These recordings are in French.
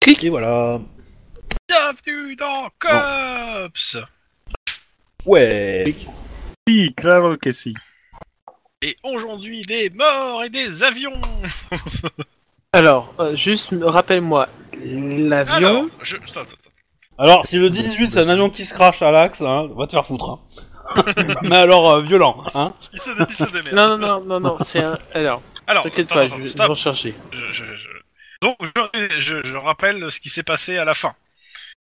Clic. Et voilà. Bienvenue dans Cops Ouais. Si, claro que si. Et aujourd'hui, des morts et des avions Alors, euh, juste me- rappelle-moi, l'avion. Alors, je... attends, attends, attends. Alors, si le 18 c'est un avion qui se crache à l'axe, hein, va te faire foutre. hein. Mais alors, euh, violent, hein. Il se, il se démerde. Non, non, non, non, non, c'est un. Alors, Alors, t'inquiète attends, pas, je attends, vais je vais stop. en chercher. Je- je- je- Donc, je, je- je rappelle ce qui s'est passé à la fin,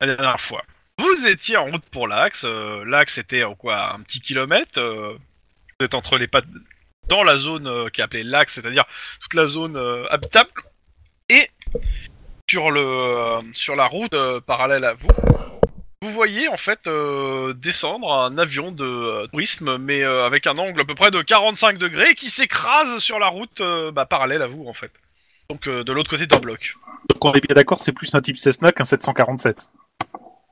la dernière fois. Vous étiez en route pour l'Axe. euh, L'Axe était en quoi Un petit kilomètre euh, Vous êtes entre les pattes dans la zone euh, qui est appelée l'Axe, c'est-à-dire toute la zone euh, habitable. Et sur, le, euh, sur la route euh, parallèle à vous, vous voyez en fait euh, descendre un avion de euh, tourisme, mais euh, avec un angle à peu près de 45 degrés qui s'écrase sur la route euh, bah, parallèle à vous en fait. Donc euh, de l'autre côté d'un bloc. Donc on est bien d'accord, c'est plus un type Cessna qu'un 747.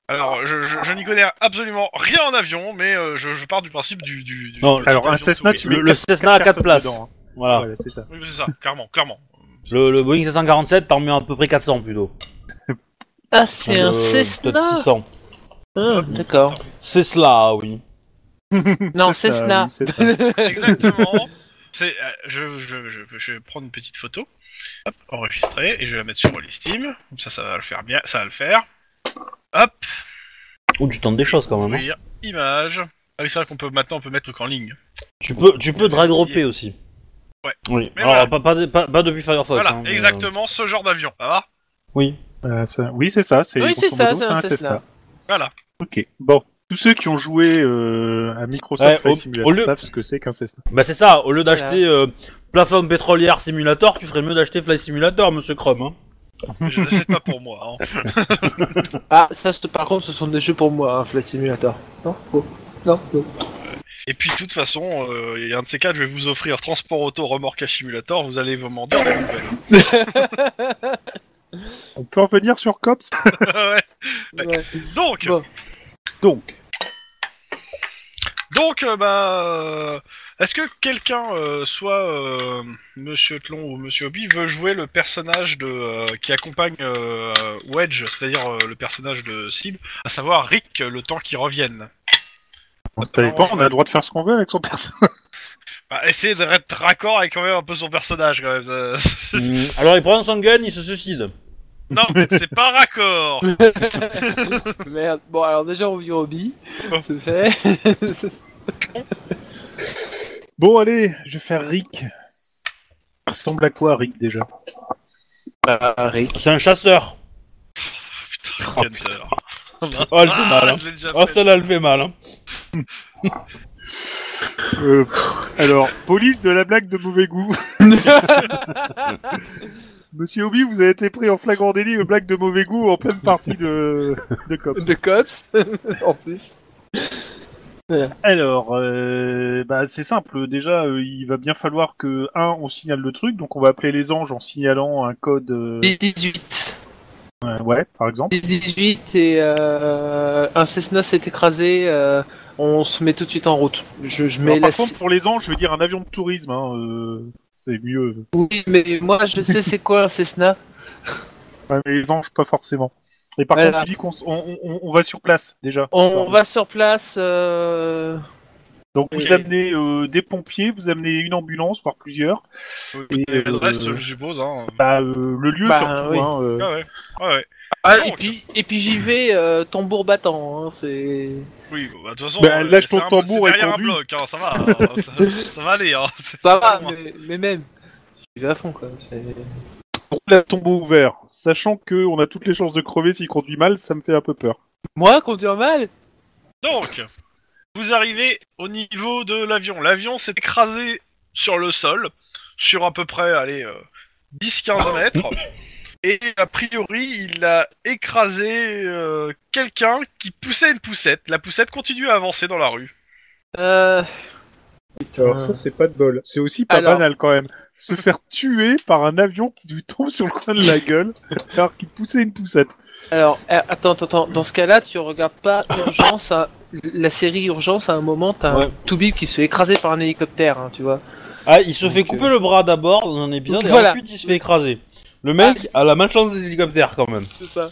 Alors je, je- je n'y connais absolument rien en avion, mais euh, je, je pars du principe du. du, du- Non, du alors, petit un avion Cessna, de tu souris. Le, mets le quatre- Cessna à 4 personnes places. dedans, hein. Ah. Voilà. Voilà, c'est ça. Oui, c'est ça, clairement, clairement. Le, le Boeing 747, t'en mets à peu près 400 plutôt. Ah, c'est un Euh, Cessna. Peut-être 600. Ah, D'accord. Cessna, oui. Non, Cessna, Cessna. oui, Cessna. Exactement. C'est, euh, je, je, je- je vais prendre une petite photo, Hop, enregistrer, et je vais la mettre sur Steam. Comme ça, ça va le faire bien, ça va le faire. Hop, Ou tu tentes des choses quand même. hein. ouvrir, image. Ah oui, c'est vrai qu'on peut maintenant on peut mettre le truc en ligne. Tu peux, tu peux drag dropper aussi. Ouais. Oui. Mais Alors, voilà. pas, pas, pas, pas depuis Firefox. voilà, hein, mais, euh, exactement ce genre d'avion, ça va Oui. Euh, ça- Oui, c'est ça, c'est Oui, c'est grosso ça, modo, c'est c'est un un Cessna. Cessna. Voilà. Ok, bon. Tous ceux qui ont joué euh, à Microsoft Ouais, Flight au- Simulator au lieu- savent ce que c'est qu'un Cessna. Bah c'est ça, au lieu d'acheter euh, plateforme pétrolière simulator, tu ferais mieux d'acheter Fly Simulator, monsieur Crum. Hein. Je- C'est pas pour moi. hein. Ah, ça, c'est- par contre, ce sont des jeux pour moi, hein, Flight Simulator. Non, oh. non, non. Et puis de toute façon, euh, il y a un de ces quatre, je vais vous offrir transport auto remorque à simulator. Vous allez vous demander. On peut revenir sur Cops ouais. Ouais. Donc, Bon. Donc, donc, euh, bah, euh, est-ce que quelqu'un, euh, soit euh, Monsieur Tlon ou Monsieur Obi, veut jouer le personnage de euh, qui accompagne euh, Wedge, c'est-à-dire euh, le personnage de Cible, à savoir Rick, le temps qu'il revienne. ça dépend, on a le droit de faire ce qu'on veut avec son personnage. Bah, essayez d'être raccord avec quand même un peu son personnage quand même. ça- Mm, Alors il prend son gun, il se suicide. non, c'est pas raccord. Merde. Bon, alors déjà, on vit au hobby. C'est fait. Bon, allez, je vais faire Rick. Il Ressemble à quoi, Rick, déjà bah, Rick. C'est un chasseur. Putain, Oh, Hunter. Oh Ah, elle fait mal. Hein. Ah, je l'ai déjà Oh fait. celle-là elle fait mal. Hein. Euh, Alors, police de la blague de mauvais goût. Monsieur Obi, vous avez été pris en flagrant délit de blague de mauvais goût en pleine partie de, de Cops. The Cops, en plus. Alors, euh, bah, c'est simple. Déjà, euh, il va bien falloir que, un, on signale le truc. Donc, on va appeler les anges en signalant un code. euh, 18. euh, ouais, par exemple. 18 et euh, un Cessna s'est écrasé. euh, on se met tout de suite en route. Je, je mets Alors, la. par contre, pour les anges, je veux dire un avion de tourisme. Hein, euh, c'est mieux. Oui, mais moi, je sais c'est quoi un Cessna. Ouais, mais les anges, pas forcément. Et par Voilà. contre, tu dis qu'on s- on, on- on va sur place, déjà. On, on va sur place. euh, Donc, Ok. vous amenez euh, des pompiers, vous amenez une ambulance, voire plusieurs. Oui, Et, l'adresse, euh, je suppose. Hein. Bah, euh, le lieu Bah, surtout. oui. hein, euh. Ah ouais. Ouais, ouais. et Ah, Donc, puis, et puis j'y vais euh, tambour battant. Hein, c'est. Oui, bah, de toute façon, Bah, euh, lâche ton c'est un- c'est tambour et derrière un conduis. bloc, hein, ça va, hein, ça, ça va aller. Hein, c'est- Ça c'est pas va, loin. mais, mais même. J'y vais à fond quoi. c'est- On roule à tombeau ouvert. Sachant que on a toutes les chances de crever s'il conduit mal, ça me fait un peu peur. Moi, conduire mal Donc, vous arrivez au niveau de l'avion. L'avion s'est écrasé sur le sol, sur à peu près, allez, euh, 10-15 mètres. Et a priori, il a écrasé euh, quelqu'un qui poussait une poussette. La poussette continue à avancer dans la rue. euh, Alors ça, c'est pas de bol. C'est aussi pas Pas Alors- banal quand même. Se faire tuer par un avion qui lui tombe sur le coin de la gueule alors qu'il poussait une poussette. Alors, euh, attends, attends, attends. Dans ce cas-là, tu regardes pas Urgence, à- la série Urgence, à un moment, t'as Ouais. un Toubib qui se fait écraser par un hélicoptère, hein, tu vois. Ah il se Donc, fait couper le bras d'abord dans un épisode et Voilà. ensuite il se fait écraser. Le Ah, mec a la malchance des hélicoptères quand même. C'est ça.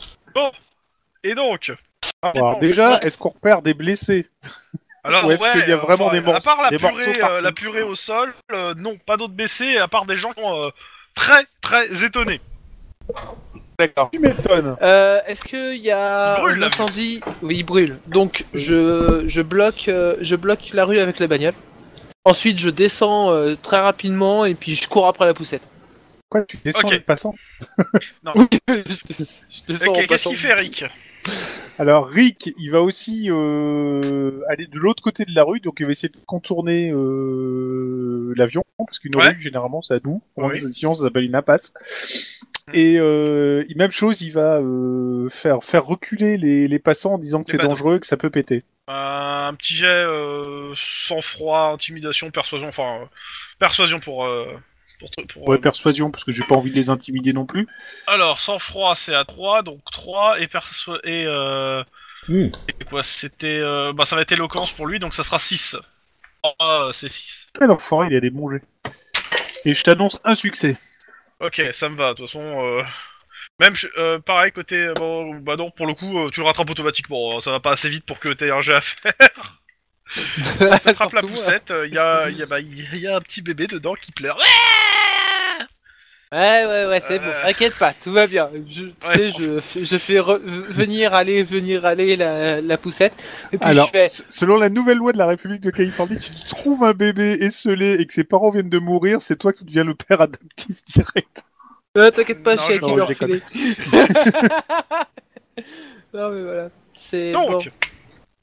Et donc Alors, Ah, déjà, est-ce qu'on repère des blessés alors, Ou est-ce qu'il y a vraiment des À part la morceaux- des morceaux purée, partout euh, la purée au sol, euh, non, pas d'autres baissés, à part des gens qui sont, euh, très très étonnés. D'accord. Tu m'étonnes. Euh, Est-ce qu'il y a Il brûle, un la incendie Oui, il brûle. Donc je, je bloque euh, je bloque la rue avec la bagnole. Ensuite, je descends euh, très rapidement et puis je cours après la poussette. Quoi, tu descends Ok. les passants Je descends en Ok, qu'est-ce passant. qu'il fait, Rick Alors, Rick, il va aussi euh, aller de l'autre côté de la rue, donc il va essayer de contourner euh, l'avion, parce qu'une Ouais. rue, généralement, ça boue. En Oui. Hmm. sinon, ça s'appelle une impasse. Et euh, il- même chose, il va euh, faire, faire reculer les, les passants en disant que Les c'est badauds. dangereux, que ça peut péter. Euh, Un petit jet euh, sang-froid, intimidation, persuasion, enfin, euh, persuasion pour... euh, pour, pour- euh, Ouais, persuasion, parce que j'ai pas envie de les intimider non plus. Alors, sang-froid, c'est à 3, donc 3, et perso... Et, euh, Hmm. et quoi, c'était... euh, bah, ça va être éloquence pour lui, donc ça sera 6. Ah, euh, c'est 6. Ah, l'enfoiré, il a des bons jets. Et je t'annonce un succès. Ok, ça me va, de toute façon... euh, Même, je- euh, pareil, côté... euh, Bon, bah non, pour le coup, euh, tu le rattrapes automatiquement, hein, ça va pas assez vite pour que t'aies un jet à faire. T'attrapes la Surtout, poussette, il y, a, y, a, bah, y a- y a un petit bébé dedans qui pleure. Ouais, ouais, ouais, c'est bon. Euh. T'inquiète pas, tout va bien. Je, tu Ouais. sais, je, je fais re- venir, aller, venir, aller la, la poussette. Et puis Alors, je fais. s- selon la nouvelle loi de la République de Californie, si tu trouves un bébé esselé et que ses parents viennent de mourir, c'est toi qui deviens le père adaptif direct. Euh, T'inquiète pas, Non, je suis je- avec non, leur je déconne. filet. Non, mais voilà. C'est bon. Donc,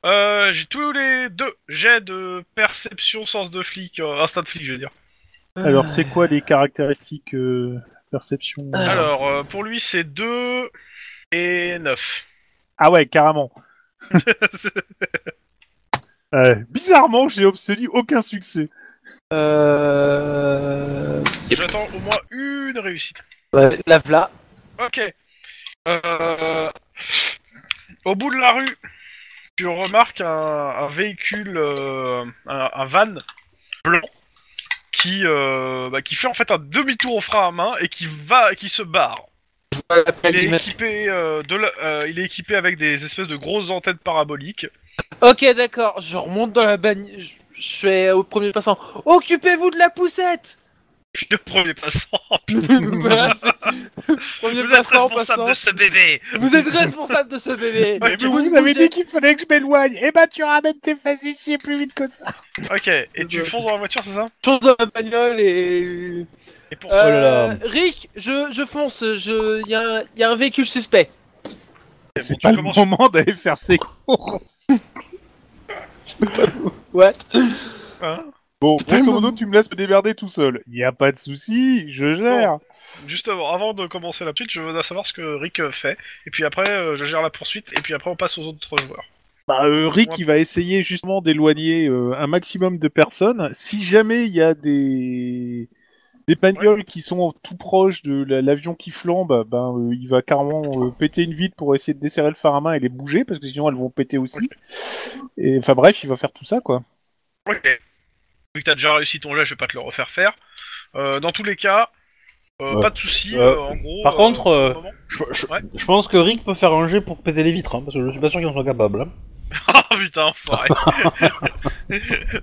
euh, j'ai tous les deux jets de perception, sens de flic, euh, instinct de flic, je veux dire. Alors, c'est quoi les caractéristiques euh, perception Ah. Alors, euh, pour lui, c'est 2 et 9. Ah ouais, carrément. Euh, bizarrement, j'ai obtenu aucun succès. Euh... J'attends au moins une réussite. ouais, la voilà. Ok. Euh, au bout de la rue, tu remarques un, un véhicule, euh, un, un van blanc, qui, euh, bah, qui fait en fait un demi-tour au frein à main et qui va, qui se barre. Je vois la plaque Il est d'image. équipé euh, de la- euh, il est équipé avec des espèces de grosses antennes paraboliques. Ok, d'accord, je remonte dans la bagnole. Je je fais au premier passant. Occupez-vous de la poussette Je suis le premier passant. Voilà, c'est- Premier Vous êtes passant, passant. responsable de ce bébé. Vous êtes responsable de ce bébé Ok. Mais Ah, vous avez dit qu'il fallait que je m'éloigne. Eh ben, tu ramènes tes fesses ici et plus vite que ça. Ok. Et tu fonces dans la voiture, c'est ça Chose dans ma bagnole et... Et pour Euh, Oh là là. Rick, je, je fonce, je... Y, a un- y a un véhicule suspect. bon, C'est tu pas le commences- moment d'aller faire ses courses. Ouais. Hein Bon, grosso modo, tu me laisses me démerder tout seul. Il a pas de souci, je gère. Justement, avant de commencer la suite, je veux savoir ce que Rick euh, fait. Et puis après, euh, je gère la poursuite. Et puis après, on passe aux autres joueurs. Bah, euh, Rick, il va essayer justement d'éloigner euh, un maximum de personnes. Si jamais il y a des des bagnoles qui sont tout proches de la- l'avion qui flambe, ben euh, il va carrément euh, péter une vitre pour essayer de desserrer le phare à main et les bouger parce que sinon elles vont péter aussi. Et enfin bref, il va faire tout ça quoi. Ok. Vu que t'as déjà réussi ton jet, je vais pas te le refaire faire. Euh, dans tous les cas, euh, Ouais. pas de soucis. Euh, euh, en gros. par contre, pour euh, le moment- Je, je- Ouais. je pense que Rick peut faire un jet pour péter les vitres, hein, parce que je suis pas sûr qu'il en soit capable. hein. Ah putain, enfoiré.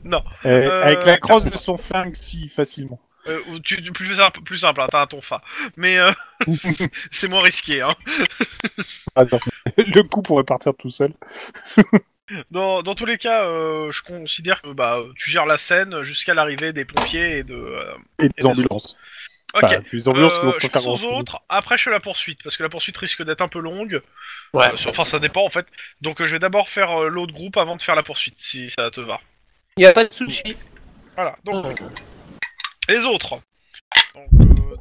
non. Euh, Avec la crosse de son flingue si facilement. Euh, ou tu, tu- plus, simple, plus simple, hein, t'as un tonfa. Mais euh, c'est moins risqué. Hein. Ah, le coup pourrait partir tout seul. Dans, dans tous les cas, euh, je considère que bah, tu gères la scène jusqu'à l'arrivée des pompiers et de. euh, Et des des ambulances. Ok. Enfin, plus d'ambulances que Euh, vous je préférez passe aux grand-chose. autres. Après, je fais la poursuite parce que la poursuite risque d'être un peu longue. Ouais. Euh, sur- enfin, ça dépend en fait. Donc, euh, je vais d'abord faire euh, l'autre groupe avant de faire la poursuite, si ça te va. Y a pas de souci. Voilà. Donc, Donc, les autres. Donc, euh,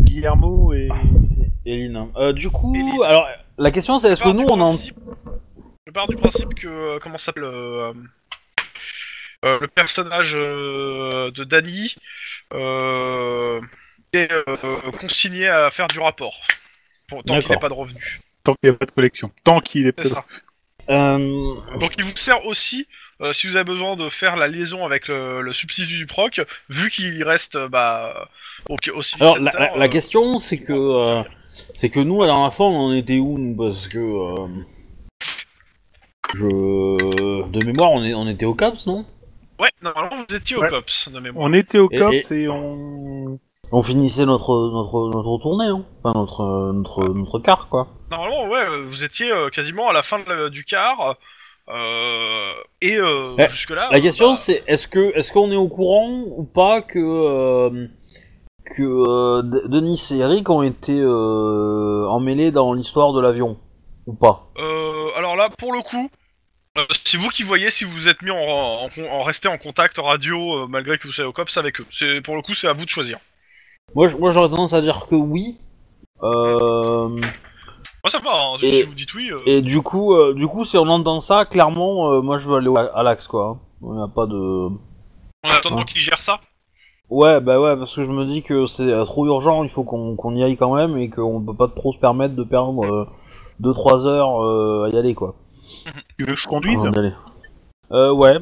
Guillermo et. Ah. Et hein. Lynn. Euh, du coup, Et Lynn. alors la question c'est est-ce que pars nous du on en principe- Je pars du principe que. euh, comment ça s'appelle euh, euh, Le personnage euh, de Danny euh, est euh, consigné à faire du rapport. Pour, tant qu'il D'accord. n'ait pas de revenus. Tant qu'il n'y a pas de collection. Tant qu'il est pas C'est de- ça. Euh, Donc il vous sert aussi euh, si vous avez besoin de faire la liaison avec le, le substitut du proc, vu qu'il reste euh, bah, au, au Civic Alors, la, Center, la- la euh, question, c'est que, euh, c'est que nous, à la dernière fois, on en était où nous Parce que. euh, je... De mémoire, on, est, on était au CAPS, non Ouais, normalement vous étiez au Ouais. COPS de mémoire. On était au Et- COPS et, on. On finissait notre, notre, notre tournée, hein Enfin, notre, euh, notre, notre quart, quoi. Normalement, ouais, euh, vous étiez euh, quasiment à la fin de la- du quart. euh, et euh, Eh, jusque-là. La euh, question, bah, c'est est-ce que est-ce qu'on est au courant ou pas que euh, que euh, D- Denis et Eric ont été euh, emmêlés dans l'histoire de l'avion ou pas euh, alors là, pour le coup, euh, c'est vous qui voyez si vous vous êtes mis en, en, en- rester en contact radio euh, malgré que vous soyez au COPS avec eux. C'est Pour le coup, c'est à vous de choisir. Moi, je- moi, j'aurais tendance à dire que oui. Euh, Moi, ça va, hein, si Et- vous dites oui. euh, et du coup, euh, du coup, si on entend ça, clairement, euh, moi, je veux aller au- à l'axe, quoi. Il n'y a pas de. en attendant ouais. qu'ils gèrent ça. Ouais, bah ouais, parce que je me dis que c'est euh, trop urgent, il faut qu'on qu'on y aille quand même et qu'on peut pas trop se permettre de perdre 2-3 heures euh, à y aller, quoi. Tu veux que je conduise Avant d'y aller. Euh, ouais.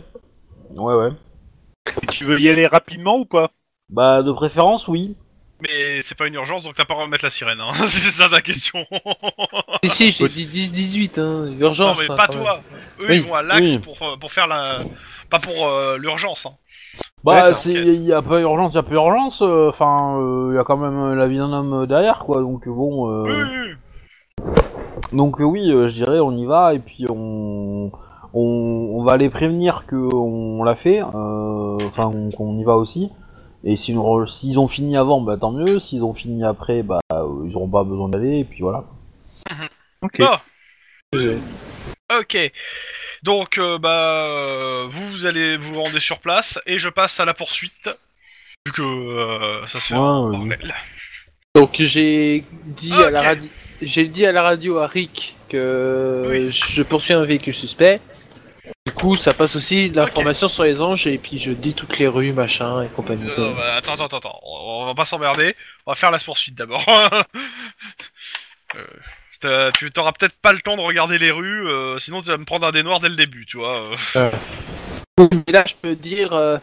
Ouais, ouais. Et Tu veux y aller rapidement ou pas Bah, de préférence, oui. Mais c'est pas une urgence, donc t'as pas à remettre la sirène. Hein. c'est ça ta question. Si, si, j'ai dit 10-18, hein, urgence. non, mais hein, pas quand toi. Eux, Oui, ils vont à l'axe oui. pour, euh, pour faire la. Pas pour euh, l'urgence. Hein. Bah, D'accord, c'est- y a pas urgence, y a pas urgence. euh, Enfin, euh, y a quand même euh, la vie d'un homme euh, derrière, quoi. Donc euh, bon. euh, Oui, oui, oui. Donc euh, oui, euh, je dirais, on y va et puis on. On, on va les prévenir que on l'a fait, euh, enfin on- qu'on y va aussi. Et s'ils nous re- s'ils ont fini avant, bah tant mieux. S'ils ont fini après, bah euh, ils auront pas besoin d'aller. Et puis voilà. Ok. Bon. même. Ah. Ok. Donc, euh, bah, euh, vous, vous allez vous rendez sur place et je passe à la poursuite. Vu que euh, ça se fait. un Ouais, ouais. bordel. Donc j'ai dit à la Ok. radio, j'ai dit à la radio à Rick que Oui. je poursuis un véhicule suspect. Du coup, ça passe aussi de l'information sur les anges et puis je dis toutes les rues, machin et compagnie. Non, non, bah, attends, attends, attends, attends. On, on va pas s'emmerder. On va faire la poursuite d'abord. Euh, t'as- tu t'auras peut-être pas le temps de regarder les rues, euh, sinon tu vas me prendre un des noirs dès le début, tu vois. euh. Et là, je peux dire euh,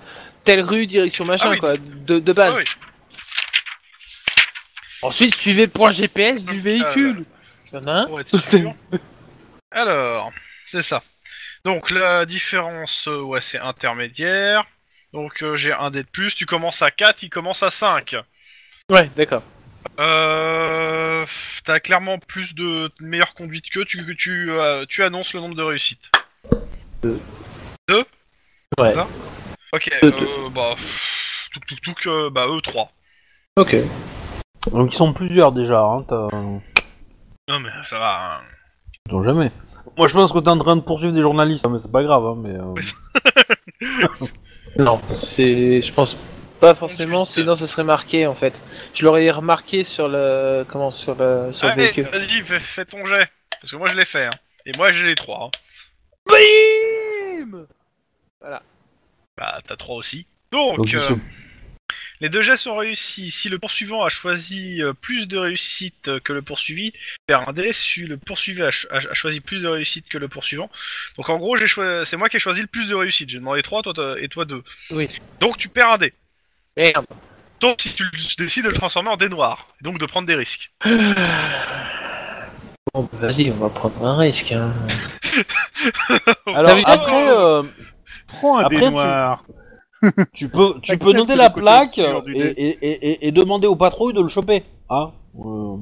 telle rue, direction machin, Ah oui. quoi, de, de base. Ah oui. Ensuite, suivez le point GPS du Donc, véhicule. Il y en a un. pour être sûr. Alors, c'est ça. Donc la différence, euh, ouais, c'est intermédiaire. Donc euh, j'ai un dé de plus, tu commences à 4, il commence à 5. Ouais, d'accord. Euh, T'as clairement plus de de meilleure conduite que tu, que tu, euh, tu annonces le nombre de réussites. Deux. Deux Euh. Ouais. Ça Ok, Deux, euh, bah, pff, touc touc touc, euh, bah eux 3. Ok. Donc ils sont plusieurs déjà. Hein, t'as- Non mais ça va, hein. T'en jamais. Moi je pense que t'es en train de poursuivre des journalistes, mais c'est pas grave. Hein, mais, euh, Non, c'est, je pense pas forcément. Conduite. Sinon, ça serait marqué en fait. Je l'aurais remarqué sur le, comment, sur le, sur le Allez, véhicule. vas-y, fais, fais ton jet. Parce que moi je l'ai fait, hein. Et moi j'ai les hein. 3. Bim Bah, t'as 3 aussi. Donc, donc, ils euh, se- les deux gestes sont réussis. Si le poursuivant a choisi euh, plus de réussites euh, que le poursuivi, perd un dé. Si le poursuivi a, cho- a- a choisi plus de réussites que le poursuivant. Donc, en gros, j'ai choi- c'est moi qui ai choisi le plus de réussites. J'ai demandé 3 toi, t'as- et toi 2. Oui. Donc, tu perds un dé. Merde. Sauf si tu le- décides de le transformer en dé noir. Donc, de prendre des risques. Bon, bah, vas-y, on va prendre un risque. Hein. Alors oui, après, euh, Prends un Après, dé tu- noir. tu peux, tu peux Accepte noter le la côté plaque et, obscur du dé. et, et- et- et demander aux patrouilles de le choper. Hein Euh,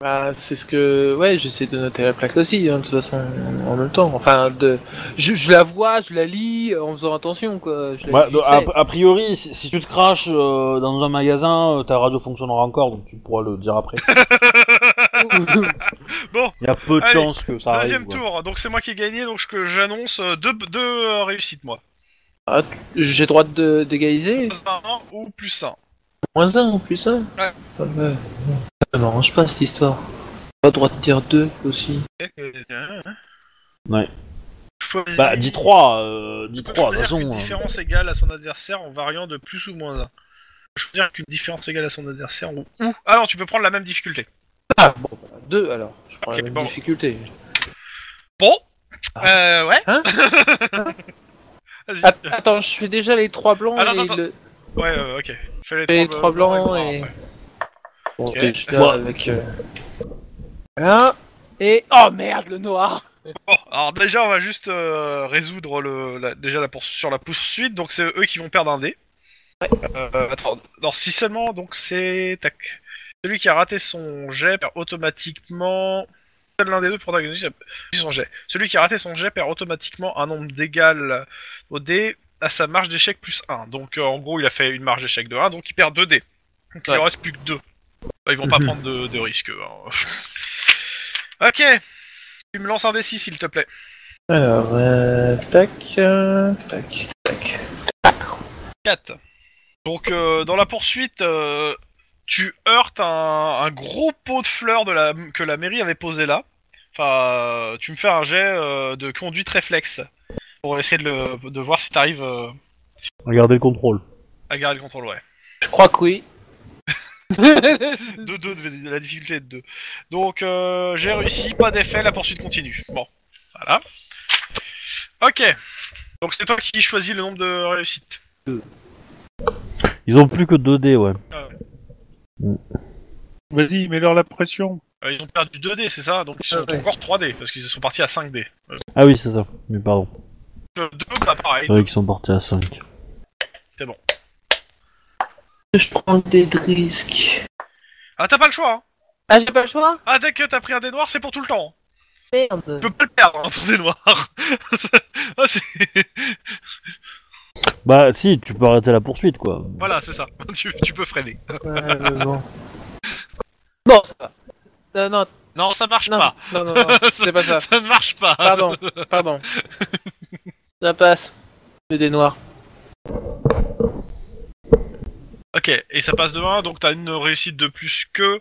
Bah, c'est ce que. Ouais, j'essaie de noter la plaque aussi, hein, de toute façon, en même temps. Enfin, de... je, je la vois, je la lis euh, en faisant attention, quoi. Je la bah, lis de- vite a, fait. a priori, si, si tu te craches euh, dans un magasin, euh, ta radio fonctionnera encore, donc tu pourras le dire après. Bon, Il y a peu de Allez, chances que ça arrive. deuxième quoi. tour. Donc, c'est moi qui ai gagné. Donc, je- que j'annonce euh, deux, deux euh, réussites, moi. J'ai droit de d'égaliser Plus un ou plus un. Moins un ou plus un Ouais. Ah, ouais. Ça m'arrange pas cette histoire. Pas droit de dire deux aussi. Ouais. Choisis- Bah, dis 3, euh, dis 3, de toute choisir façon. qu'une euh, différence égale à son adversaire en variant de plus ou moins 1. Choisir qu'une différence égale à son adversaire ou... Mm. ou- Ah non, tu peux prendre la même difficulté. Ah, bon, bah, deux alors. Je prends Ok, la même bon. difficulté. Bon Euh, ouais. Vas-y. Att- Attends, je fais déjà les trois blancs Attends, et attends, le... Ouais, euh, ok. Fais Fais les les trois blancs et- ouais. Bon, Ok. déjà, avec... euh, un, et... Oh merde, le noir Bon, alors déjà, on va juste euh, résoudre le, la- déjà la poursu- sur la poursuite. Donc c'est eux qui vont perdre un dé. Euh, attends, non, si seulement, donc c'est tac. Celui qui a raté son jet perd automatiquement. Seul l'un des deux protagonistes a réussi son jet. Celui qui a raté son jet perd automatiquement un nombre d'égal au dé à sa marge d'échec plus 1. Donc euh, en gros, il a fait une marge d'échec de 1, donc il perd 2 dés. Donc il Ouais. en reste plus que 2. Ils vont pas prendre de, de risques. hein. ok, tu me lances un D6 s'il te plaît. Alors, euh, tac, euh, tac, tac. 4. Donc euh, dans la poursuite, euh, tu heurtes un, un gros pot de fleurs de la, que la mairie avait posé là. Enfin, euh, tu me fais un jet euh, de conduite réflexe pour essayer de, le- de voir si t'arrives euh, Regardez le contrôle. à garder le contrôle. Ouais. Je crois que oui. De 2, la difficulté est de 2. Donc euh, j'ai réussi, pas d'effet, la poursuite continue. Bon, voilà. Ok. Donc c'est toi qui choisis le nombre de réussites. Ils ont plus que 2 dés, ouais. Vas-y, mets-leur la pression. Euh, ils ont perdu 2D, c'est ça Donc ils sont Ouais. encore 3D parce qu'ils sont partis à 5D. Ah oui, c'est ça. Mais pardon. Euh, Deux, bah pareil. Ouais, qui sont portés à 5. je prends des risques. Ah, t'as pas le choix, hein. Ah, j'ai pas le choix Ah, dès que t'as pris un dé noir, c'est pour tout le temps. Tu Merde peux pas le perdre, hein, ton dé noir. Ah, c'est- Bah si, tu peux arrêter la poursuite, quoi. voilà, c'est ça. Tu, tu peux freiner. Euh, bon. Bon, ça va. Euh, non, Non, ça marche non, pas. non, non, non, c'est pas ça. Ça ne marche pas. Pardon, pardon. Ça passe. Le dé noir. Ok, et ça passe de 1, donc t'as une réussite de plus que.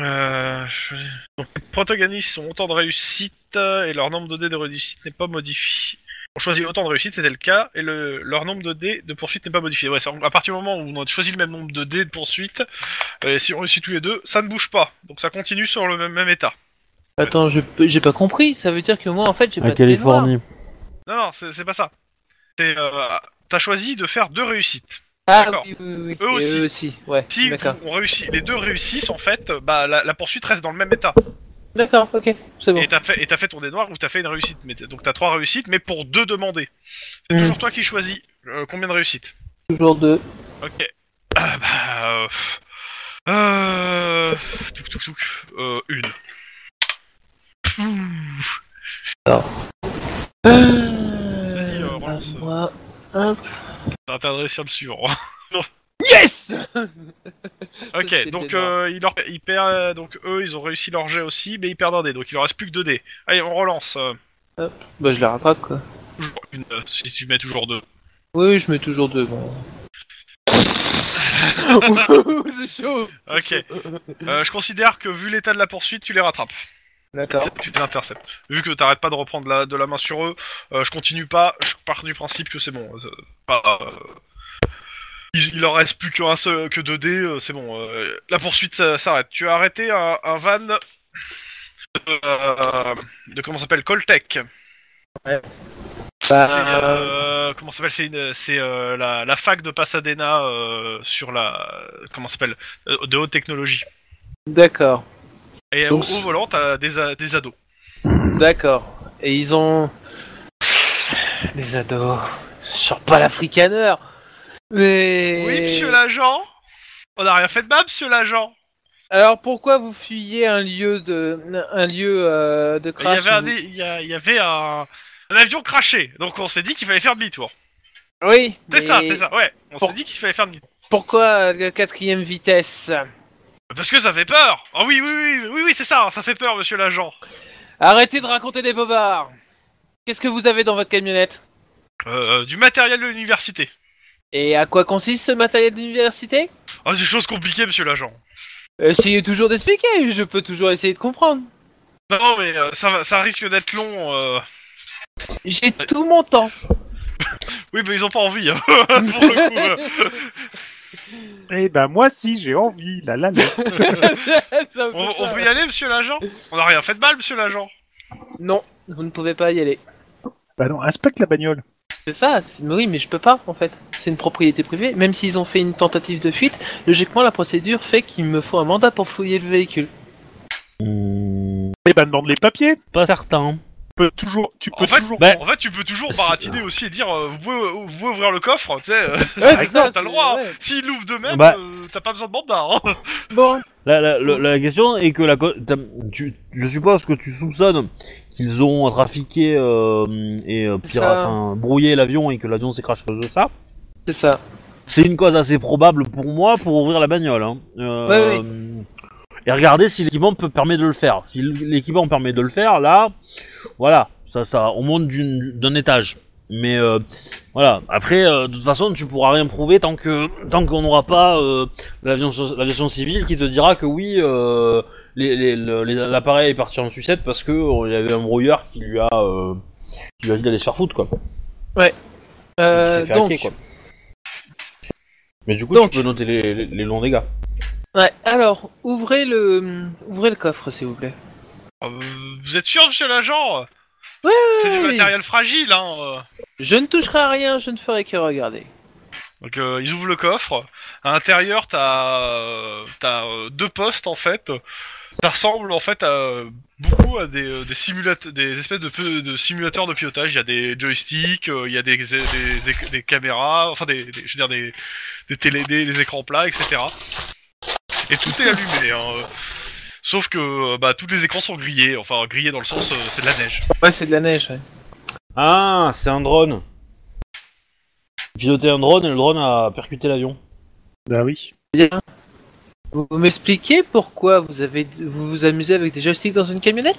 Euh, je- Donc, les protagonistes ont autant de réussites euh, et leur nombre de dés de réussite n'est pas modifié. On choisit autant de réussites, c'était le cas, et le... leur nombre de dés de poursuite n'est pas modifié. Ouais, c'est en- à partir du moment où on a choisi le même nombre de dés de poursuite, et si on réussit tous les deux, ça ne bouge pas. Donc ça continue sur le même, même état. Attends, je peux- j'ai pas compris. Ça veut dire que moi, en fait, j'ai pas À de dé noir. Californie. Non, non, c'est c'est pas ça. C'est. euh, T'as choisi de faire deux réussites. Ah D'accord. oui, oui, oui, oui. Eux Et aussi. Eux aussi, ouais. Si D'accord. on réussit, les deux réussissent, en fait, euh, bah, la- la poursuite reste dans le même état. D'accord, ok, c'est bon. Et t'as fait, et t'as fait ton dé noir ou t'as fait une réussite. Mais t'as- donc t'as trois réussites, mais pour deux demandés. C'est Mm. toujours toi qui choisis euh, combien de réussites. Toujours deux. Ok. Ah bah. Euh, pff. euh, touc, touc, touc. Euh, une. Pouf. Euh, Vas-y, euh, relance. moi, hop. T'as intérêt à réussir le suivant. Yes ok, C'était dé donc noir. euh, il, leur, il perd. euh, Donc eux, ils ont réussi leur jet aussi, mais ils perdent un dé. Donc il leur reste plus que deux dés. Allez, on relance. euh, Bah, je la rattrape, quoi. toujours une, euh, si tu mets toujours deux. Oui, je mets toujours deux, bon. Ouh, c'est chaud Ok. Euh, je considère que vu l'état de la poursuite, tu les rattrapes. D'accord. Tu les interceptes. Vu que t'arrêtes pas de reprendre la- de la main sur eux, euh, je continue pas, je pars du principe que c'est bon. euh, pas, euh, il, il leur reste plus qu'un seul, que 2 dés, euh, c'est bon. euh, la poursuite ça- s'arrête. Tu as arrêté un, un van de, euh, de comment ça s'appelle Coltech. C'est, euh, comment ça s'appelle C'est, une- c'est, euh, la, la fac de Pasadena euh, sur la comment ça s'appelle Euh, de haute technologie. D'accord, Et Donc- au, au volant, t'as des, a- des ados. d'accord. Et ils ont... Les ados... Genre pas l'africaneur Mais... Oui, monsieur l'agent On a rien fait de mal, monsieur l'agent Alors pourquoi vous fuyez un lieu de... Un lieu euh, de Il y crash avait, un, vous- il y a- il y avait un, un avion craché, donc on s'est dit qu'il fallait faire demi-tour. Oui C'est mais ça, c'est ça, ouais. On Pour- s'est dit qu'il fallait faire demi-tour. Pourquoi euh, la quatrième vitesse Parce que ça fait peur Ah oui, oui, oui, oui, oui, c'est ça, ça fait peur, monsieur l'agent. Arrêtez de raconter des bobards Qu'est-ce que vous avez dans votre camionnette Euh, du matériel de l'université. Et à quoi consiste ce matériel d'université Ah, c'est des choses compliquées, monsieur l'agent. Essayez toujours d'expliquer, je peux toujours essayer de comprendre. Non, mais euh, ça, va- ça risque d'être long. euh. J'ai tout mon temps. Oui, mais ils ont pas envie, hein, pour le coup. euh. Eh ben moi si, j'ai envie, la la la. Ça me On, fait on ça. peut y aller, monsieur l'agent On a rien fait de mal, monsieur l'agent. Non, vous ne pouvez pas y aller. bah non, inspecte la bagnole. C'est ça, c'est- mais oui, mais je peux pas en fait. C'est une propriété privée. Même s'ils ont fait une tentative de fuite, logiquement la procédure fait qu'il me faut un mandat pour fouiller le véhicule. Eh ben, demande les papiers. Tu Pas certain. peux toujours, tu peux En fait, toujours. Bah, En fait, tu peux toujours C'est- baratiner aussi et dire euh, vous, pouvez, vous pouvez ouvrir le coffre, tu sais. euh, c'est t'as ça, t'as le c'est- droit. hein. ouais. S'il l'ouvre de même, Bah. euh, t'as pas besoin de mandat. hein. Bon, La, la, la- la question est que la, co- t'as- tu, je suppose que tu soupçonnes qu'ils ont trafiqué euh, et euh, pira- Ça. enfin, brouillé l'avion et que l'avion s'est crashé à cause de ça. c'est ça. C'est une cause assez probable pour moi pour ouvrir la bagnole. Hein. Euh, Ouais, Et regarder si l'équipement peut permet de le faire. Si l'équipement permet de le faire, là, voilà, ça, ça, on monte d'une- d'un étage. Mais euh, voilà. Après, euh, de toute façon, tu pourras rien prouver tant que tant qu'on n'aura pas euh, l'avion l'aviation civile qui te dira que oui, euh, les- les- le- les- l'appareil est parti en sucette parce que euh, il y avait un brouilleur qui lui a euh, qui lui a dit d'aller se faire foutre quoi. Il Euh, s'est fait donc, hacker, quoi. Mais du coup, Donc. tu peux noter les, les, les longs dégâts. ouais, alors ouvrez le, euh, ouvrez le coffre s'il vous plaît. Euh, vous êtes sûr, monsieur l'agent Ouais, C'est du ouais, matériel fragile. Hein. euh. Je ne toucherai à rien, je ne ferai que regarder. Donc euh, ils ouvrent le coffre. À l'intérieur, t'as euh, t'as, euh, deux postes en fait. Ça ressemble en fait à euh, beaucoup à des, euh, des simulateurs, des espèces de, feux- de simulateurs de pilotage. Il y a des joysticks, euh, il y a des, des, des- des caméras, enfin des, des- je veux dire des, des télé, des, des écrans plats, etc. Et tout est allumé. hein. Sauf que euh, bah, tous les écrans sont grillés, enfin grillés dans le sens euh, c'est de la neige. Ouais, c'est de la neige. ouais. Ah, c'est un drone. Piloter un drone et le drone a percuté l'avion. Bah oui. Bien. Vous, vous m'expliquez pourquoi vous avez vous vous amusez avec des joysticks dans une camionnette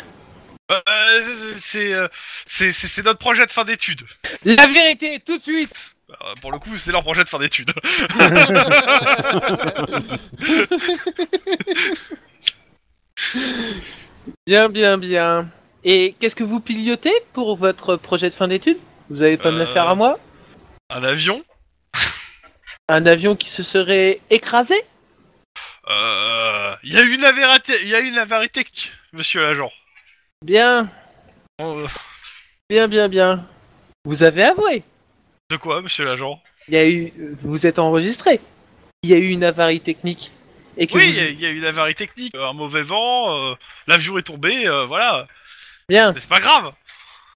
Euh, c'est- c'est euh, c'est- c'est- c'est notre projet de fin d'études. La vérité, tout de suite. Euh, pour le coup, c'est leur projet de fin d'études. Bien, bien, bien. Et qu'est-ce que vous pilotez pour votre projet de fin d'études Vous avez pas me la Euh. faire à moi Un avion Un avion qui se serait écrasé Euh, Il y a une avarité, il y a une avarie technique, monsieur l'agent. Bien, Euh, bien, bien, bien. Vous avez avoué. De quoi, monsieur l'agent Il y a eu, vous êtes enregistré. Il y a eu une avarie technique. Et que Oui, vous- il y, a- il y a une avarie technique. Un mauvais vent, euh, l'avion est tombé, euh, voilà. bien. Mais c'est pas grave.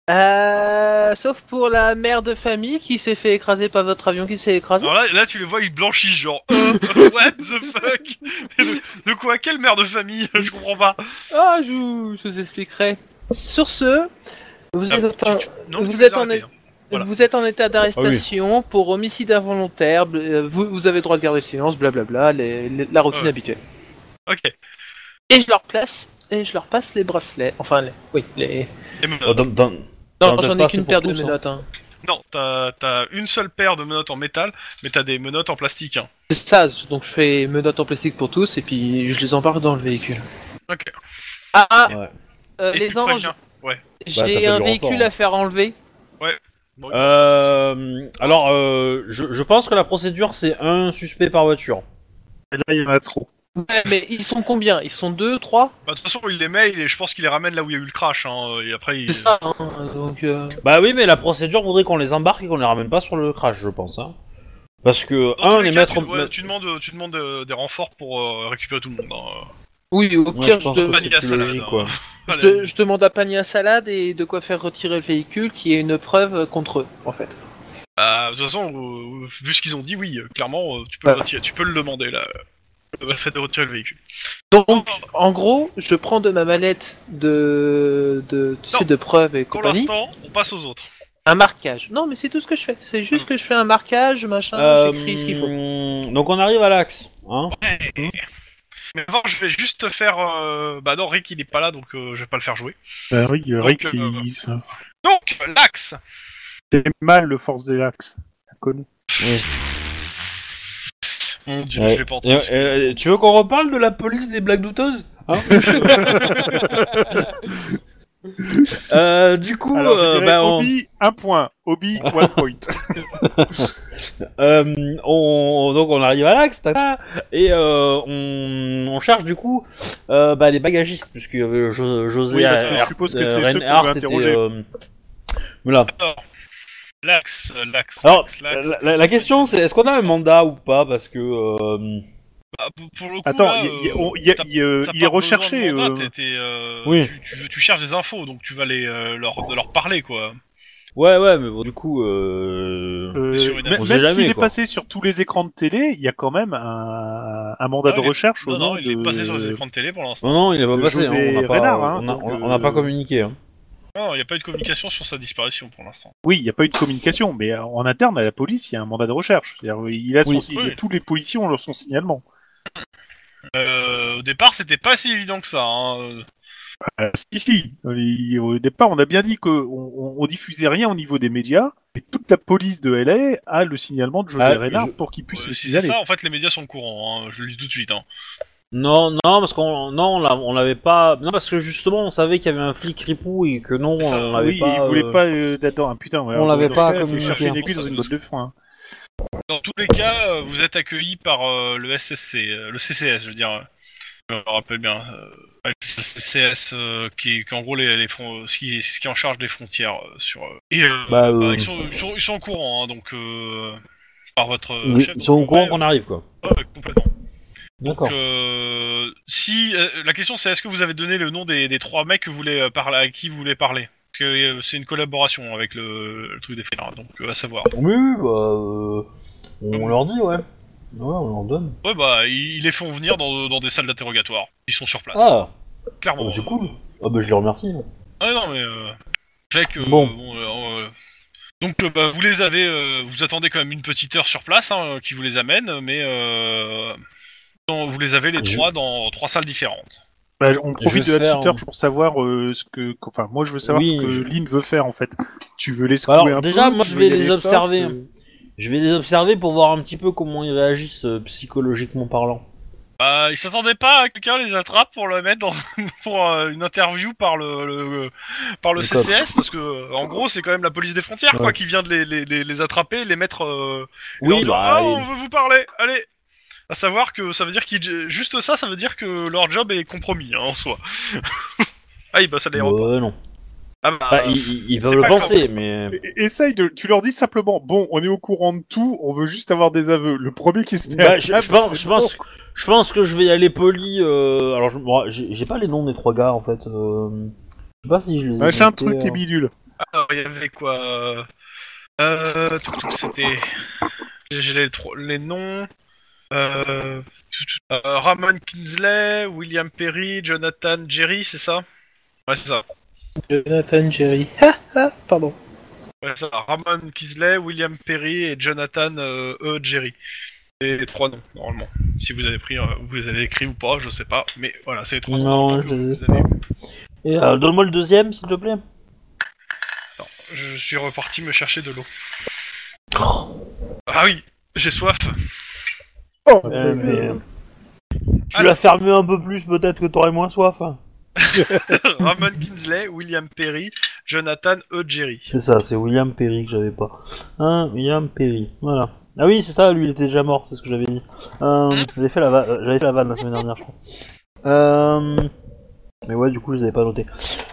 Euh, sauf pour la mère de famille qui s'est fait écraser par votre avion qui s'est écrasé. Alors là, là, tu les vois, ils blanchissent, genre, euh, euh, what the fuck de, de quoi Quelle mère de famille Je comprends pas. Ah, je vous, je vous expliquerai. Sur ce, vous Ah, êtes tu- en- tu- non, vous tu les êtes en arrêtes, é- hein. Voilà. Vous êtes en état Ah d'arrestation pour homicide involontaire, bl- euh, vous, vous avez droit de garder le silence, blablabla, les- les- la routine Ouais. habituelle. Ok. Et je leur place, et je leur passe les bracelets, enfin, les, oui, les... Et me- Oh, dans- dans- T'en Non, as j'en pas ai assez qu'une pour paire de tous, hein. menottes, hein. Non, t'as t'as une seule paire de menottes en métal, mais t'as des menottes en plastique. Hein. C'est ça, donc je fais menottes en plastique pour tous, et puis je les embarque dans le véhicule. Ok. Ah, ah, Ouais. euh, Et tu les anges, préviens. j'ai Bah, t'as pas un du véhicule renfort, hein. à faire enlever. Euh, alors, euh, je, je pense que la procédure c'est un suspect par voiture. Là, il y en a trop. Ouais, mais ils sont combien Ils sont deux, trois Bah, de toute façon, il les mail et je pense qu'il les ramène là où il y a eu le crash. Hein, et après, il... C'est ça, hein, donc... euh, Bah oui, mais la procédure voudrait qu'on les embarque et qu'on les ramène pas sur le crash, je pense. Hein. Parce que Dans tous Ah, un, les les cas, mettre. Tu, ouais, tu demandes, tu demandes euh, des renforts pour euh, récupérer tout le monde. hein. Oui, au Ouais, pire, je pense je, te- que c'est Vanilla plus salade, logique, hein. quoi. je te- je demande à panier à salade et de quoi faire retirer le véhicule, qui est une preuve euh, contre eux, en fait. Bah, de toute façon, euh, vu ce qu'ils ont dit, oui, euh, clairement, euh, tu peux, le Ouais. retirer- tu peux le demander là. euh, Le fait de retirer le véhicule. Donc, en gros, je prends de ma mallette de, de, tu Non. sais, de preuves et Pour compagnie l'instant, on passe aux autres. un marquage. Non, mais c'est tout ce que je fais. C'est Hmm. juste que je fais un marquage, machin, j'écris Ah, ce qu'il faut. Euh, donc on arrive à l'axe. Hein Mais avant, je vais juste te faire. euh, Bah non, Rick, il est pas là, donc euh, je vais pas le faire jouer. Bah oui, euh, Donc, Rick, euh, il- il se- enfin, Donc, l'axe c'est mal le force de l'axe. La conne. Mon Mmh. dieu, Ouais. je l'ai pas entendu. Et- et- et tu veux qu'on reparle de la police des blagues douteuses hein Euh, Du coup, Alors, je euh, dirais bah, on, Obi, un point. Obi, one point. euh, on- donc on arrive à l'axe, tac, tac, et euh, on, on cherche du coup euh, bah, les bagagistes, puisque euh, Jo- José Oui, parce que je Her- suppose que c'est euh, ceux qu'on Reinhardt veut était, interroger. euh, voilà. Alors, L'axe, euh, l'axe, Alors, l'axe, la, l'axe. la- la question c'est est-ce qu'on a un mandat ou pas Parce que. euh, Bah, pour- pour le coup, Attends, là, il- il- euh, on- il y a- t'as- il, euh, t'as il pas est recherché. besoin de euh, mandat, t'es- t'es, euh, Oui. tu, tu- tu cherches des infos, donc tu vas les, euh, leur, leur parler, quoi. Ouais, ouais, mais bon, du coup. euh, euh, sur une- même on sait même jamais, s'il est quoi. passé sur tous les écrans de télé, il y a quand même un, un mandat Ah, de il est- recherche au Non, nom non, il de- est passé sur les écrans de télé pour l'instant. Non, non, il est pas de passé. Euh, José hein, on n'a pas, Renard, hein, on a- donc, on- on n'a pas euh, communiqué. hein. Non, il n'y a pas eu de communication sur sa disparition pour l'instant. Oui, il n'y a pas eu de communication, mais euh, en interne à la police, il y a un mandat de recherche. C'est-à-dire, Il a son... Oui. il a- Oui. Tous les policiers ont leur son signalement. Euh, au départ, c'était pas si évident que ça. Hein. Euh, si, si. Euh, il- Au départ, on a bien dit qu'on on, on diffusait rien au niveau des médias, et toute la police de LA a le signalement de José Ah, Reynard je- pour qu'il puisse Euh, le si c'est signaler. ça, en fait, les médias sont au courant. hein, Je le dis tout de suite. Hein. Non, non, parce qu'on non, on l'a- on l'avait pas. Non, parce que justement, on savait qu'il y avait un flic ripou et que non, Ça, on l'avait oui, pas. il voulait euh, pas euh, d'attendre. Ah, putain, ouais, On alors, l'avait dans pas ce cas, c'est communiqué. chercher une aiguille dans une botte de foin. Dans tous les cas, euh, vous êtes accueillis par euh, le SCC, euh, le CCS, je veux dire. euh, Je me rappelle bien. euh, le CCS, euh, qui, qui en gros les, les fron- euh, ce, qui, ce qui est en charge des frontières euh, sur. euh, et euh, Bah, euh, bah, ils, sont, ils sont- ils sont au courant, hein, donc euh, par votre euh, Ils chef. ils sont au donc, courant ouais, qu'on arrive, quoi. ouais, complètement. D'accord. Donc, euh, si euh, la question c'est est-ce que vous avez donné le nom des, des trois mecs que vous voulez euh, parler, à qui vous voulez parler Parce que euh, c'est une collaboration avec le, le truc des frères, donc euh, à savoir. Oui, oui, bah, euh, on leur dit, ouais. Ouais, on leur donne. Ouais bah ils, ils les font venir dans, dans des salles d'interrogatoire. Ils sont sur place. Ah, Clairement. bah, c'est cool. Ah, bah, je les remercie. Ah non mais euh, fait que, euh, Bon. euh, euh, donc euh, bah, vous les avez, euh, vous attendez quand même une petite heure sur place hein, qui vous les amène, mais euh, dans- vous les avez les Je- trois dans trois salles différentes. Bah, on Je profite de vais la petite faire- heure pour savoir euh, ce que. qu'- Enfin, moi, je veux savoir Oui, ce que je- Lynn veut faire en fait. Tu veux les secouer Bah, Alors, un déjà, peu, moi, tu je veux vais y aller les soft, observer. hein. euh, Je vais les observer pour voir un petit peu comment ils réagissent euh, psychologiquement parlant. Bah, ils s'attendaient pas à que quelqu'un les attrape pour le mettre dans pour euh, une interview par le, le- par le Le cop. CCS parce que euh, en gros c'est quand même la police des frontières quoi Ouais. qui vient de les, les, les, les attraper, et les mettre euh, Oui, Leur- bah, Ah, il- on veut vous parler, allez À savoir que ça veut dire qu'ils. Juste ça, ça veut dire que leur job est compromis, hein, en soi. ah, bah ça l'aéroport. euh, non. Ah, bah. Enfin, ils, ils- ils c'est peuvent le pas penser, mais. e- Essaye de. Tu leur dis simplement bon, on est au courant de tout, on veut juste avoir des aveux. Le premier qui se met à Bah, je, table, je pense, c'est je, bon. pense, je pense que je vais y aller poli. euh, Alors, je- moi, j'ai j'ai pas les noms des trois gars en fait. euh, Je sais pas si je les ai. Machin, notés, truc et euh. bidule. Alors, il y avait quoi euh, Euh. Tout, tout, c'était. J'ai les, trois- les noms. Euh, tout, tout, euh, Ramon Kinsley, William Perry, Jonathan Jerry, c'est ça Ouais, c'est ça. Jonathan Jerry. Ha, ha, Pardon. Ouais, c'est ça. Ramon Kinsley, William Perry et Jonathan euh, E. Jerry. C'est les trois noms, normalement. Si vous avez pris, euh, vous les avez écrits ou pas, je sais pas. Mais voilà, c'est les trois Non, noms. je que les ai vous avez. Et, euh, Donne-moi le deuxième, s'il te plaît. Attends, je suis reparti me chercher de l'eau. Ah oui, j'ai soif. Euh, mais... Tu Alors- l'as fermé un peu plus, peut-être que t'aurais moins soif. hein. Ramon Kinsley, William Perry, Jonathan E. Jerry. C'est ça, c'est William Perry que j'avais pas. Hein, William Perry, voilà. Ah oui, c'est ça, lui il était déjà mort, c'est ce que j'avais dit. Hein Euh, j'avais fait la va- euh, j'avais fait la vanne la semaine dernière, je crois. Euh, Mais ouais, du coup, je les avais pas notés.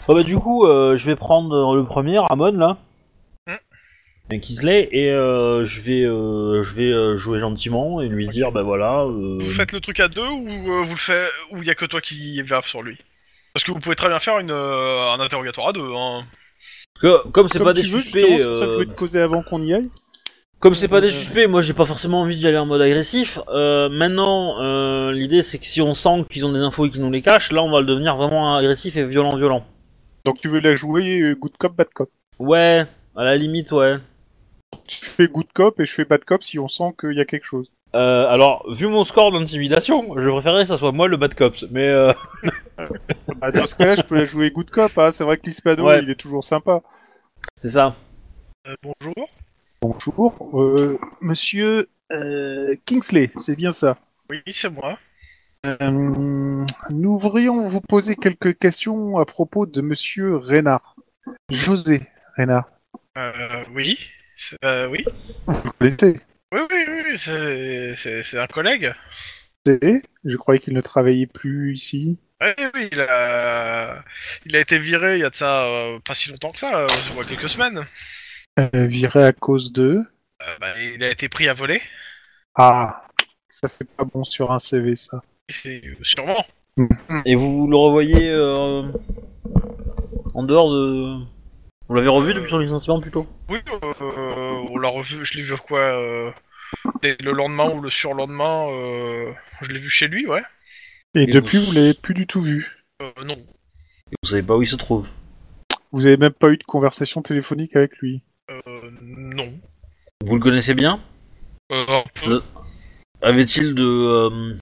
Bon bah du coup, euh, je vais prendre le premier, Ramon là. Hein Hmm. Et Kisley, et euh, je vais, euh, je vais euh, jouer gentiment et lui dire, bah voilà. euh, Vous faites le truc à deux ou euh, vous le faites ou il y a que toi qui va sur lui Parce que vous pouvez très bien faire une, euh, un interrogatoire à deux. Hein. que- comme c'est Comme pas des tu veux, suspects, justement, c'est pour ça que je euh, voulais te poser avant qu'on y aille. Comme c'est pas des Euh, suspects, moi j'ai pas forcément envie d'y aller en mode agressif. Euh, maintenant, euh, l'idée c'est que si on sent qu'ils ont des infos et qu'ils nous les cachent, là on va le devenir vraiment agressif et violent, violent. Donc tu veux la jouer euh, good cop, bad cop. Ouais, à la limite, ouais. Tu fais good cop et je fais bad cop si on sent qu'il y a quelque chose. Euh, alors, vu mon score d'intimidation, je préférerais que ça soit moi le bad cops, mais euh, Ah, dans ce cas-là, je peux la jouer good cop. Hein. C'est vrai que l'Hispano, Ouais. il est toujours sympa. c'est ça. Euh, bonjour. Bonjour, euh, monsieur euh, Kingsley, c'est bien ça. Oui, c'est moi. Euh, nous voudrions vous poser quelques questions à propos de monsieur Reynard. José Reynard, Euh, oui. C'est- euh, oui. vous connaissez Oui, oui, oui, oui, c'est c'est- c'est un collègue. C'est- Je croyais qu'il ne travaillait plus ici. Oui, oui, il a, il a été viré il y a de ça euh, pas si longtemps que ça, euh, je vois quelques semaines. Euh, viré à cause de. Euh, bah, il a été pris à voler. Ah, ça fait pas bon sur un CV ça. C'est sûrement. Et vous, vous le revoyez euh, en dehors de. Vous l'avez revu depuis son licenciement plutôt Oui, euh, on l'a revu. Je l'ai vu quoi euh, dès Le lendemain ou le surlendemain, euh, je l'ai vu chez lui, ouais. Et, Et depuis, vous- vous l'avez plus du tout vu. Euh, non. Vous savez pas où il se trouve. Vous avez même pas eu de conversation téléphonique avec lui. Euh, non. Vous le connaissez bien Euh, un peu. Avait-il de. euh,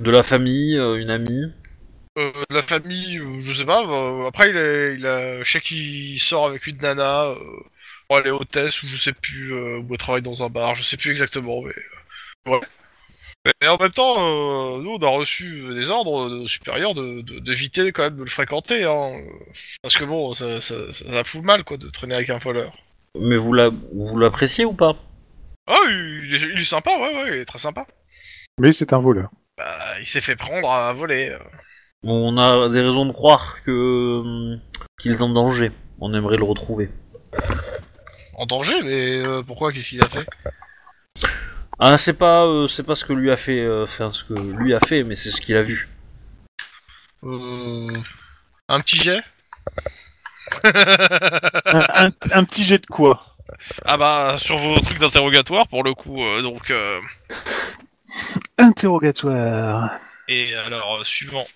de la famille, euh, une amie Euh, la famille, euh, je sais pas. euh, après, il a, il a, je sais qu'il sort avec une nana. Euh, bon, elle est hôtesse ou je sais plus. euh, ou elle travaille dans un bar. Je sais plus exactement, mais euh, ouais. Mais en même temps, euh, nous, on a reçu euh, des ordres de- supérieurs de- de- d'éviter quand même de le fréquenter, hein. euh, Parce que bon, ça, ça, ça, ça fout le mal, quoi, de traîner avec un voleur. Mais vous la- vous l'appréciez ou pas Ah, il est, il est sympa, ouais, ouais, il est très sympa. Mais c'est un voleur. Bah, il s'est fait prendre à voler. euh. On a des raisons de croire que hum, qu'il est en danger. On aimerait le retrouver. En danger, mais euh, pourquoi Qu'est-ce qu'il a fait Ah, c'est pas euh, c'est pas ce que lui a fait, euh, enfin, ce que lui a fait, mais c'est ce qu'il a vu. euh, Un petit jet un, un- un petit jet de quoi Ah bah, sur vos trucs d'interrogatoire, pour le coup, euh, donc... euh, Interrogatoire. Et alors, euh, suivant...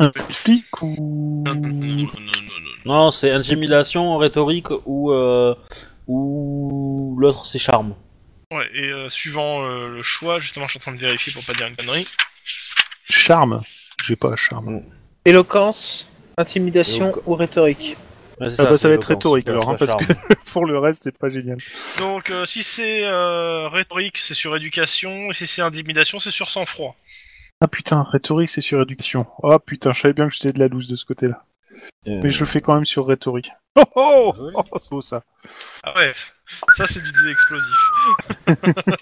Un flic ou. Non, non, non, non, non. Non, c'est intimidation, rhétorique ou euh, ou l'autre c'est charme. Ouais, et euh, suivant euh, le choix, justement, je suis en train de vérifier pour pas dire une connerie. Charme. J'ai pas charme. Éloquence, intimidation ou rhétorique. Ouais, c'est Ah bah, ça c'est va être éloquence. rhétorique, alors, hein, C'est parce charme. Pour le reste, c'est pas génial. Donc, euh, si c'est euh, rhétorique, c'est sur éducation, et si c'est intimidation, c'est sur sang-froid. Ah putain, rhétorique, c'est sur éducation. Ah putain, je savais bien que j'étais de la loose de ce côté-là. Euh, Mais je le fais quand même sur rhétorique. Oh oh, oh c'est beau ça. Ah bref, ça c'est du dé explosif.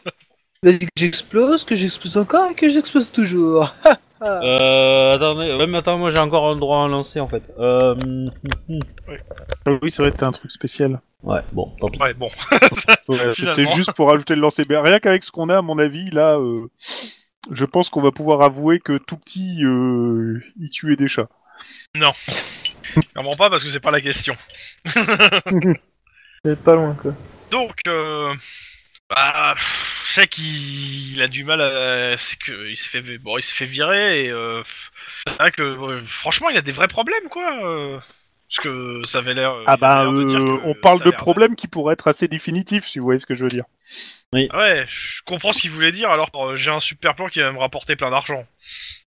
Il a dit que j'explose, que j'explose encore et que j'explose toujours. Euh, attendez, ouais, mais attends, moi j'ai encore un droit à un lancer en fait. Euh, hum, hum. Ah Oui, ça aurait été un truc spécial. ouais, bon, tant pis. Ouais, bon. Ouais, Finalement. Euh, C'était juste pour ajouter le lancer. Ben, rien qu'avec ce qu'on a, à mon avis, là, euh, je pense qu'on va pouvoir avouer que tout petit, euh, il tuait des chats. Clairement pas parce que c'est pas la question. C'est pas loin quoi. Donc, euh, bah, pff, je sais qu'il il a du mal à. C'est que il se fait, bon, il se fait virer et euh, pff, c'est vrai que euh, franchement, il a des vrais problèmes quoi. euh, parce que ça avait l'air. euh, Ah il avait bah, l'air de dire euh, que on parle ça de avait l'air problèmes qui pourraient être assez définitifs, si vous voyez ce que je veux dire. Ouais, je comprends ce qu'il voulait dire. Alors, euh, j'ai un super plan qui va me rapporter plein d'argent.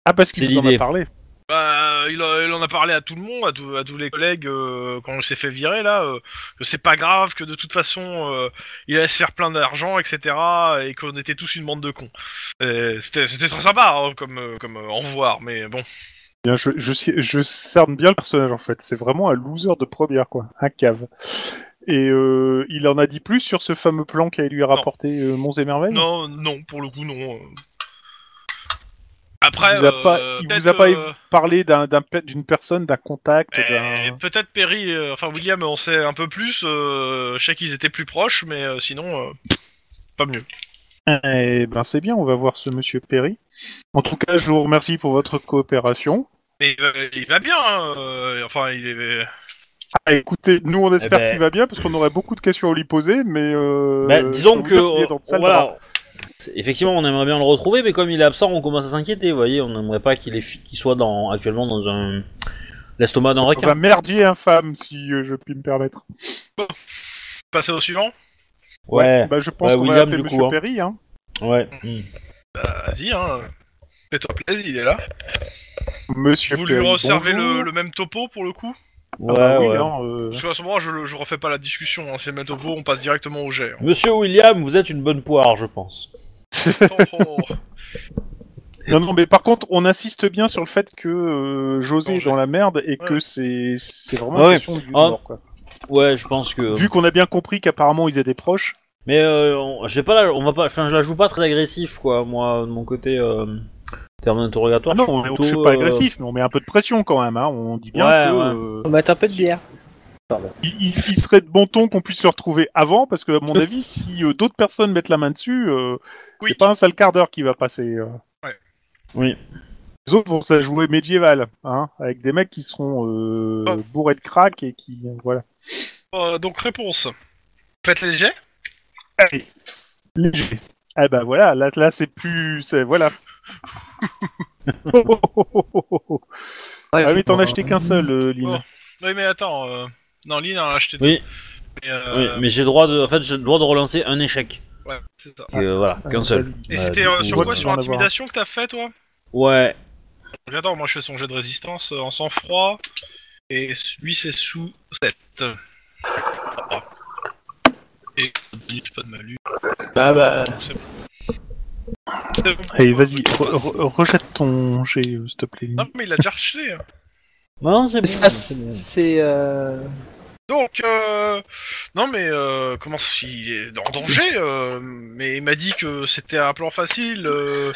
Ah, parce C'est qu'il nous en a l'idée. parlé. Bah, il, a- il en a parlé à tout le monde, à, tous- à tous les collègues euh, quand on s'est fait virer là, euh, que c'est pas grave, que de toute façon euh, il allait se faire plein d'argent, etc. Et qu'on était tous une bande de cons. Et C'était c'était très sympa hein, comme, euh, comme euh, au revoir, mais Ah bon. Bien, je, je, sais- je cerne bien le personnage en fait. C'est vraiment un loser de première quoi, un cave. Et euh, il en a dit plus sur ce fameux plan qu'a lui rapporté euh, Monts et Merveilles. Non, non, pour le coup, non. euh. Après, Il vous a euh, pas- il peut-être, vous a pas euh, Parler d'un- d'un pe- d'une personne, d'un contact. eh, d'un- peut-être Perry, euh, enfin William, on sait un peu plus. euh, je sais qu'ils étaient plus proches, mais euh, sinon, euh, pas mieux. Eh ben c'est bien, on va voir ce monsieur Perry. En tout cas, je vous remercie pour votre coopération. Mais euh, il va bien, hein, euh, enfin, il est. Ah, écoutez, nous on espère Eh ben- qu'il va bien parce qu'on aurait beaucoup de questions à lui poser, mais euh, Bah, disons je que peux vous dire qu'il est dans de on- sales draps. voilà, C'est- effectivement, on aimerait bien le retrouver, mais comme il est absent, on commence à s'inquiéter. Vous voyez, on n'aimerait pas qu'il ait fi- qu'il soit dans, actuellement dans un l'estomac d'un Dans requin. un merdier infâme, si euh, je puis me permettre. Passer au suivant Ouais, Bah, je pense Ouais, qu'on William, va appeler du coup, monsieur hein. Perry. Hein. ouais. Mm. Vas-y, hein. Fais-toi plaisir, il est là. Monsieur Vous Perry, lui resservez bonjour. le, le même topo pour le coup Ouais, Ah bah oui, ouais. hein, euh, Parce qu'à ce moment, je, le- je refais pas la discussion. Hein. C'est le même topo, on passe directement au jet. hein. Monsieur William, vous êtes une bonne poire, je pense. Oh, oh. Non, non, mais par contre, on insiste bien sur le fait que euh, José Non, est je- dans la merde et Ouais. que c'est c'est vraiment Ah une ouais. question du Ah. mort, quoi. Ouais, je pense que. Vu qu'on a bien compris qu'apparemment ils étaient proches, Mais euh, on, je vais pas, la, on va pas, enfin, je la joue pas très agressif, quoi. Moi, de mon côté, euh, en termes ah d'interrogatoire. non, je suis on plutôt, ne pas euh, agressif, mais on met un peu de pression quand même. Hein. On dit bien Ouais, que ouais. euh, On met un peu de bière. Il, il- il serait de bon ton qu'on puisse le retrouver avant, parce que à mon avis, si euh, d'autres personnes mettent la main dessus, euh, Oui. c'est pas un sale quart d'heure qui va passer. euh. Ouais. Oui. Les autres vont se la jouer médiéval, hein, avec des mecs qui seront euh, Oh. bourrés de crack et qui voilà. Euh, donc réponse. Faites les jets. Léger. Ah bah voilà, là, là c'est plus, c'est voilà. Oh, oh, oh, oh, oh, oh. Ah oui, t'en as acheté qu'un seul, euh, Lynn. Oui mais attends. euh, Non, Lynn en a acheté deux. Oui, Mais, euh, oui, mais j'ai droit de, en fait, j'ai le droit de relancer un échec. ouais, c'est ça. Et, euh, voilà, qu'un seul. Ah. Et Bah, c'était du euh, coup, sur quoi euh, Sur on va voir. intimidation que t'as fait toi Ouais. Donc, Attends, moi je fais son jet de résistance euh, en sang-froid. Et lui c'est sous 7. Et euh, bonus, pas de malus. Ah bah. donc c'est bon. C'est bon. Allez, vas-y, re- re- rejette ton jet, euh, s'il te plaît. Lynn. Non mais il a déjà rejeté. hein. Non, c'est bon. C'est ça, c'est bon. C'est. Euh... Donc, euh... non mais euh, comment s- il est en danger euh, Mais il m'a dit que c'était un plan facile, euh,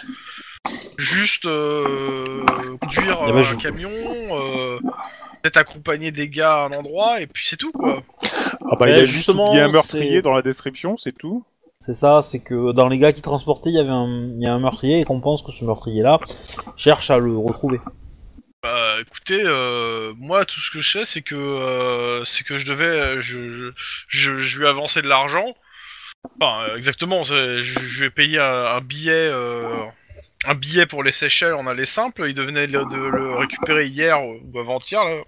juste euh, conduire Eh euh, ben, je- un camion, euh, peut-être accompagner des gars à un endroit et puis c'est tout quoi. Ah bah, Mais il a juste Eh, justement, oublié un c'est- meurtrier dans la description, c'est tout. C'est ça, c'est que dans les gars qui transportaient, il y avait un, il y a un meurtrier et qu'on pense que ce meurtrier-là cherche à le retrouver. Bah écoutez, euh, moi tout ce que je sais c'est que euh, c'est que je devais, je, je, je, je lui ai avancé de l'argent. Enfin euh, exactement, c'est- je, je lui ai payé un, un billet, euh, un billet pour les Seychelles en aller simple. Il devenait de, de le récupérer hier ou avant-hier là.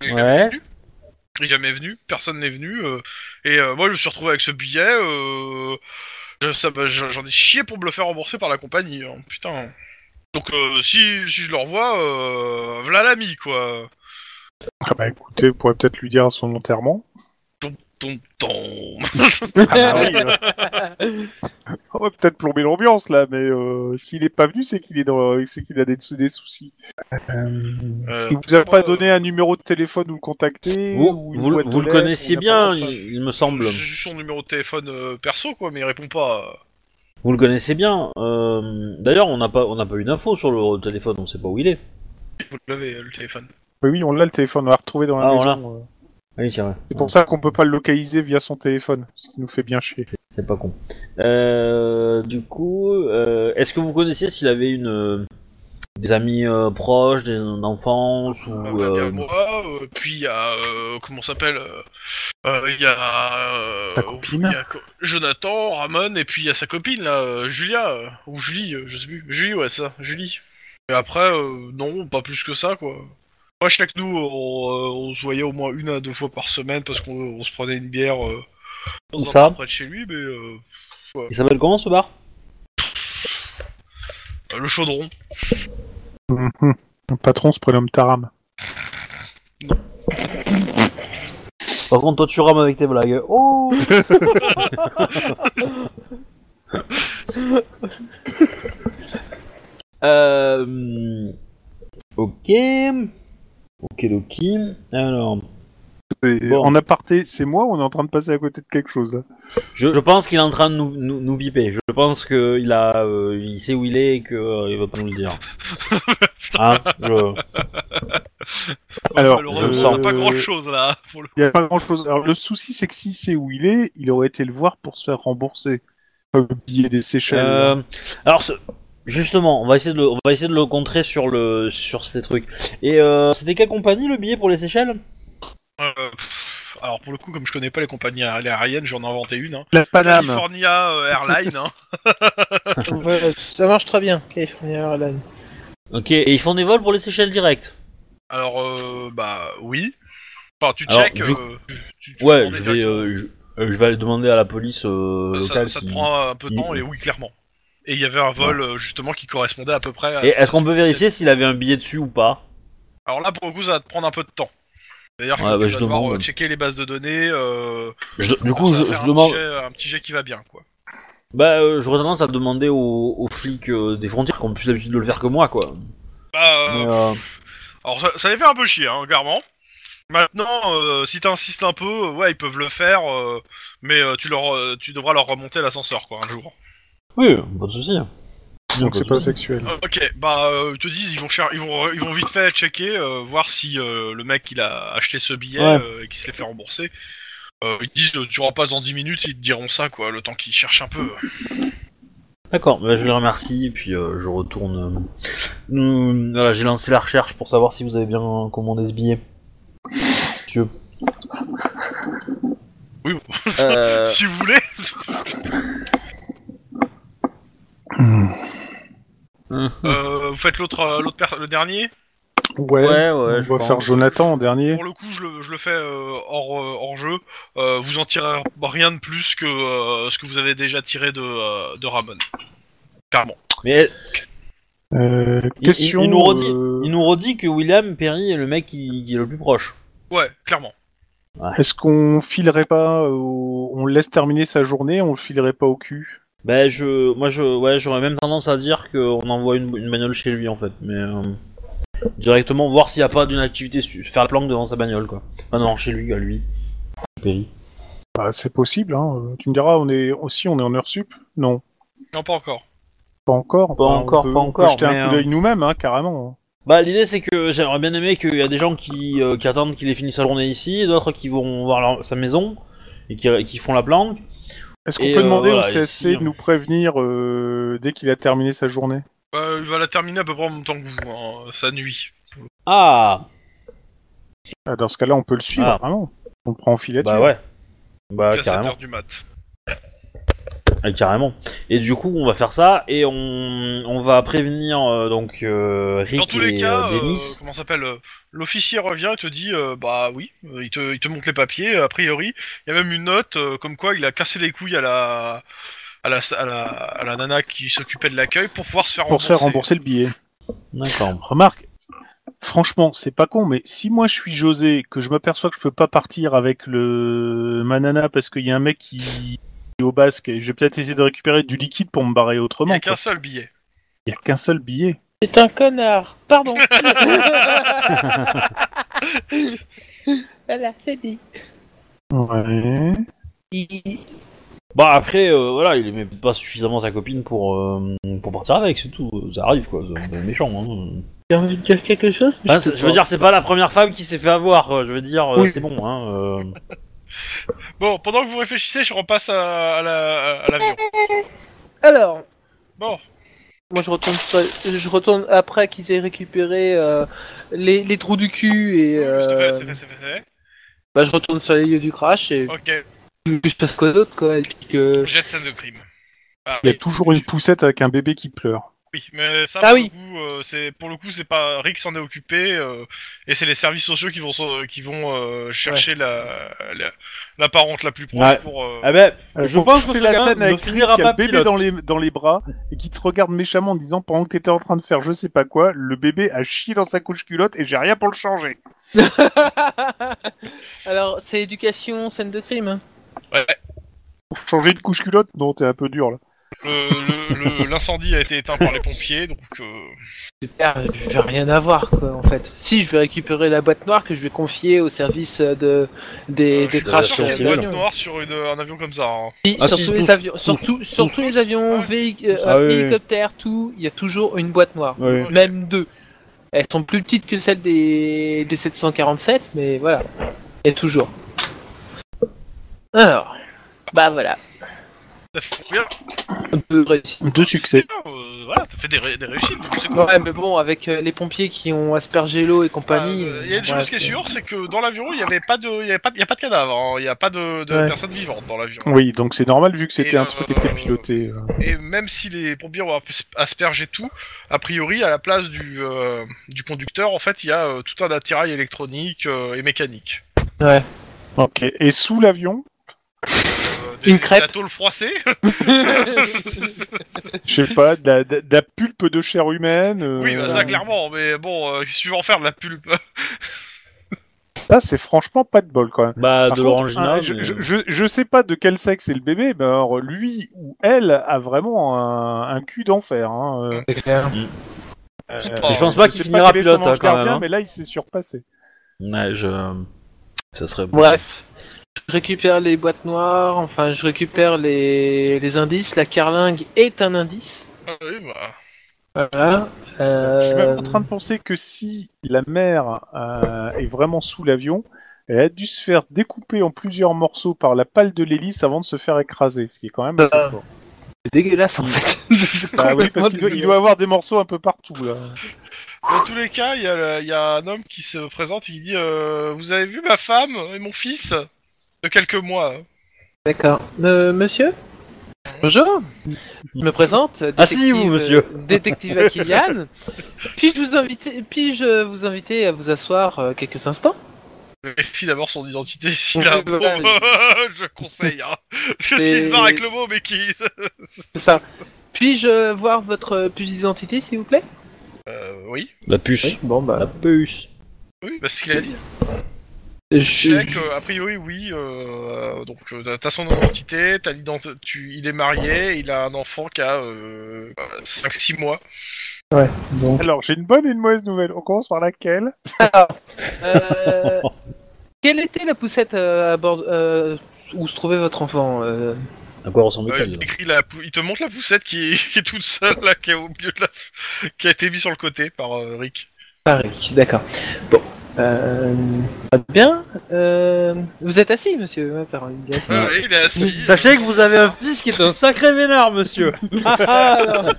Il est Ouais. il est jamais venu, personne n'est venu. euh, et euh, moi je me suis retrouvé avec ce billet. Euh, je- ça m'a- j'en j'en ai chié pour me le faire rembourser par la compagnie. hein, putain. Donc euh, si, si je le revois, euh, v'là l'ami quoi. Ah bah écoutez, vous pourrez peut-être lui dire à son enterrement. Ton, ton. Ah bah oui, euh, on va Ah peut-être plomber l'ambiance là, mais euh, s'il est pas venu, c'est qu'il est dans, c'est qu'il a des, des soucis. Euh, Il vous a pas moi, donné un numéro de téléphone où le contacter Vous, ou une vous, boîte aux vous le lettres, connaissiez on a bien, pas il, ça. il me semble. J'ai juste son numéro de téléphone euh, perso quoi, mais il répond pas. euh, Vous le connaissez bien. Euh, D'ailleurs, on n'a pas, on n'a pas eu d'infos sur le téléphone, on sait pas où il est. Vous l'avez euh, le téléphone. Oui, oui, on l'a le téléphone, on l'a retrouvé dans la Ah, on l'a. maison. euh. Ah Oui, c'est vrai. C'est pour ça qu'on peut pas le localiser via son téléphone, ce qui nous fait bien chier. C'est pas con. Euh, du coup, euh, est-ce que vous connaissiez s'il avait une euh, des amis euh, proches, des d'enfance ou Ah, bah, il y a euh, moi, euh, puis il y a euh, comment ça s'appelle euh, euh, Il y a euh, Ta copine il y a co- Jonathan, Ramon, et puis il y a sa copine là, euh, Julia euh, ou Julie, euh, je sais plus. Julie ouais ça, Julie. Et après euh, non, pas plus que ça quoi. Moi je sais que nous on, euh, on se voyait au moins une à deux fois par semaine parce qu'on on se prenait une bière euh, dans Où un ça bar près de chez lui, mais euh, Il s'appelle comment ce bar le chaudron. Mhm. Mon patron se prénomme Taram. Par contre, toi, tu rames avec tes blagues. Oh Euh, hmm, Ok. Ok, ok. Alors, C'est- Bon. En aparté, c'est moi ou on est en train de passer à côté de quelque chose là je, je pense qu'il est en train de nous, nous, nous biper. Je pense qu'il a, euh, il sait où il est et qu'il va pas nous le dire. Hein, je- Alors, euh, je Malheureusement, me on sens. a pas grand chose là pour le Il n'y a pas grand chose. Alors, le souci, c'est que si c'est où il est, il aurait été le voir pour se faire rembourser. Comme le billet des Seychelles. Euh, alors, ce- justement, on va essayer de le, on va essayer de le contrer sur le, sur ces trucs. Et euh, c'était quelle compagnie le billet pour les Seychelles Euh, pff, alors pour le coup, comme je connais pas les compagnies aériennes, j'en ai inventé une. Hein. La Paname. California euh, Airlines. Hein. voilà, ça marche très bien, California Airlines. Ok, et ils font des vols pour les Seychelles direct. Alors, euh, bah oui. Enfin, tu Alors, check. du- euh, tu- tu Ouais, demandes je vais, directement. euh, je, euh, je vais aller demander à la police euh, Ça- locale. ça, te si- prend un peu de il- temps, et oui, clairement. Et il y avait un vol euh, justement qui correspondait à peu près. à- Et est-ce qu'on peut vérifier s'il avait un billet dessus ou pas Alors là, pour le coup, ça va te prendre un peu de temps. D'ailleurs, Ouais, que bah, tu je vas devoir demande. euh, checker les bases de données. euh, Je- Du faire- coup, je, faire je un demande. petit jet- un petit jet qui va bien, quoi. Bah, euh, j'aurais tendance à demander aux, aux flics euh, des frontières qui ont plus l'habitude de le faire que moi, quoi. Bah, euh, Mais, euh, Alors ça, ça les fait un peu chier, hein, clairement. Maintenant, euh, si t'insistes un peu, euh, ouais, ils peuvent le faire, euh, mais euh, tu, leur, euh, tu devras leur remonter l'ascenseur, quoi, un jour. Oui, pas de souci. donc c'est pas sexuel. Euh, ok, bah euh, ils te disent ils vont cher- ils vont ils vont vite fait checker euh, voir si euh, le mec il a acheté ce billet Ouais. euh, et qui se l'est fait rembourser. Euh, ils te disent euh, tu repasses dans 10 minutes, ils te diront ça quoi, le temps qu'ils cherchent un peu. euh, D'accord, bah, je les remercie, et puis euh, je retourne. euh, nous- voilà, j'ai lancé la recherche pour savoir si vous avez bien commandé ce billet. Monsieur. Oui, bon, Euh, si vous voulez. Euh, vous faites l'autre euh, l'autre per- le dernier Ouais, ouais, on ouais, je va pense. faire Jonathan en dernier. Pour le coup, je le, je le fais euh, hors, euh, hors jeu. Euh, vous en tirez rien de plus que euh, ce que vous avez déjà tiré de, euh, de Ramon. Clairement. Mais Euh, il- question. il nous redit- euh, il nous redit que William Perry est le mec qui, qui est le plus proche. Ouais, clairement. Est-ce qu'on filerait pas au- On le laisse terminer sa journée, on le filerait pas au cul Ben je, moi je, ouais, j'aurais même tendance à dire qu'on envoie une, une bagnole chez lui en fait, mais euh, directement voir s'il n'y a pas d'une activité, su- faire la planque devant sa bagnole quoi. Ah non, chez lui, à lui. Perry. bah, C'est possible, hein. euh, Tu me diras, on est aussi, on est en heure sup Non, Non, pas encore. pas encore. Pas Enfin, on encore, peut- pas on peut encore, jeter mais, un euh, coup d'œil nous-mêmes, hein, carrément. Bah l'idée c'est que j'aimerais bien aimer qu'il y a des gens qui, euh, qui attendent qu'il ait fini sa journée ici, et d'autres qui vont voir leur- sa maison et qui, qui font la planque. Est-ce qu'on Et, peut euh, demander voilà, au CSC ici, de nous prévenir euh, dès qu'il a terminé sa journée Euh, il va la terminer à peu près en même temps que vous, hein, sa nuit. Ah Ah, Dans ce cas-là, on peut le suivre, Ah. vraiment. On le prend en filet. bah ouais. Bah Ah, à 7 carrément. heures du mat. Ah, carrément. Et du coup, on va faire ça et on, on va prévenir euh, donc euh, Rick Dans tous et les cas, euh, euh, Denis. comment ça s'appelle euh, L'officier revient et te dit euh, Bah oui, euh, il te, il te montre les papiers. A priori, il y a même une note euh, comme quoi il a cassé les couilles à la. À la, à, la, à la nana qui s'occupait de l'accueil pour pouvoir se faire Pour se rembourser. faire rembourser le billet. D'accord. Remarque, franchement, c'est pas con, mais si moi je suis José, que je m'aperçois que je peux pas partir avec le ma nana parce qu'il y a un mec qui est au basque, et je vais peut-être essayer de récupérer du liquide pour me barrer Il n'y autrement. a qu'un quoi. seul billet. Il y a qu'un seul billet. C'est un connard. Pardon. voilà, c'est dit. Ouais. Il- Bah après, euh, voilà, il aimait pas suffisamment sa copine pour euh, pour partir avec, c'est tout. Ça arrive quoi, c'est pas méchant. Hein. J'ai envie de dire quelque chose. mais Enfin, peux c'est- Ah, je veux pas. dire, c'est pas la première femme qui s'est fait avoir. quoi. Je veux dire, euh, Oui. c'est bon. Hein, euh. Bon, pendant que vous réfléchissez, je repasse à, à la- à l'avion. Alors, Bon, moi je retourne, je retourne après qu'ils aient récupéré euh, les, les trous du cul et je te fais, euh, c'est fait, c'est fait, c'est fait. bah, je retourne sur les lieux du crash et Ok, je passe quoi d'autre quoi. Et puis que... jette scène de crime. Ah, Il y a oui. toujours une poussette avec un bébé qui pleure. Oui, mais ça, Ah pour, oui. le coup, euh, c'est, pour le coup, c'est pas Rick s'en est occupé, euh, et c'est les services sociaux qui vont, s'en- qui vont euh, chercher la, la, la parente la plus proche Ouais. pour. euh, Ah ben, Euh, je quand pense tu que fais ce la gars scène ne avec Rick qui finira a pas le bébé pilote. dans les, dans les bras et qui te regarde méchamment en disant pendant que t'étais en train de faire je sais pas quoi, le bébé a chié dans sa couche culotte et j'ai rien pour le changer. Alors c'est éducation scène de crime. ouais, ouais. Pour changer de couche culotte Non, t'es un peu dur là. Le- le- le- l'incendie a été éteint par les pompiers, donc. euh, Super, je vais rien avoir quoi en fait. Si je vais récupérer la boîte noire que je vais confier au service euh, de des, euh, je des suis crashs pas crashs. sûr qu'il y ait sur une les boîte noire sur une- un avion comme ça. hein. Si, Ah, sur si, tous les tous, avions, tous, sur tout- sur tous. tous les avions, Ah. véhic- euh, Ah oui, oui. hélicoptères, tout, il y a toujours une boîte noire. ouais. Même deux. Elles sont plus petites que celles des, des 747, mais voilà. Et toujours. Alors, bah voilà, Ça fait bien, on peut réussir. Deux succès. euh, voilà, ça fait des, ré- des réussites, donc c'est cool. Ouais, mais bon, avec euh, les pompiers qui ont aspergé l'eau et compagnie. Ah, euh, Il y a une ouais, chose qui est sûre, c'est que dans l'avion, il n'y avait pas de, il y avait pas, de- il y a pas de cadavre, hein, il n'y a pas de, de Ouais. personne vivante dans l'avion. Oui, donc c'est normal vu que c'était Et, un truc qui était euh, piloté. euh. Et même si les pompiers ont as- aspergé tout, a priori, à la place du, euh, du conducteur, en fait, il y a euh, tout un attirail électronique euh, et mécanique. Ouais. Ok. Et sous l'avion, Euh, Une crêpe. La tôle froissée. je sais pas, de la, de- de la pulpe de chair humaine. euh, oui, bah, ça clairement, mais bon, euh, si tu veux en faire de la pulpe. ça, c'est franchement pas de bol quand même. bah Par contre, de l'orangina. euh. un- je, je, je- je sais pas de quel sexe est le bébé, mais alors lui ou elle a vraiment un, un cul d'enfer. hein, euh. c'est clair. Mais je pense pas qu'il sais finira quel est son pilote, ange quand même, gardien, hein. Mais là, il s'est surpassé. mais- Ouais, je. Ça serait. Bref, je récupère les boîtes noires, enfin je récupère les, les indices. La carlingue est un indice. Ah oui, bah. Voilà. Je suis même Euh... en train de penser que si la mer euh, est vraiment sous l'avion, elle a dû se faire découper en plusieurs morceaux par la pale de l'hélice avant de se faire écraser, ce qui est quand même assez Euh. Ah. fort. C'est dégueulasse en fait. C'est Bah oui, complètement parce qu'il doit, il dégueulasse. doit avoir des morceaux un peu partout là. Dans tous les cas, il y, a le- il y a un homme qui se présente, il dit euh, Vous avez vu ma femme et mon fils de quelques mois D'accord. Euh, monsieur Bonjour. Je me présente. Ah si, vous, détective- euh, monsieur. Détective Akilian. puis-je vous inviter, puis-je vous inviter à vous asseoir euh, quelques instants Vérifie d'abord son identité s'il Oui, a un bon. voilà, je conseille, hein. Parce que C'est- s'il se barre avec le mot, mais qui. C'est ça. Puis-je voir votre puce d'identité, s'il vous plaît euh, oui. La puce. Bon bah la puce. Oui, bah, c'est ce qu'il a dit. Check, euh, a priori, oui. euh, donc, euh, t'as- t'as son identité, t'as l'identi- tu, il est marié, il a un enfant qui a euh, 5-6 mois. Donc, Alors j'ai une bonne et une mauvaise nouvelle. On commence par laquelle alors, euh, quelle était la poussette euh, à bord euh, où se trouvait votre enfant euh À quoi ressemble Euh, il, décrit la pou- il te montre la poussette qui est, qui est toute seule, là, qui est au milieu de la- qui a été mise sur le côté par euh, Rick. Paris, d'accord. Bon. Euh, très bien. Euh, vous êtes assis, monsieur. hein, par- Euh, il est assis. Mmh. Sachez que vous avez un fils qui est un sacré vénard, monsieur. Ah, alors,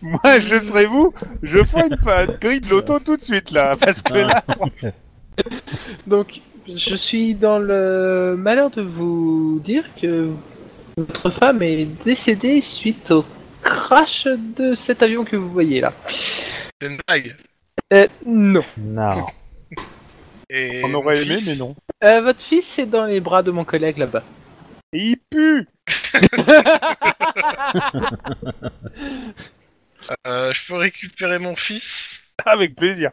Moi je serais vous, je ferais une pâte grille de l'auto tout de suite là, parce que là. Donc, je suis dans le malheur de vous dire que votre femme est décédée suite au crash de cet avion que vous voyez là. C'est une blague. Euh, non. Non. Et On aurait mon aimé fils- mais non. Euh, votre fils est dans les bras de mon collègue là-bas. Et il pue Euh, je peux récupérer mon fils. Avec plaisir.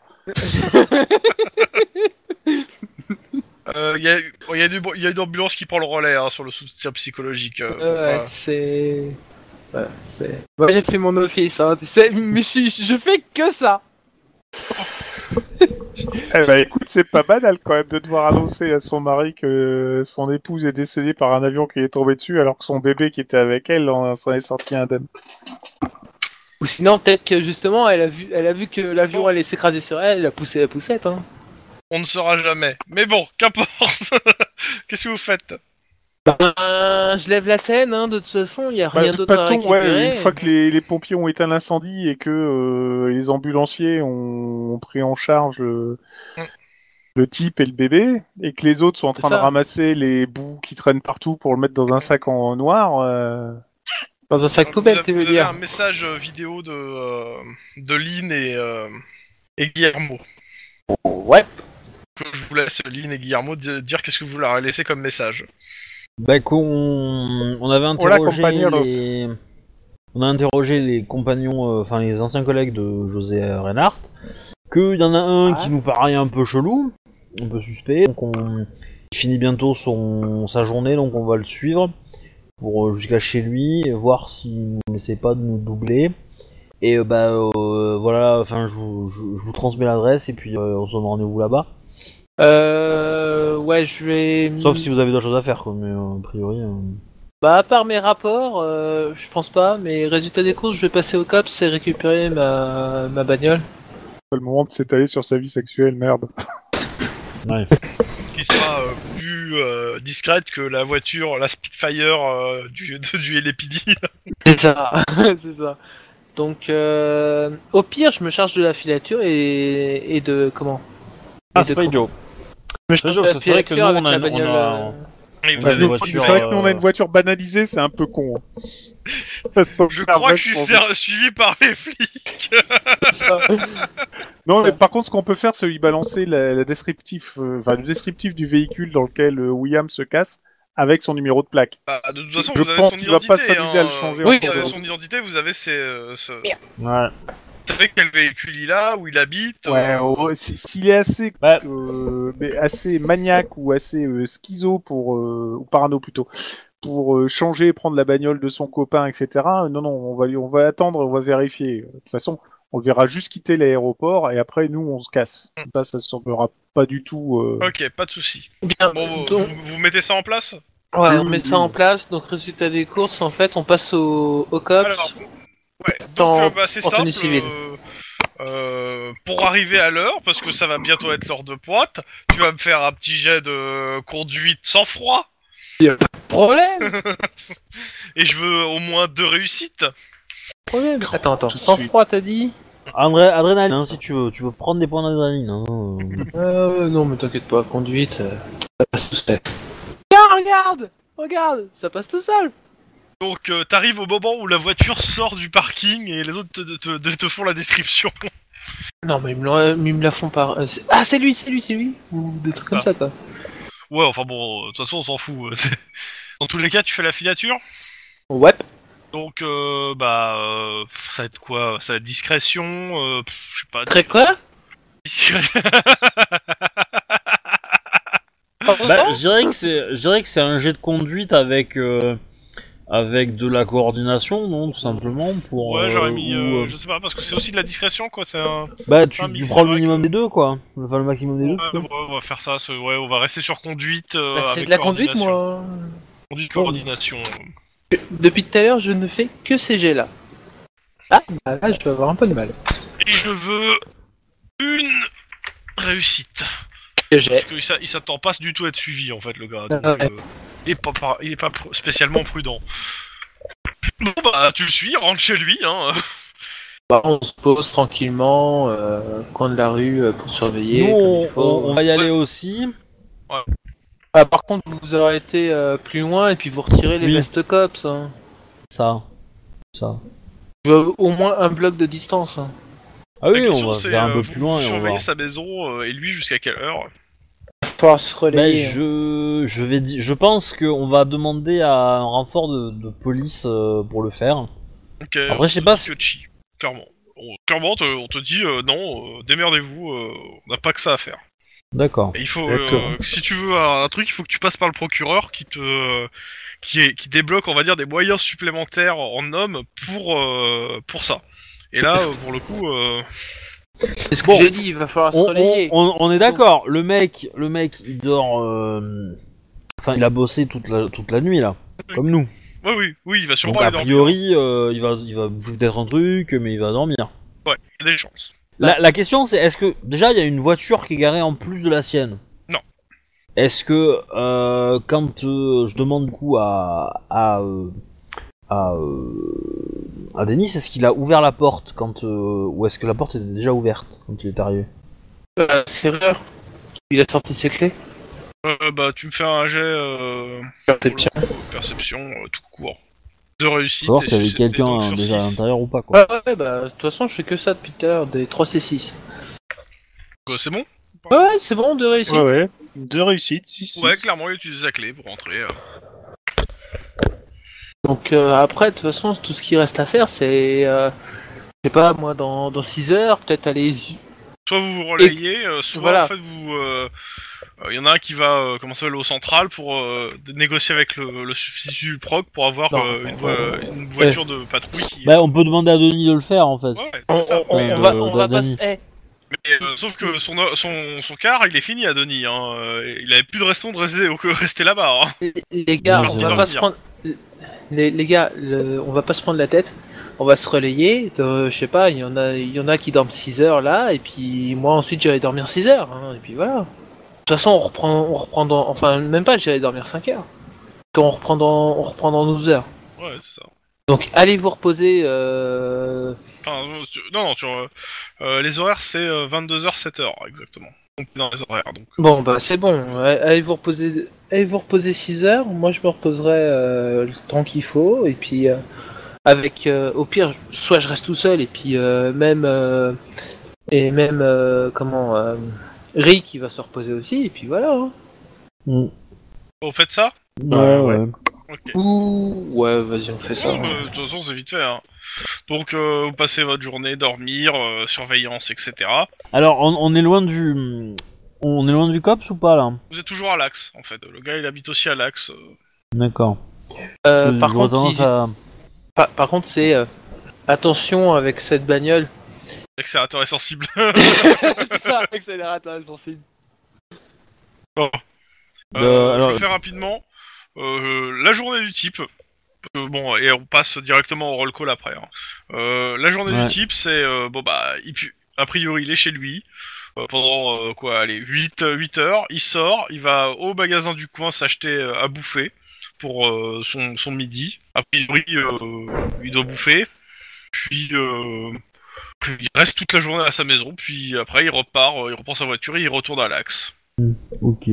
Euh, Il y, a, bon, il y, a du- il y a une ambulance qui prend le relais hein, sur le soutien psychologique. euh, Euh, voilà. c'est. Voilà, c'est. Moi j'ai fait mon office, hein, tu sais, mais je, suis- je fais que ça. Eh ben écoute, c'est pas banal quand même de devoir annoncer à son mari que son épouse est décédée par un avion qui est tombé dessus alors que son bébé qui était avec elle en s'en est sorti indemne. Ou sinon peut-être que justement elle a vu, elle a vu que l'avion allait s'écraser sur elle, elle a poussé la poussette. Hein. On ne saura jamais. Mais bon, qu'importe. Qu'est-ce que vous faites Ben, je lève la scène, hein, de toute façon, il y a Bah, rien de toute d'autre à façon, ouais, récupérer. euh. une fois que les, les pompiers ont éteint l'incendie et que euh, les ambulanciers ont, ont pris en charge le, Mm. le type et le bébé, et que les autres sont en train de ça. ramasser les bouts qui traînent partout pour le mettre dans un sac en noir, euh, Dans un sac Vous poubelle, avez- tu veux vous avez dire un message euh, vidéo de, euh, de Lynn et, euh, et Guillermo. Ouais. Que Je vous laisse Lynn et Guillermo di- dire qu'est-ce que vous leur avez laissé comme message. Bah qu'on on avait Hola, interrogé compañeros. les... on a interrogé les compagnons, euh, enfin les anciens collègues de José euh, Reinhardt, qu'il y en a un Ouais. qui nous paraît un peu chelou, un peu suspect, donc on il finit bientôt son sa journée, donc on va le suivre pour euh, jusqu'à chez lui, et voir s'il n'essaie pas de nous doubler. Et euh, bah euh, voilà, enfin je vous, je, je vous transmets l'adresse et puis euh, on se donne rendez-vous là-bas. Euh. Ouais, je vais. Sauf si vous avez d'autres choses à faire, quoi, mais euh, a priori. euh, Bah, à part mes rapports, euh, je pense pas, mais résultat des courses, je vais passer au COPS et récupérer ma, ma bagnole. c'est le moment de s'étaler sur sa vie sexuelle, merde. Qui sera euh, plus euh, discrète que la voiture, la Spitfire euh, du, de- du LAPD. C'est ça, c'est ça. Donc, euh, au pire, je me charge de la filature et, et de. Comment Et Ah, de c'est pas quoi idiot. Je me charge sûr, de la ça, c'est vrai que filature nous, avec on la a- on bagnole. a- euh, Et vous Ouais, avez- mais- voiture, C'est vrai que Bah, nous on a euh, une voiture banalisée, c'est un peu con. hein. Ça se Je regarde crois que je suis vachement ser- suivi par les flics. Non, mais Ça. par contre, ce qu'on peut faire, c'est lui balancer la, la descriptif, euh, enfin, le descriptif du véhicule dans lequel euh, William se casse avec son numéro de plaque. Bah, de toute façon, Je vous avez pense son qu'il va pas identité, hein, euh, s'amuser à le changer Oui. Vous avez en son identité, vous avez ses, euh, ce- Ouais. vous savez quel véhicule il a, où il habite. Ouais, euh, ouais, si- s'il est assez, Bah, Ouais. euh, mais assez maniaque ou assez euh, schizo pour euh, ou parano plutôt pour euh, changer et prendre la bagnole de son copain, etc. euh, Non, non, on va lui- on va attendre, on va vérifier. De toute façon, on le verra juste quitter l'aéroport et après nous on se casse. Ça, ça semblera pas du tout. euh, Hmm. Ok, pas de souci. Bien, Bon, vous, Euh, donc, vous- vous mettez ça en place Ouais, on met ça en place, donc résultat des courses, en fait, on passe au, au COPS. Alors, ouais, donc Dans- euh, bah, c'est en simple. tenue civile. euh, euh, pour arriver à l'heure, parce que ça va bientôt être l'heure de pointe, tu vas me faire un petit jet de conduite sans froid, Problème et je veux au moins deux réussites. Problème Attends, attends, Tout de sans suite. froid, t'as dit euh. André, adrénaline, hein, si tu veux. Tu veux prendre des points d'adrénaline. hein. Euh, non, mais t'inquiète pas, conduite, euh, ça passe tout seul. Tiens, regarde Regarde Ça passe tout seul Donc euh, t'arrives au moment où la voiture sort du parking et les autres te, te- te- te font la description. Non, mais ils me, l'ont- ils me la font par. euh, c'est- ah, c'est lui, c'est lui, c'est lui Ou des trucs comme Ah. ça, quoi. Ouais, enfin bon, euh, de toute façon on s'en fout. euh, c'est- Dans tous les cas, tu fais la filature. Ouais. Donc euh, bah euh, pff, ça va être quoi Ça va être discrétion, euh, pff, je sais pas. Très quoi discré- Bah, je dirais que c'est, je dirais que c'est un jet de conduite avec, euh, avec de la coordination, non, tout simplement pour. Ouais, euh, j'aurais mis, ou, euh, je sais pas, parce que c'est aussi de la discrétion quoi. C'est un... Bah, tu, Ah, mais tu c'est prends le vrai minimum des deux, quoi. Enfin, le maximum des deux. Ouais, ouais, on va faire ça, ce- ouais, on va rester sur conduite. euh, Bah, c'est avec de la conduite, moi. coordination. Conduite, coordination. Depuis tout à l'heure, je ne fais que ces jets-là. Ah, bah là, je vais avoir un peu de mal. Et je veux une réussite. J'ai. Eh. Parce qu'il s'a- il s'attend pas du tout à être suivi en fait, le gars. Donc, Ah ouais. euh, il est pas, par- il est pas pr- spécialement prudent. Bon bah, tu le suis, rentre chez lui, hein. Bah, on se pose tranquillement, euh, coin de la rue, euh, pour surveiller. Nous, comme on, il faut. on- on va y aller aussi. Ah, par contre, vous vous arrêtez euh, plus loin et puis vous retirez les Oui. vestes cops. hein. Ça. Ça. Je veux au moins un bloc de distance. hein. Ah oui, La on question, va se c'est, faire un euh, peu vous- plus loin vous et on va. surveillez sa maison euh, et lui jusqu'à quelle heure Faut se Ben, relayer. je, je vais, di- je pense qu'on va demander à un renfort de, de police euh, pour le faire. Donc, euh, Après, je sais pas. si- clairement. On- clairement, te- on te dit euh, non, euh, démerdez-vous, euh, on n'a pas que ça à faire. D'accord. Et Il faut, D'accord. euh, si tu veux un, un truc, il faut que tu passes par le procureur qui te, qui, est, qui débloque, on va dire, des moyens supplémentaires en hommes pour, euh, pour ça. Et là, euh, pour le coup, euh, C'est ce que bon, j'ai dit, il va falloir se On, relayer. on- on- on est d'accord. Le mec, le mec, il dort. euh, Enfin, il a bossé toute la, toute la nuit là, comme nous. ouais, oui, oui, il va sûrement Donc bah, a aller dormir. priori, euh, il va, il va bouffer peut-être un truc, mais il va dormir. Ouais, il y a des chances. La, la question c'est est-ce que déjà il y a une voiture qui est garée en plus de la sienne Non. Est-ce que euh, quand euh, je demande du coup à à euh, à, euh, à Denis est-ce qu'il a ouvert la porte quand euh, ou est-ce que la porte était déjà ouverte quand il est arrivé Euh, serrure. Il a sorti ses clés. Euh, bah, tu me fais un jet euh, Perception. pour le coup, euh, perception, euh, tout court. De réussite. Savoir et s'il y avait sur- et donc quelqu'un hein, sur déjà à six. l'intérieur ou pas quoi. Ouais, ouais, ouais, bah, de toute façon, je fais que ça depuis tout à l'heure, des 3C6. Donc, euh, C'est bon Ouais, ouais, c'est bon, de réussite. Ouais, ouais. Deux réussites, 6 Ouais, clairement, il utilise la clé pour rentrer. euh. Donc euh, après, de toute façon, tout ce qui reste à faire, c'est... euh, je sais pas, moi, dans, dans 6 heures, peut-être aller... Soit vous vous relayez, euh, soit voilà. en fait vous. euh, euh, Il y en a un qui va euh, comment ça s'appelle, au central pour euh, de- négocier avec le, le substitut du proc pour avoir Non. euh, une, vo- une voiture de patrouille qui. Bah, on peut demander à Denis de le faire en fait. Ouais, On, c'est ça. on- on Ouais, va, euh, on va pas... Denis. se- eh, Mais, euh, sauf que son, o- son, son car il est fini à Denis. Hein. euh, Il avait plus de raison de rester, de rester là-bas. hein. les- les gars, Non, on je va vais pas se dormir. prendre... Les, les gars, le- on va pas se prendre la tête. On va se relayer. euh, je sais pas, il y, en a- il y en a qui dorment 6 heures là, et puis moi ensuite j'irai dormir 6 heures. hein, et puis voilà. De toute façon, on reprend, on reprend dans... Enfin, même pas, j'irai dormir 5 heures. Quand on reprend dans, on reprend dans 12 heures. Ouais, c'est ça. Donc allez vous reposer... Euh... Enfin, euh, tu- non, non, tu, euh, euh, les horaires c'est 22h, 7h exactement. Donc, Dans les horaires, donc. Bon bah c'est bon, Ouais, allez vous reposer allez vous reposer 6 heures, moi je me reposerai euh, le temps qu'il faut et puis euh, avec euh, au pire soit je reste tout seul et puis euh, même euh, et même euh, comment euh, Rick qui va se reposer aussi et puis voilà. hein. Mm. Vous faites ça Ouais, ouais. Ok. Ou ouais, vas-y, on fait ça. Euh, Non, mais Ah, bah, de toute façon, c'est vite fait. hein. Donc, euh, vous passez votre journée, dormir, euh, surveillance, etc. Alors on, on est loin du on est loin du cops ou pas là Vous êtes toujours à l'axe, en fait. Le gars, il habite aussi à l'axe. euh. D'accord. Euh, Je- par, j'aurais contre, tendance il- à- par, par contre, c'est euh, attention avec cette bagnole. L'accélérateur est sensible. C'est ça, accélérateur sensible. Bon. Euh, Euh, alors- Je le fais rapidement. euh, la journée du type. euh, bon, et on passe directement au roll call après. hein. Euh, la journée Ouais. du type, c'est euh, bon bah, il pu- a priori, il est chez lui euh, pendant euh, quoi, allez, 8, 8 heures. Il sort, il va au magasin du coin s'acheter euh, à bouffer pour euh, son, son midi. A priori, euh, il doit bouffer. Puis, euh, puis il reste toute la journée à sa maison. Puis après, il repart, euh, il reprend sa voiture et il retourne à l'axe Ok.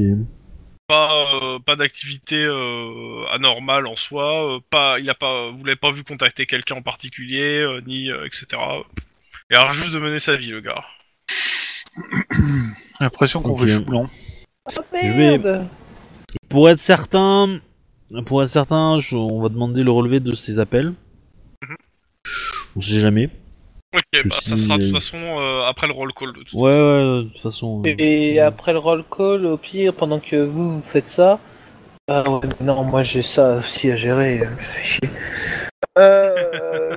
pas euh, pas d'activité euh, anormale en soi, euh, pas il a pas vous l'avez pas vu contacter quelqu'un en particulier euh, ni euh, etc. Il a juste de mener sa vie le gars. J'ai l'impression qu'on Ok. veut chou blanc. Oh Je vais- merde Pour être certain, pour être certain, je- on va demander le relevé de ces appels. Mhm. On sait jamais. Ok, Que bah, ça si, sera de euh, toute façon euh, après le roll call. De toute Ouais, façon. ouais, de toute façon. euh, Et après le roll call, au pire, pendant que vous, vous faites ça. Ah ouais, mais non, moi j'ai ça aussi à gérer. euh, fais chier. Euh,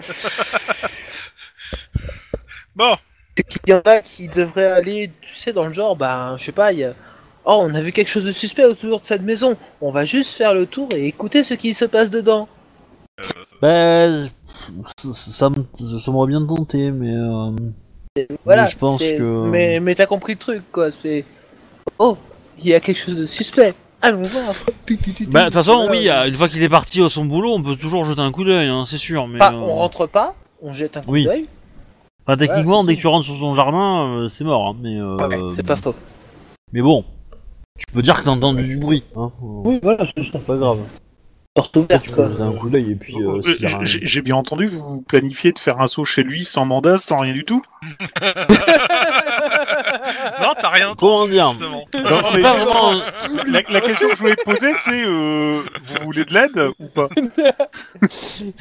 Bon, c'est qu'il y en a qui devraient aller, tu sais, dans le genre, ben, je sais pas, il y a... Oh, on a vu quelque chose de suspect autour de cette maison. On va juste faire le tour et écouter ce qui se passe dedans. Ben, ça, ça me- ça m'aurait bien tenté, mais euh, Voilà. Mais je pense c'est- que- euh, Mais, mais t'as compris le truc, quoi. C'est. Oh, il y a quelque chose de suspect. Allons voir. bah de toute façon, oui, euh, une fois qu'il est parti à son boulot, on peut toujours jeter un coup d'œil, hein, c'est sûr. Mais Pas- euh, Bah, on rentre pas, on jette un coup Oui. d'œil. enfin, techniquement, dès que tu rentres sur son jardin, euh, c'est mort. hein, mais euh, Ouais, c'est pas faux. mais bon, tu peux dire que t'as entendu du bruit. Hein, euh, Oui, voilà, c'est c'est pas grave. porte ouverte, Tu quoi. peux jeter un coup d'œil et puis. euh, Euh, s'il y a un- J'ai j'ai bien entendu, vous planifiez de faire un saut chez lui sans mandat, sans rien du tout. non t'as rien. Comment dire Justement. Non, C'est mais pas justement, vraiment. La, la question que je voulais te poser, c'est euh, vous voulez de l'aide ou pas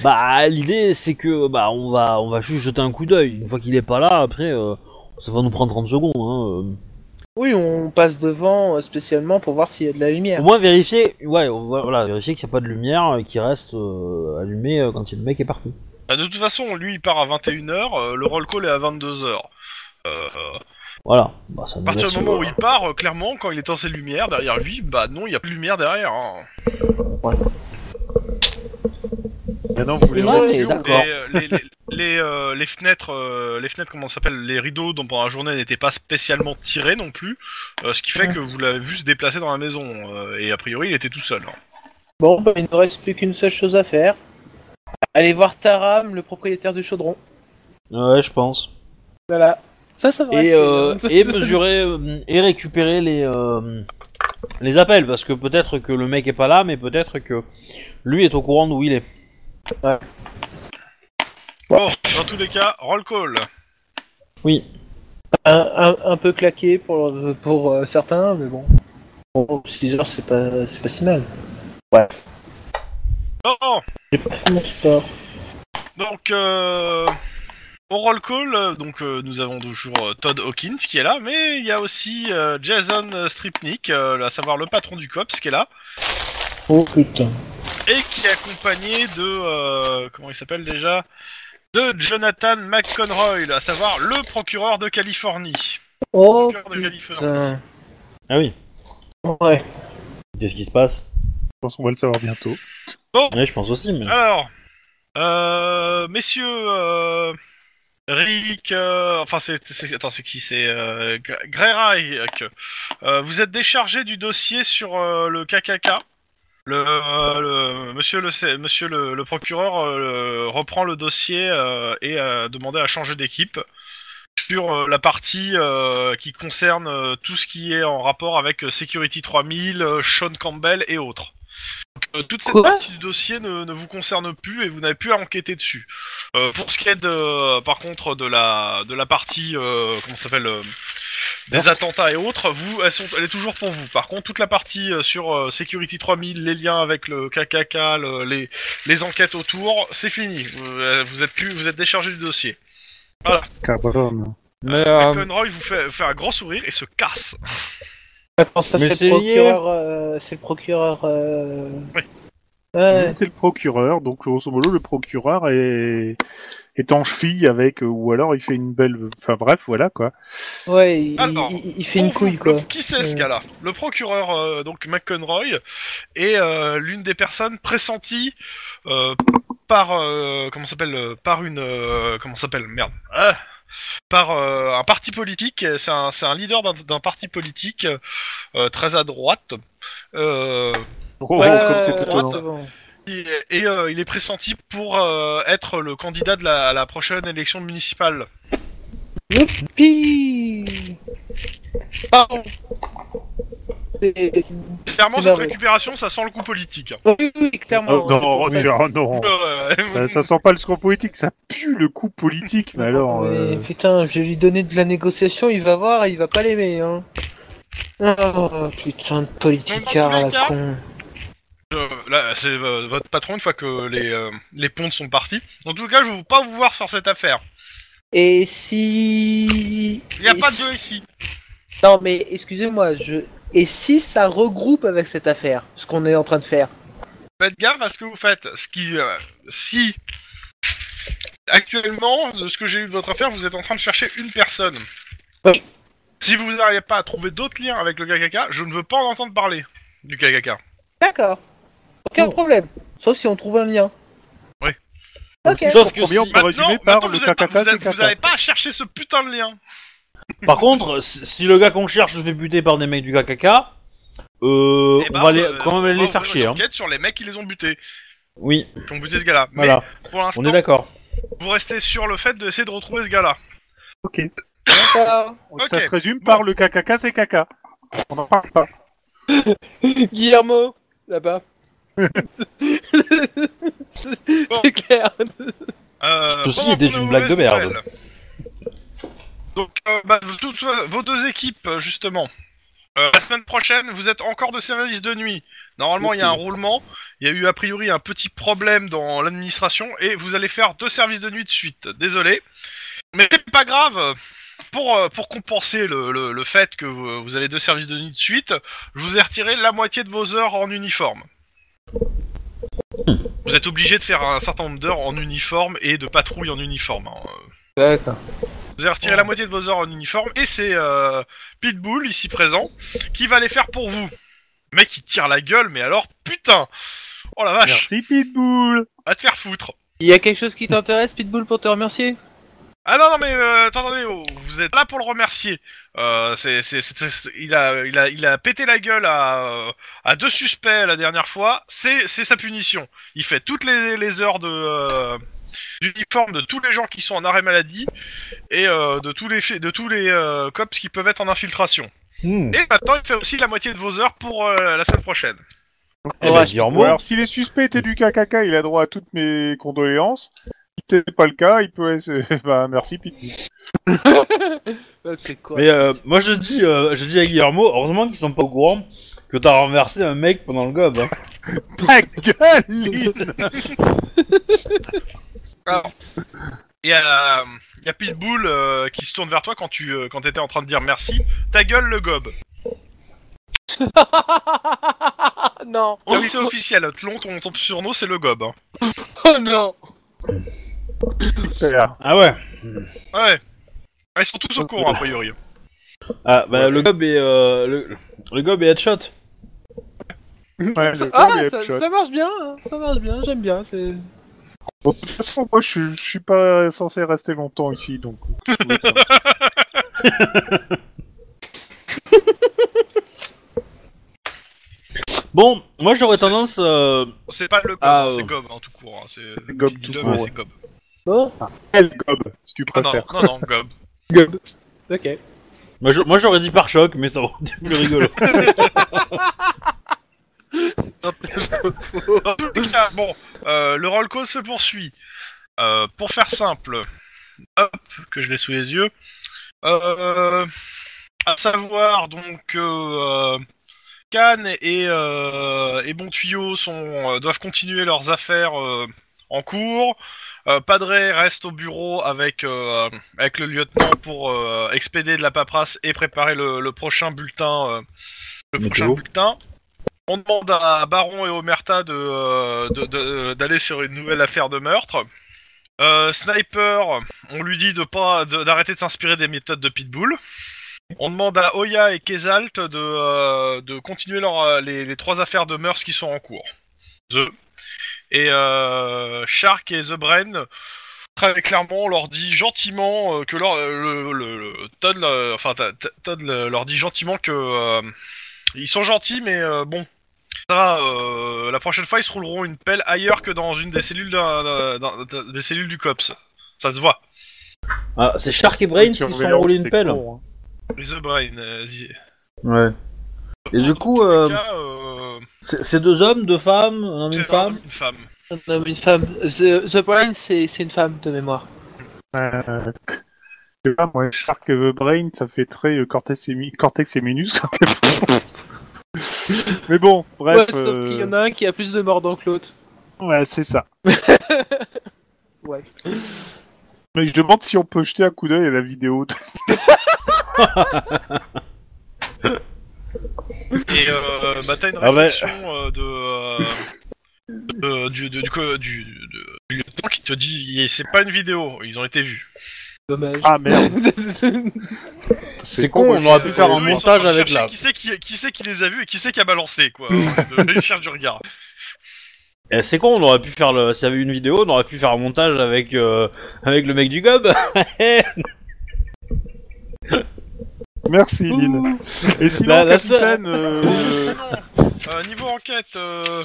Bah l'idée c'est que bah on va on va juste jeter un coup d'œil. Une fois qu'il est pas là, après euh, ça va nous prendre 30 secondes. Hein, Oui, on passe devant euh, spécialement pour voir s'il y a de la euh. Au lumière. moins vérifier, ouais, on va- voilà, vérifier qu'il n'y a pas de lumière euh, qui reste euh, allumée euh, quand le mec est parti. Bah, de toute façon, lui il part à 21h, euh, le roll call est à 22h. Voilà. Bah, ça À nous partir laisse, du moment euh, où il part, euh, clairement, quand il éteint ses lumières derrière lui, bah non, il y a plus de lumière derrière. hein. Maintenant, vous voulez Ouais, l'aide c'est sur- d'accord. Les, euh, les, les, les, euh, les fenêtres, euh, les fenêtres, comment ça s'appelle, les rideaux dont pendant la journée n'étaient pas spécialement tirés non plus, euh, ce qui fait que vous l'avez vu se déplacer dans la maison euh, et a priori il était tout seul. hein. Bon, bah, il ne reste plus qu'une seule chose à faire. Aller voir Taram, le propriétaire du chaudron. Ouais, je pense. Voilà. Ça, ça va. rester, Et, euh, hein. et mesurer euh, et récupérer les euh, les appels parce que peut-être que le mec est pas là, mais peut-être que lui est au courant d'où il est. Bon, dans tous les cas, roll call. Oui. Un, un- un peu claqué pour, pour euh, certains, mais bon. Bon, 6 heures, c'est pas, c'est pas si mal. Bon, Mon sport. donc euh, au roll call, euh, donc euh, nous avons toujours euh, Todd Hawkins qui est là, mais il y a aussi euh, Jason Stripnik, euh, à savoir le patron du COPS qui est là Oh putain. et qui est accompagné de euh, comment il s'appelle déjà de Jonathan McConroy, à savoir le procureur de Californie. Oh Cœur de Californie. putain. Ah oui. Ouais. Qu'est-ce qui se passe Je pense qu'on va le savoir bientôt. Ouais, je pense aussi. Mais... Alors, euh, messieurs, euh, Rick, euh, enfin c'est, c'est- attends c'est qui c'est euh, Gre- Greyrack. Euh, vous êtes déchargé du dossier sur euh, le KKK. Le, euh, le- monsieur le C- monsieur le, le procureur euh, le- reprend le dossier euh, et a demandé à changer d'équipe sur euh, la partie euh, qui concerne euh, tout ce qui est en rapport avec euh, Security 3000, euh, Sean Campbell et autres. Donc, euh, toute cette Quoi partie du dossier ne, ne vous concerne plus et vous n'avez plus à enquêter dessus. Euh, pour ce qui est de, par contre de la de la partie euh, comment ça s'appelle euh, des attentats et autres, vous, elles sont, elle est toujours pour vous. Par contre, toute la partie euh, sur euh, Security 3000, les liens avec le KKK, le- les, les enquêtes autour, c'est fini. Vous, euh, vous êtes plus, vous êtes déchargé du dossier. Cabron. Mais, euh, Conroy vous fait, fait un grand sourire et se casse. Attends, Ah, ça Mais c'est c'est le lié. procureur. euh, c'est le procureur. euh, Ouais. C'est le procureur, donc grosso modo, le procureur est, est en cheville avec, euh, ou alors il fait une belle. Enfin bref, voilà quoi. Ouais, il, Alors, il- il fait une Bon, couille, le- quoi. Qui c'est ce Ouais. cas-là Le procureur, euh, donc McConroy, est euh, l'une des personnes pressenties euh, par euh, comment ça s'appelle euh, par une euh, comment ça s'appelle merde Ah par euh, un parti politique. C'est un c'est un leader d'un- d'un parti politique euh, très à droite. Euh, Oh, Ouais, comme c'est ouais, étonnant. ouais, bon. et et, euh, il est pressenti pour euh, être le candidat de la, à la prochaine élection municipale. Youpi Pardon. C'est- Clairement, Non, cette mais- récupération, ça sent le coup politique. Oui, oui, clairement. Oh, non, Roger, oh, non. Euh, Ça, ça sent pas le score politique, ça pue le coup politique, mais alors. Mais euh, putain, je vais lui donner de la négociation, il va voir, il va pas l'aimer, hein. Oh, putain de politicard à Dans tous la les cas- con. Euh, là, c'est euh, votre patron une fois que les, euh, les pontes sont partis. En tout cas, je ne veux pas vous voir sur cette affaire. Et si... Il n'y a Et pas de si- deux ici. Non, mais excusez-moi, je... Et si ça regroupe avec cette affaire, ce qu'on est en train de faire Faites gaffe à ce que vous faites. Ce qui, euh, si actuellement, de ce que j'ai eu de votre affaire, vous êtes en train de chercher une personne. Oui. Si vous n'arrivez pas à trouver d'autres liens avec le KKK, je ne veux pas en entendre parler du KKK. D'accord. Aucun Oh. problème. Sauf si on trouve un lien. Oui. Ok. Sauf que Pour bien, on si- peut résumer par le vous n'avez pas, KKK, vous c'est êtes- vous avez caca. pas à chercher ce putain de lien. Par contre, si si le gars qu'on cherche se fait buter par des mecs du KKK, euh, Eh on ben, va les, euh, quand on même va les ouvrir faire chier. une Hein. enquête sur les mecs qui les ont butés, Oui, qui ont buté ce gars-là. Mais voilà, pour on est l'instant, d'accord. vous restez sur le fait d'essayer de retrouver ce gars-là. Ok. D'accord. Donc, Ça Ok. se résume par le KKK, c'est caca. On en parle pas. Guillermo, là-bas. C'est clair. Euh, Ceci pendant était qu'on une est aux blague de mauvaises merde. nouvelles. Donc, euh, bah, toutes vos- vos deux équipes, euh, justement. Euh, la semaine prochaine, vous êtes encore de service de nuit. Normalement, il y a un roulement. Il y a eu a priori un petit problème dans l'administration et vous allez faire deux services de nuit de suite. Désolé, mais c'est pas grave. Pour, euh, pour compenser le, le- le fait que vous vous avez deux services de nuit de suite, je vous ai retiré la moitié de vos heures en uniforme. Vous êtes obligé de faire un certain nombre d'heures en uniforme et de patrouille en uniforme. hein. D'accord. Vous avez retiré la moitié de vos heures en uniforme et c'est euh, Pitbull, ici présent, qui va les faire pour vous. Le mec, il tire la gueule, mais alors, putain Oh la vache, Merci Pitbull. à te faire foutre Il y a quelque chose qui t'intéresse, Pitbull, pour te remercier Ah non, non, mais euh, attendez, oh, vous êtes là pour le remercier. Euh, c'est, c'est, c'est- c'est- il, a, il, a, il a pété la gueule à, euh, à deux suspects la dernière fois, c'est, c'est sa punition. Il fait toutes les, les heures de, euh, d'uniforme de tous les gens qui sont en arrêt maladie et euh, de tous les, fi- de tous les euh, cops qui peuvent être en infiltration. Hmm. Et maintenant, il fait aussi la moitié de vos heures pour euh, la semaine prochaine. Eh ben, Ouais, Guillermo, Ou alors, si les suspects étaient du KKK, il a droit à toutes mes condoléances. Si c'était pas le cas, il peut. bah, merci Pitbull. C'est quoi mais euh, moi je dis, euh, je dis à Guillermo, heureusement qu'ils sont pas au courant que t'as renversé un mec pendant le gob. hein. Ta gueule, Lynn Il y a, il y a Pitbull euh, qui se tourne vers toi quand tu euh, quand t'étais en train de dire merci. Ta gueule, le gobe. Non. Ah oui, c'est officiel. Tlon, ton, ton surnom, c'est le gobe. hein. Oh non. Super. Ah ouais. Ouais. Ah, Ils sont tous au euh, courant, a priori. Ah bah le gob est euh, le, le gob est headshot. Ouais, le Ah, gobe est ça, headshot. ça marche bien, hein, ça marche bien, j'aime bien. C'est... Bon, de toute façon, moi, je, je suis pas censé rester longtemps ici, donc. Bon, moi j'aurais tendance. euh, C'est pas le gobe, Ah, c'est euh. gobe hein, tout court. hein, C'est C'est gobe tu dis tout le, court, mais ouais. c'est gobe. Bon, El gobe, si tu Ah, non, préfères. non, non, gobe. ok. moi, je- moi j'aurais dit par choc, mais ça aurait été plus rigolo. Dans tous les cas, bon, euh, le roll call se poursuit. Euh, pour faire simple, hop, que je l'ai sous les yeux. Euh, à savoir donc que euh, Cannes et, euh, et Bon Tuyau sont, euh, doivent continuer leurs affaires euh, en cours. Euh, Padré reste au bureau avec, euh, avec le lieutenant pour euh, expédier de la paperasse et préparer le, le prochain bulletin. euh, le Météo. prochain bulletin. On demande à Baron et Omerta de, euh, de- de- d'aller sur une nouvelle affaire de meurtre. Euh, Sniper, on lui dit de pas de- d'arrêter de s'inspirer des méthodes de Pitbull. On demande à Oya et Kesalt de, euh, de continuer leur, euh, les, les trois affaires de mœurs qui sont en cours. The. Et euh, Shark et The Brain, très clairement, on leur dit gentiment euh, que leur, euh, le, le- le- Todd, euh, enfin, ta- ta- Todd le- leur dit gentiment que euh, ils sont gentils, mais euh, bon, ça, euh, la prochaine fois, ils se rouleront une pelle ailleurs que dans une des cellules, d'un- d'un- d'un- d'un- des cellules du COPS. Ça se voit. Ah, c'est Shark et Brains qui se sont roulés une pelle. hein. The Brain. euh, zi- Ouais. Et du coup, en euh, tout cas, euh, C'est c'est deux hommes, deux femmes, un homme, c'est un une femme. homme, Une femme. Un homme, une femme. The, The Brain, c'est c'est une femme de mémoire. Euh, je sais pas, moi, Shark the Brain, ça fait très euh, cortex, et mi- cortex et minus. quand même. Mais bon, Ouais, bref, sauf euh, qu'il y en a un qui a plus de mordants que l'autre. ouais, c'est ça. Ouais. Mais je demande si on peut jeter un coup d'œil à la vidéo. Et euh, bah, t'as une Ah ouais. réflexion euh, de, euh, de- du, du- du co- du- de- du lieutenant qui te dit c'est pas une vidéo, ils ont été vus. Dommage. ah merde, C'est con, on aurait pu faire un Eux, ils sont en montage train de avec Mm. chercher la. Qui c'est qui, qui, c'est qui les a vus et qui c'est qui a balancé quoi de, de cherche du regard. Eh, c'est con, on aurait pu faire le. S'il y avait une vidéo, on aurait pu faire un montage avec, euh, avec le mec du gob. merci Lynn. Et sinon, La- la capitaine, euh, Euh, niveau enquête, euh,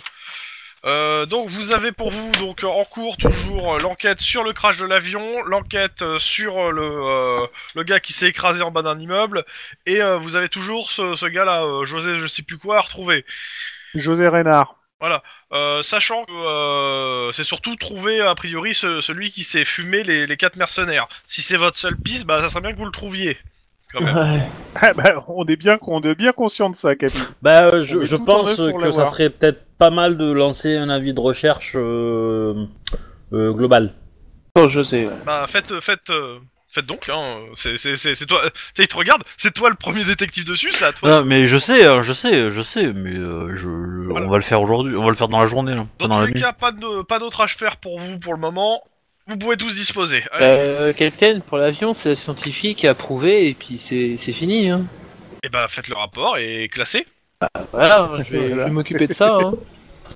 euh, donc vous avez pour vous donc euh, en cours toujours euh, l'enquête sur le crash de l'avion, l'enquête euh, sur euh, le, euh, le gars qui s'est écrasé en bas d'un immeuble, et euh, vous avez toujours ce, ce gars-là, euh, José je sais plus quoi, à retrouver. José Reynard. Euh, sachant que euh, c'est surtout trouver a priori ce- celui qui s'est fumé les, les quatre mercenaires. Si c'est votre seule piste, bah ça serait bien que vous le trouviez. Quand même. Ouais. Ah bah, on est bien, on est bien conscient de ça, Capitaine. Bah, euh, je, On met je tout en pense œuvre euh, pour que ça l'avoir. serait peut-être pas mal de lancer un avis de recherche euh, euh, global. Bon, José, ouais. Bah faites, faites, euh, faites donc. Hein. C'est, c'est, c'est, c'est toi. euh, t'sais, il te regarde. C'est toi le premier détective dessus. C'est à toi. Ah, mais je sais, hein, je sais, je sais, mais euh, je, je- Voilà. on va le faire aujourd'hui, on va le faire dans la journée, là, Dans pas dans tous la les nuit. cas, pas de, pas d'autre à faire pour vous pour le moment. Vous pouvez tous disposer. Allez. Euh, Quelqu'un pour l'avion, c'est la scientifique à prouver et puis c'est c'est fini. Hein. Et bah faites le rapport et classez. Voilà, je vais, Voilà. je vais m'occuper de ça. Hein.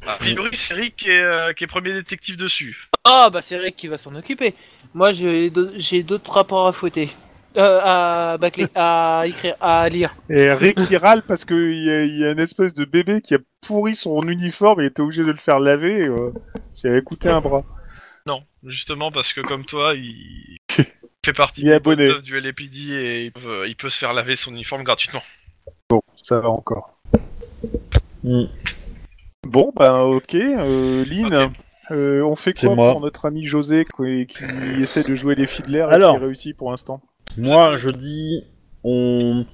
A priori, c'est Rick qui est, euh, qui est premier détective dessus. Ah bah c'est Rick qui va s'en occuper. Moi j'ai d'au- j'ai d'autres rapports à fouetter. Euh, à bâcler, à écrire, à lire. Et Rick il râle parce qu'il y, a- il y a une espèce de bébé qui a pourri son uniforme et était obligé de le faire laver. Euh, ça lui avait coûté un bras. Non, justement parce que comme toi, il fait partie Il est des abonné. bonnes œuvres du LAPD et il peut, il peut se faire laver son uniforme gratuitement. Bon, ça va encore. Mm. Bon, ben ok, euh, Lynn, Ok. euh, on fait C'est quoi moi. pour notre ami José qui, qui essaie de jouer les filles de l'air et Alors. qui réussit pour l'instant Moi, je dis, on,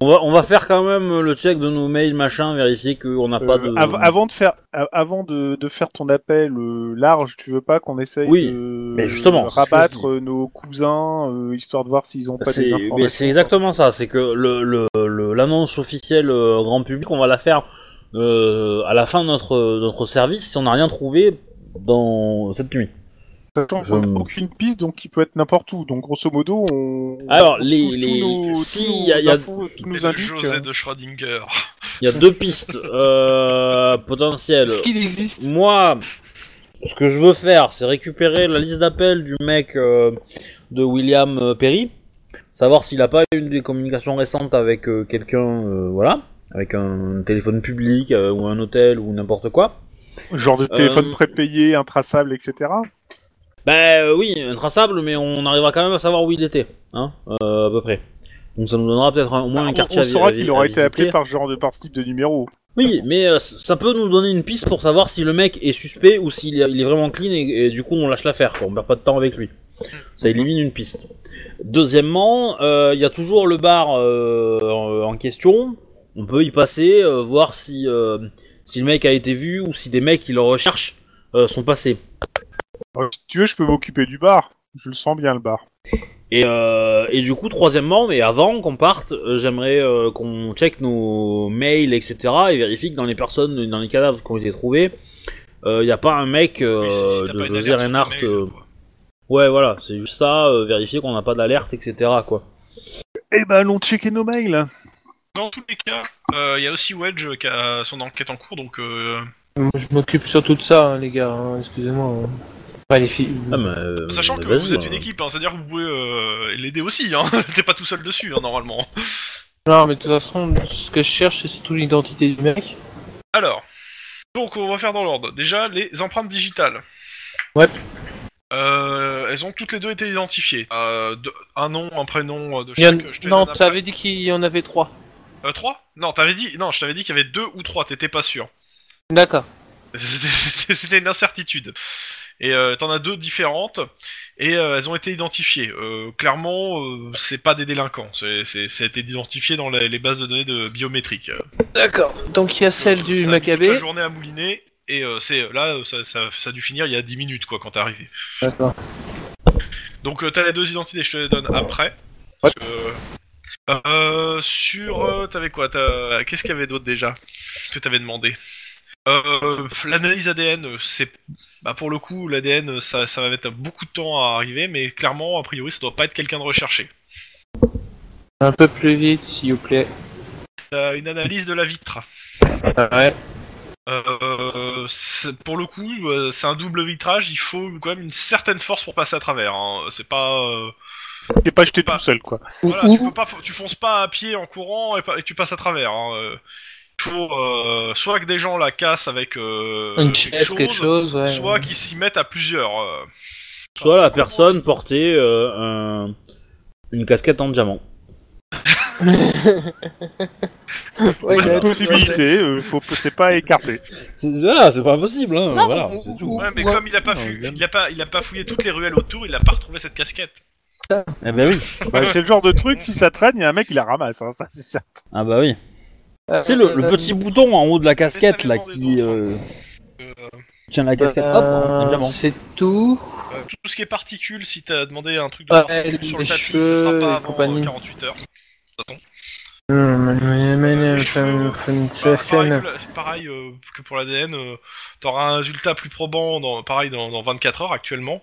on va, on va faire quand même le check de nos mails, machin, vérifier qu'on n'a Ah, pas Euh, de. av- Avant de faire, av- avant de, de faire ton appel euh, large, tu veux pas qu'on essaye Oui, de mais justement, c'est ce que je dis. rabattre euh, nos cousins, euh, histoire de voir s'ils ont pas C'est- des mais informations c'est exactement ça, c'est que le- le- le- l'annonce officielle euh, grand public, on va la faire euh, à la fin de notre, notre service si on n'a rien trouvé dans cette nuit. Sachant Je- qu'on n'a aucune piste, donc il peut être n'importe où. Donc grosso modo, on. Alors, on les- trouve tous les- nos- si, tous y a- nos hein. y a- infos, tout nous C'est le indique. José de Schrödinger. Il y a deux pistes euh, potentielles. Est-ce qu'il existe Moi, ce que je veux faire, c'est récupérer la liste d'appels du mec euh, de William euh, Perry, savoir s'il a pas eu des communications récentes avec euh, quelqu'un, euh, voilà, avec un téléphone public euh, ou un hôtel ou n'importe quoi. Genre de téléphone Euh, prépayé, intraçable, etc. Ben euh, oui, intraçable, mais on arrivera quand même à savoir où il était, hein, euh, à peu près. Donc ça nous donnera peut-être un- au moins un Ah, on, quartier on à vi- à saura vi- qu'il euh, à aura été visiter. appelé par ce genre de par ce type de numéro. Oui, mais euh, c- ça peut nous donner une piste pour savoir si le mec est suspect ou s'il est il est vraiment clean et, et du coup on lâche l'affaire, quoi. On perd pas de temps avec lui. Ça élimine une piste. Deuxièmement, euh, il y a toujours le bar euh, en en question. On peut y passer, euh, voir si, euh, si le mec a été vu ou si des mecs qui le recherchent euh, sont passés. Euh, si tu veux, je peux m'occuper du bar. Je le sens bien le bar. Et, euh, et du coup, troisièmement, mais avant qu'on parte, euh, j'aimerais euh, qu'on check nos mails, etc. et vérifie que dans les personnes, dans les cadavres qui ont été trouvés, il n'y a pas un mec euh, Oui, si- si t'as de pas une José alerte sur ton Reinhardt. mail, euh, quoi. Ouais, voilà, c'est juste ça, euh, vérifier qu'on n'a pas d'alerte, etc. quoi. Eh ben, allons checker nos mails. Dans tous les cas, euh, il y a aussi Wedge qui a son enquête en cours, donc euh, Moi, je m'occupe surtout de ça, hein, les gars, hein, excusez-moi. hein. Pas les filles. Ah, mais, euh, Sachant mais que vas-y, vous êtes hein. une équipe, hein, c'est-à-dire que vous pouvez euh, l'aider aussi, hein. t'es pas tout seul dessus hein, normalement. Non, mais de toute façon, ce que je cherche, c'est surtout l'identité du mec. Alors, donc on va faire dans l'ordre. Déjà, les empreintes digitales. Ouais. Euh, elles ont toutes les deux été identifiées. Euh, de- un nom, un prénom euh, de Il y en- chaque. Je te les Non, donne après. t'avais dit qu'il y en avait trois. Euh, trois Non, t'avais dit. Non, je t'avais dit qu'il y avait deux ou trois. T'étais pas sûr. D'accord. C'était c'était une incertitude. Et euh, t'en as deux différentes, et euh, elles ont été identifiées. Euh, clairement, euh, c'est pas des délinquants. C'est, c'est, ça a été identifié dans les, les bases de données de biométriques. D'accord. Donc il y a celle du ça a mis toute la Maccabée. journée à mouliner, et euh, c'est là, euh, ça, ça, ça a dû finir il y a 10 minutes, quoi, quand t'es arrivé. D'accord. Donc euh, t'as les deux identités, je te les donne après. Parce que, euh, euh, sur... euh, t'avais quoi t'as- Qu'est-ce qu'il y avait d'autre déjà que t'avais demandé Euh, L'analyse ADN, euh, c'est... Bah pour le coup, l'ADN, ça, ça va mettre beaucoup de temps à arriver, mais clairement, a priori, ça doit pas être quelqu'un de recherché. Un peu plus vite, s'il vous plaît. T'as une analyse de la vitre. Ah Ouais. Euh, c'est- pour le coup, euh, c'est un double vitrage, il faut quand même une certaine force pour passer à travers. hein. C'est pas... euh, J'ai pas jeté Bah. tout seul, quoi. Voilà, tu, peux pas, tu fonces pas à pied en courant et, pas- et tu passes à travers. hein, euh. Il faut euh, soit que des gens la cassent avec euh, Une quelque chaise, chose, quelque chose, ouais. soit qu'ils s'y mettent à plusieurs. euh. Soit la personne portait euh, un- une casquette en diamant. Ouais, Voilà. ouais. Possibilité, euh, faut- c'est pas écarté. C'est voilà, c'est pas impossible, hein, Non, voilà, ou- c'est ou- tout. Ouais, mais Ouais. comme il a pas, Ouais, fu- bien. il a pas, il a pas fouillé toutes les ruelles autour, il a pas retrouvé cette casquette. Eh ben oui, Bah, c'est le genre de truc, si ça traîne, il y a un mec qui la ramasse, hein, ça c'est certain. ah bah oui. Ah, C'est le, ouais, le ouais. petit bouton en haut de la casquette là Faites-la qui demander euh, tient la casquette. Euh, Hop, un diamant. c'est tout. Euh, tout ce qui est particules, si t'as demandé un truc de Ouais, particules sur le les tapis, ce cheveux sera pas et avant compagnie. euh, 48 heures. Euh, cheveux, Bah, pareil euh, que, la- pareil, euh, que pour l'ADN, euh, t'auras un résultat plus probant, dans, pareil, dans, dans 24 heures actuellement.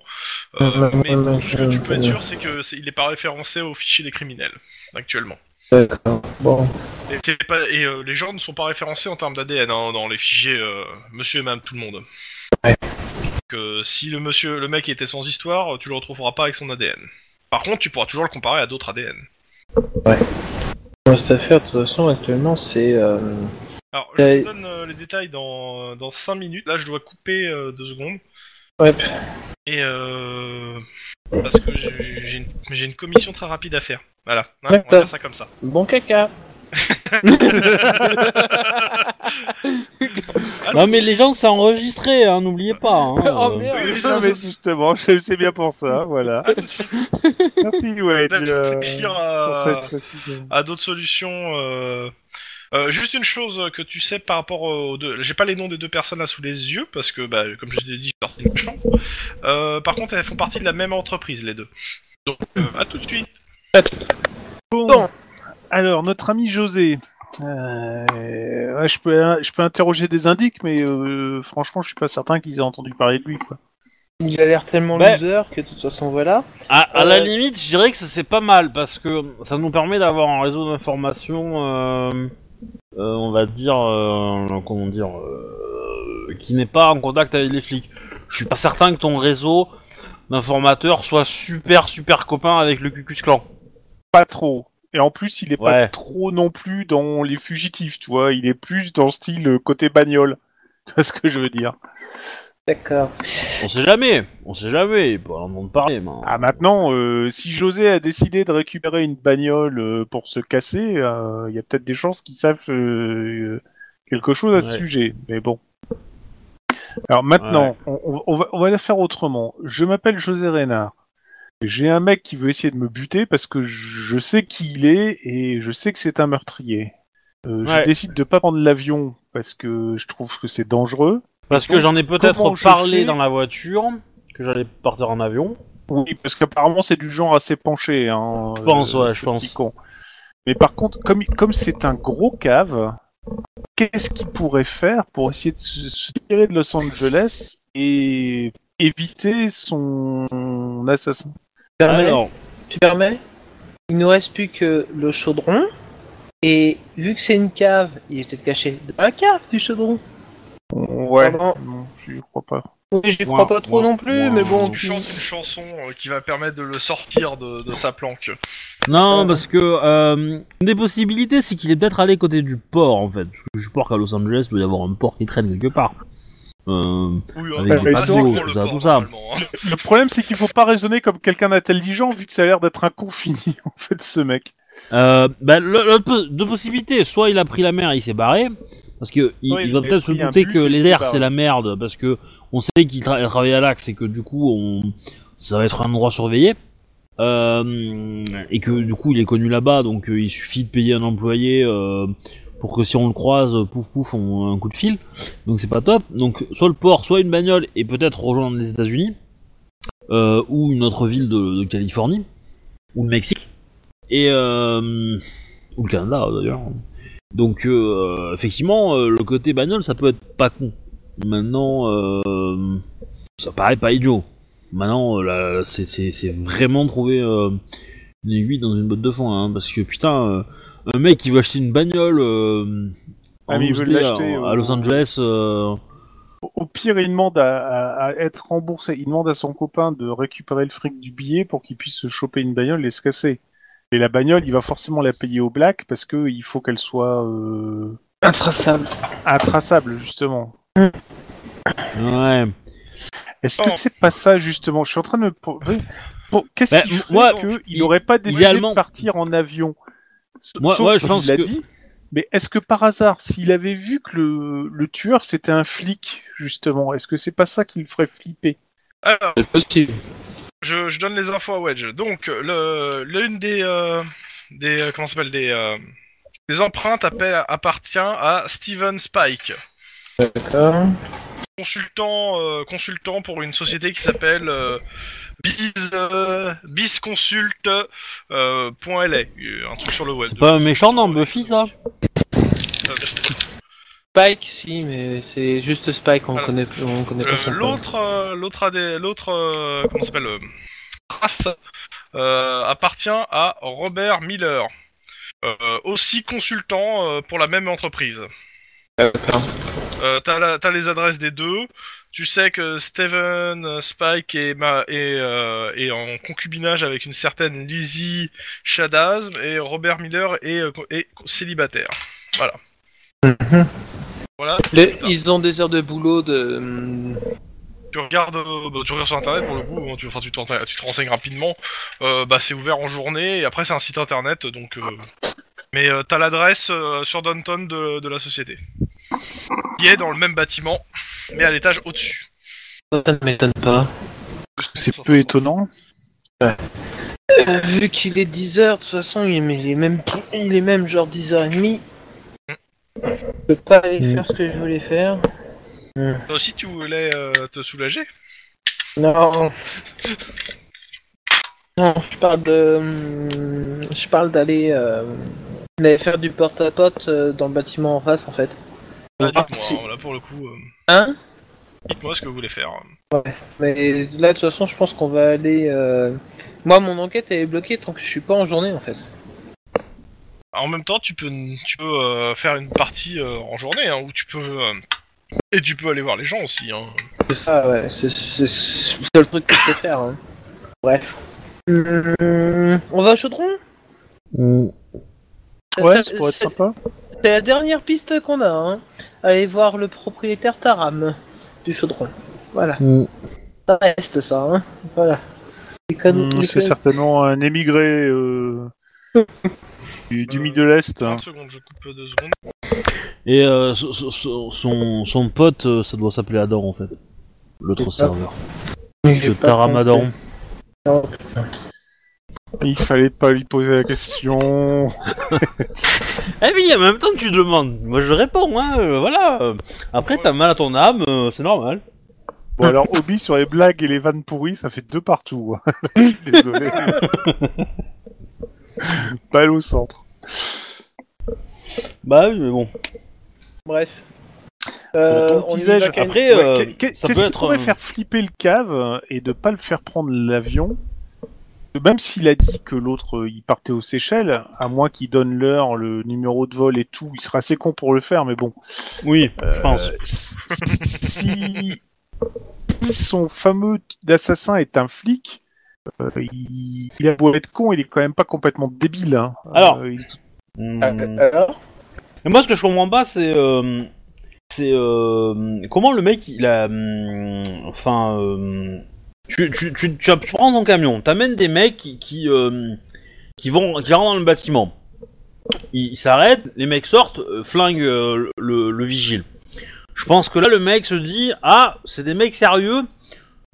Ouais, Euh, mais ouais, tout ce que tu peux être ouais. sûr, c'est que c'est- il est pas référencé au fichier des criminels actuellement. D'accord. Bon. Et, c'est pas- et, euh, les gens ne sont pas référencés en termes d'ADN hein, dans les fichiers euh, Monsieur et Madame tout le monde. Ouais. Donc, euh, si le monsieur, le mec était sans histoire, tu le retrouveras pas avec son ADN. Par contre, tu pourras toujours le comparer à d'autres ADN. Dans cette affaire, de toute façon, actuellement, c'est. euh, Alors, je Euh, vous donne euh, les détails dans, dans 5 minutes. Là, je dois couper euh, deux secondes. Ouais. Et euh... Parce que j'ai j'ai une, j'ai une commission très rapide à faire. Voilà, Hein, on va D'accord. faire ça comme ça. Bon caca. Ah, Non mais les gens c'est enregistré, hein, n'oubliez pas. hein, Oh, euh. merde. Oui, oui, Non, mais justement, je- c'est bien pour ça, voilà. Merci, ouais. Je vais euh, réfléchir pour à, cette précision. à d'autres solutions. euh. Euh, juste une chose que tu sais par rapport aux deux. J'ai pas les noms des deux personnes là sous les yeux parce que, bah, comme je t'ai dit, je sortais une chambre. Euh, par contre, elles font partie de la même entreprise, les deux. Donc, euh, à tout de suite. Bon. Alors, notre ami José. Euh, ouais, je, peux, je peux interroger des indiques, mais euh, franchement, je suis pas certain qu'ils aient entendu parler de lui. Quoi. Il a l'air tellement Ouais. loser que de toute façon, voilà. À, à Euh, la limite, je dirais que ça, c'est pas mal parce que ça nous permet d'avoir un réseau d'informations, euh, euh, on va dire, euh, comment dire, euh, qui n'est pas en contact avec les flics. Je suis pas certain que ton réseau d'informateurs soit super super copain avec le Cucus Clan. Pas trop. Et en plus, il est pas Ouais. trop non plus dans les fugitifs, tu vois. Il est plus dans le style euh, côté bagnole. Tu vois ce que je veux dire D'accord. On sait jamais, on sait jamais, il peut en entendre parler. mais- hein. Ah, maintenant, euh, si José a décidé de récupérer une bagnole euh, pour se casser, euh, il y a peut-être des chances qu'ils savent euh, quelque chose à ce Ouais. sujet. Mais bon. Alors maintenant, on, on- on va, on va la faire autrement. Je m'appelle José Reynard. J'ai un mec qui veut essayer de me buter parce que je sais qui il est et je sais que c'est un meurtrier. Euh, Ouais. Je décide de pas prendre l'avion parce que je trouve que c'est dangereux. Parce que j'en ai peut-être Comment je parlé fais dans la voiture, que j'allais partir en avion. Oui, parce qu'apparemment c'est du genre assez penché. Hein, Je pense, ouais, je ce pense. petit con. Mais par contre, comme comme c'est un gros cave, qu'est-ce qu'il pourrait faire pour essayer de se, se tirer de Los Angeles et éviter son assassin Permet- Alors, Tu permets Il nous reste plus que le chaudron. Et vu que c'est une cave, il est peut-être caché dans la cave du chaudron. Ouais. Pardon. Non, je crois pas. Ah Oui, j'y Ouin, crois pas trop ouin, non plus, ouin. mais bon. Tu Tu chantes une chanson euh, qui va permettre de le sortir de, de sa planque. non, Euh. parce que euh, une des possibilités, c'est qu'il est peut-être allé côté du port en fait. Parce que je pense qu'à Los Angeles, il doit y avoir un port qui traîne quelque part. Euh, Oui, hein. Avec des pas bateaux, seulement le ça, port, tout ça. normalement, hein. Le problème, c'est qu'il faut pas raisonner comme quelqu'un d'intelligent, vu que ça a l'air d'être un con fini, en fait, ce mec. euh, bah, le- l'autre po- deux possibilités, soit il a pris la mer, et il s'est barré, parce que il, Ouais, il il va a peut-être se pris un douter bus que et il les s'est airs barré. c'est la merde, parce que on sait qu'il tra- travaille à l'axe et que du coup on, ça va être un endroit surveillé. Euh, et que du coup il est connu là-bas, donc euh, il suffit de payer un employé euh, pour que si on le croise, euh, pouf pouf, on a un coup de fil. Donc c'est pas top. Donc soit le port, soit une bagnole et peut-être rejoindre les États-Unis euh, ou une autre ville de, de Californie ou le Mexique et euh, ou le Canada d'ailleurs. Donc euh, effectivement, euh, le côté bagnole, ça peut être pas con. Maintenant, euh, ça paraît pas idiot. Maintenant, euh, là, c'est- c'est c'est vraiment trouver euh, une aiguille dans une botte de foin, hein, parce que putain, euh, un mec qui veut acheter une bagnole euh, Ah, mais il veut enlevée à- l'acheter à, au- Los Angeles. euh, Au- Au pire, il demande à, à- à être remboursé. Il demande à son copain de récupérer le fric du billet pour qu'il puisse se choper une bagnole et se casser. Et la bagnole, il va forcément la payer au black parce que il faut qu'elle soit euh, Intraçable. intraçable, justement. ouais. Est-ce que c'est pas ça, justement Je suis en train de me... po- po- Qu'est-ce Bah, qui ferait moi, qu'il i- n'aurait pas décidé idéalement- de partir en avion S- Moi- sauf moi, je qu'il pense l'a que- dit, mais est-ce que par hasard, s'il avait vu que le, le tueur, c'était un flic, justement, est-ce que c'est pas ça qui le ferait flipper Alors, C'est possible. je, je donne les infos à Wedge. Donc, le- l'une des, euh, des euh, comment ça s'appelle des, euh, des empreintes appa- appartient à Steven Spike, D'accord. consultant euh, consultant pour une société qui s'appelle euh, Biz euh, Bizconsult, euh, point LA, un truc sur le web. C'est pas un méchant dans Buffy, ça Euh, Spike, si, mais c'est juste Spike, on Voilà. connaît, on connaît Euh, pas son nom. l'autre, euh, l'autre, AD l'autre, euh, comment ça s'appelle euh, Trace euh, appartient à Robert Miller, euh, aussi consultant euh, pour la même entreprise. Euh, t'as, la- t'as les adresses des deux. Tu sais que Steven euh, Spike est, ma- est, euh, est en concubinage avec une certaine Lizzie Shadaz et Robert Miller est, euh, co- est célibataire. Voilà. Voilà, Les- ils ont des heures de boulot de. hum, tu regardes, euh, bah, tu regardes sur internet pour le coup, hein, tu, enfin, tu, t'en- tu te renseignes rapidement, euh, bah, c'est ouvert en journée et après c'est un site internet donc. euh, mais euh, t'as l'adresse euh, sur Downton de, de la société. Qui est dans le même bâtiment, mais à l'étage au-dessus. Ça ne m'étonne pas. C'est peu étonnant. Euh, vu qu'il est 10h, de toute façon, il est, mais il est même, il est même genre 10h30. Je peux pas aller faire ce que je voulais faire. Toi aussi tu voulais euh, te soulager Non. Non, je parle de. hum, Je parle d'aller. euh, d'aller faire du porte-à-porte euh, dans le bâtiment en face, en fait. Bah, Ah, Dites-moi, si. hein, là pour le coup, euh, Hein dites-moi ce que vous voulez faire. Mais là, de toute façon, je pense qu'on va aller. euh, Moi, mon enquête elle est bloquée tant que je suis pas en journée, en fait. En même temps, tu peux, tu peux euh, faire une partie euh, en journée, hein, où tu peux. euh, et tu peux aller voir les gens aussi. Hein. C'est ça, ouais. C'est c'est- c'est le seul truc que je peux faire. hein. Bref. Hum, on va au chaudron Ouais, Ça- ça pourrait être c'est- sympa. C'est la dernière piste qu'on a. Hein. Aller voir le propriétaire Taram du chaudron. Voilà. Ça reste ça. Hein. Voilà. Les connes- Mm, les C'est connes- certainement un émigré euh, du, du Euh, Middle hein. Est. 30 secondes, je coupe deux secondes. Et euh, so- so- so- son, son pote, euh, ça doit s'appeler Adam en fait. L'autre serveur. Le Taramadan. Il fallait pas lui poser la question. Eh oui, en même temps tu demandes. Moi je réponds, hein, euh, voilà. Après t'as mal à ton âme, euh, c'est normal. Bon, alors, Obi, sur les blagues et les vannes pourries, ça fait deux partout. hein. Je suis Désolé. Pas au centre. Bah oui, mais bon. Bref. Euh, Ton on y tisage, va quand même. Après, Ouais, euh, qu'est- qu'est- ça Qu'est-ce peut qui être, pourrait euh, faire flipper le cave euh, et de pas le faire prendre l'avion Même s'il a dit que l'autre euh, il partait aux Seychelles, à moins qu'il donne l'heure, le numéro de vol et tout, il sera assez con pour le faire, mais bon. oui, je pense. Euh, si- si... si son fameux t- assassin est un flic, euh, il... il a beau être con, il est quand même pas complètement débile. hein. Alors. Euh, il- Hmm. Mmh. Euh, alors Mais moi, ce que je comprends pas, c'est. euh, c'est. euh, comment le mec, il a. hum, Enfin. euh, tu, tu, tu, tu as- tu prends ton camion, t'amènes des mecs qui. Qui, euh, qui vont. Qui rentrent dans le bâtiment. Ils ils s'arrêtent, les mecs sortent, euh, flinguent euh, le, le vigile. Je pense que là, le mec se dit Ah, c'est des mecs sérieux,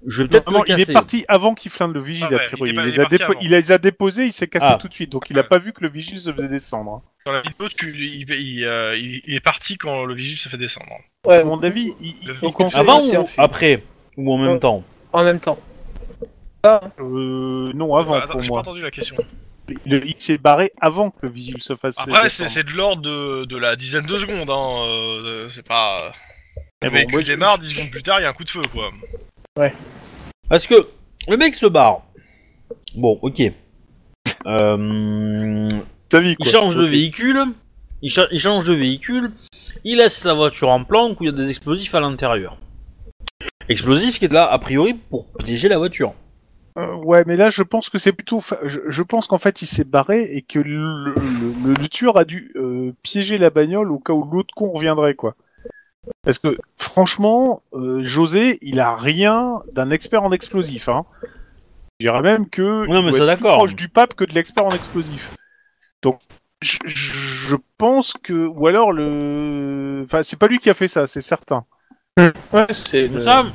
je vais peut-être Non, me il casser. est parti avant qu'il flinde le vigile, Ah ouais, a priori. il est pas- Il, il les est a parti dépo- avant. il les a déposés, il s'est cassé Ah. tout de suite, donc il a pas vu que le vigile se faisait descendre. Dans la vidéo, tu, il, il, euh, il- il est parti quand le vigile se fait descendre. Ouais, hein. À mon avis, il, il- Le il vigile- conseille- Avant C'est un ou film. après Ou en même Ouais. temps en même temps. euh, non, avant Euh, attends, pour j'ai pas moi. entendu la question. Le- il s'est barré avant que le vigile se fasse. Après, c'est descendre. c'est de l'ordre de, de la dizaine de secondes, hein. euh, c'est pas. Le Mais bon, véhicule moi, je- démarre, 10 secondes plus tard, il y a un coup de feu, quoi. Parce que le mec se barre. Bon, ok. Euh, Sa vie, il quoi. change de Ok. véhicule. Il, cha- il change de véhicule. Il laisse la voiture en planque où il y a des explosifs à l'intérieur. Explosifs qui est là a priori pour protéger la voiture. Euh, ouais, mais là, je pense que c'est plutôt. fa- Je, je pense qu'en fait, il s'est barré et que le, le- le tueur a dû euh, piéger la bagnole au cas où l'autre con reviendrait, quoi. Parce que, franchement, euh, José, il a rien d'un expert en explosif, hein. Je dirais même que. Non, mais il doit ça, être d'accord. Plus proche du pape que de l'expert en explosif. Donc, je, je pense que. Ou alors, le. Enfin, c'est pas lui qui a fait ça, c'est certain. Ouais, c'est le- Ça,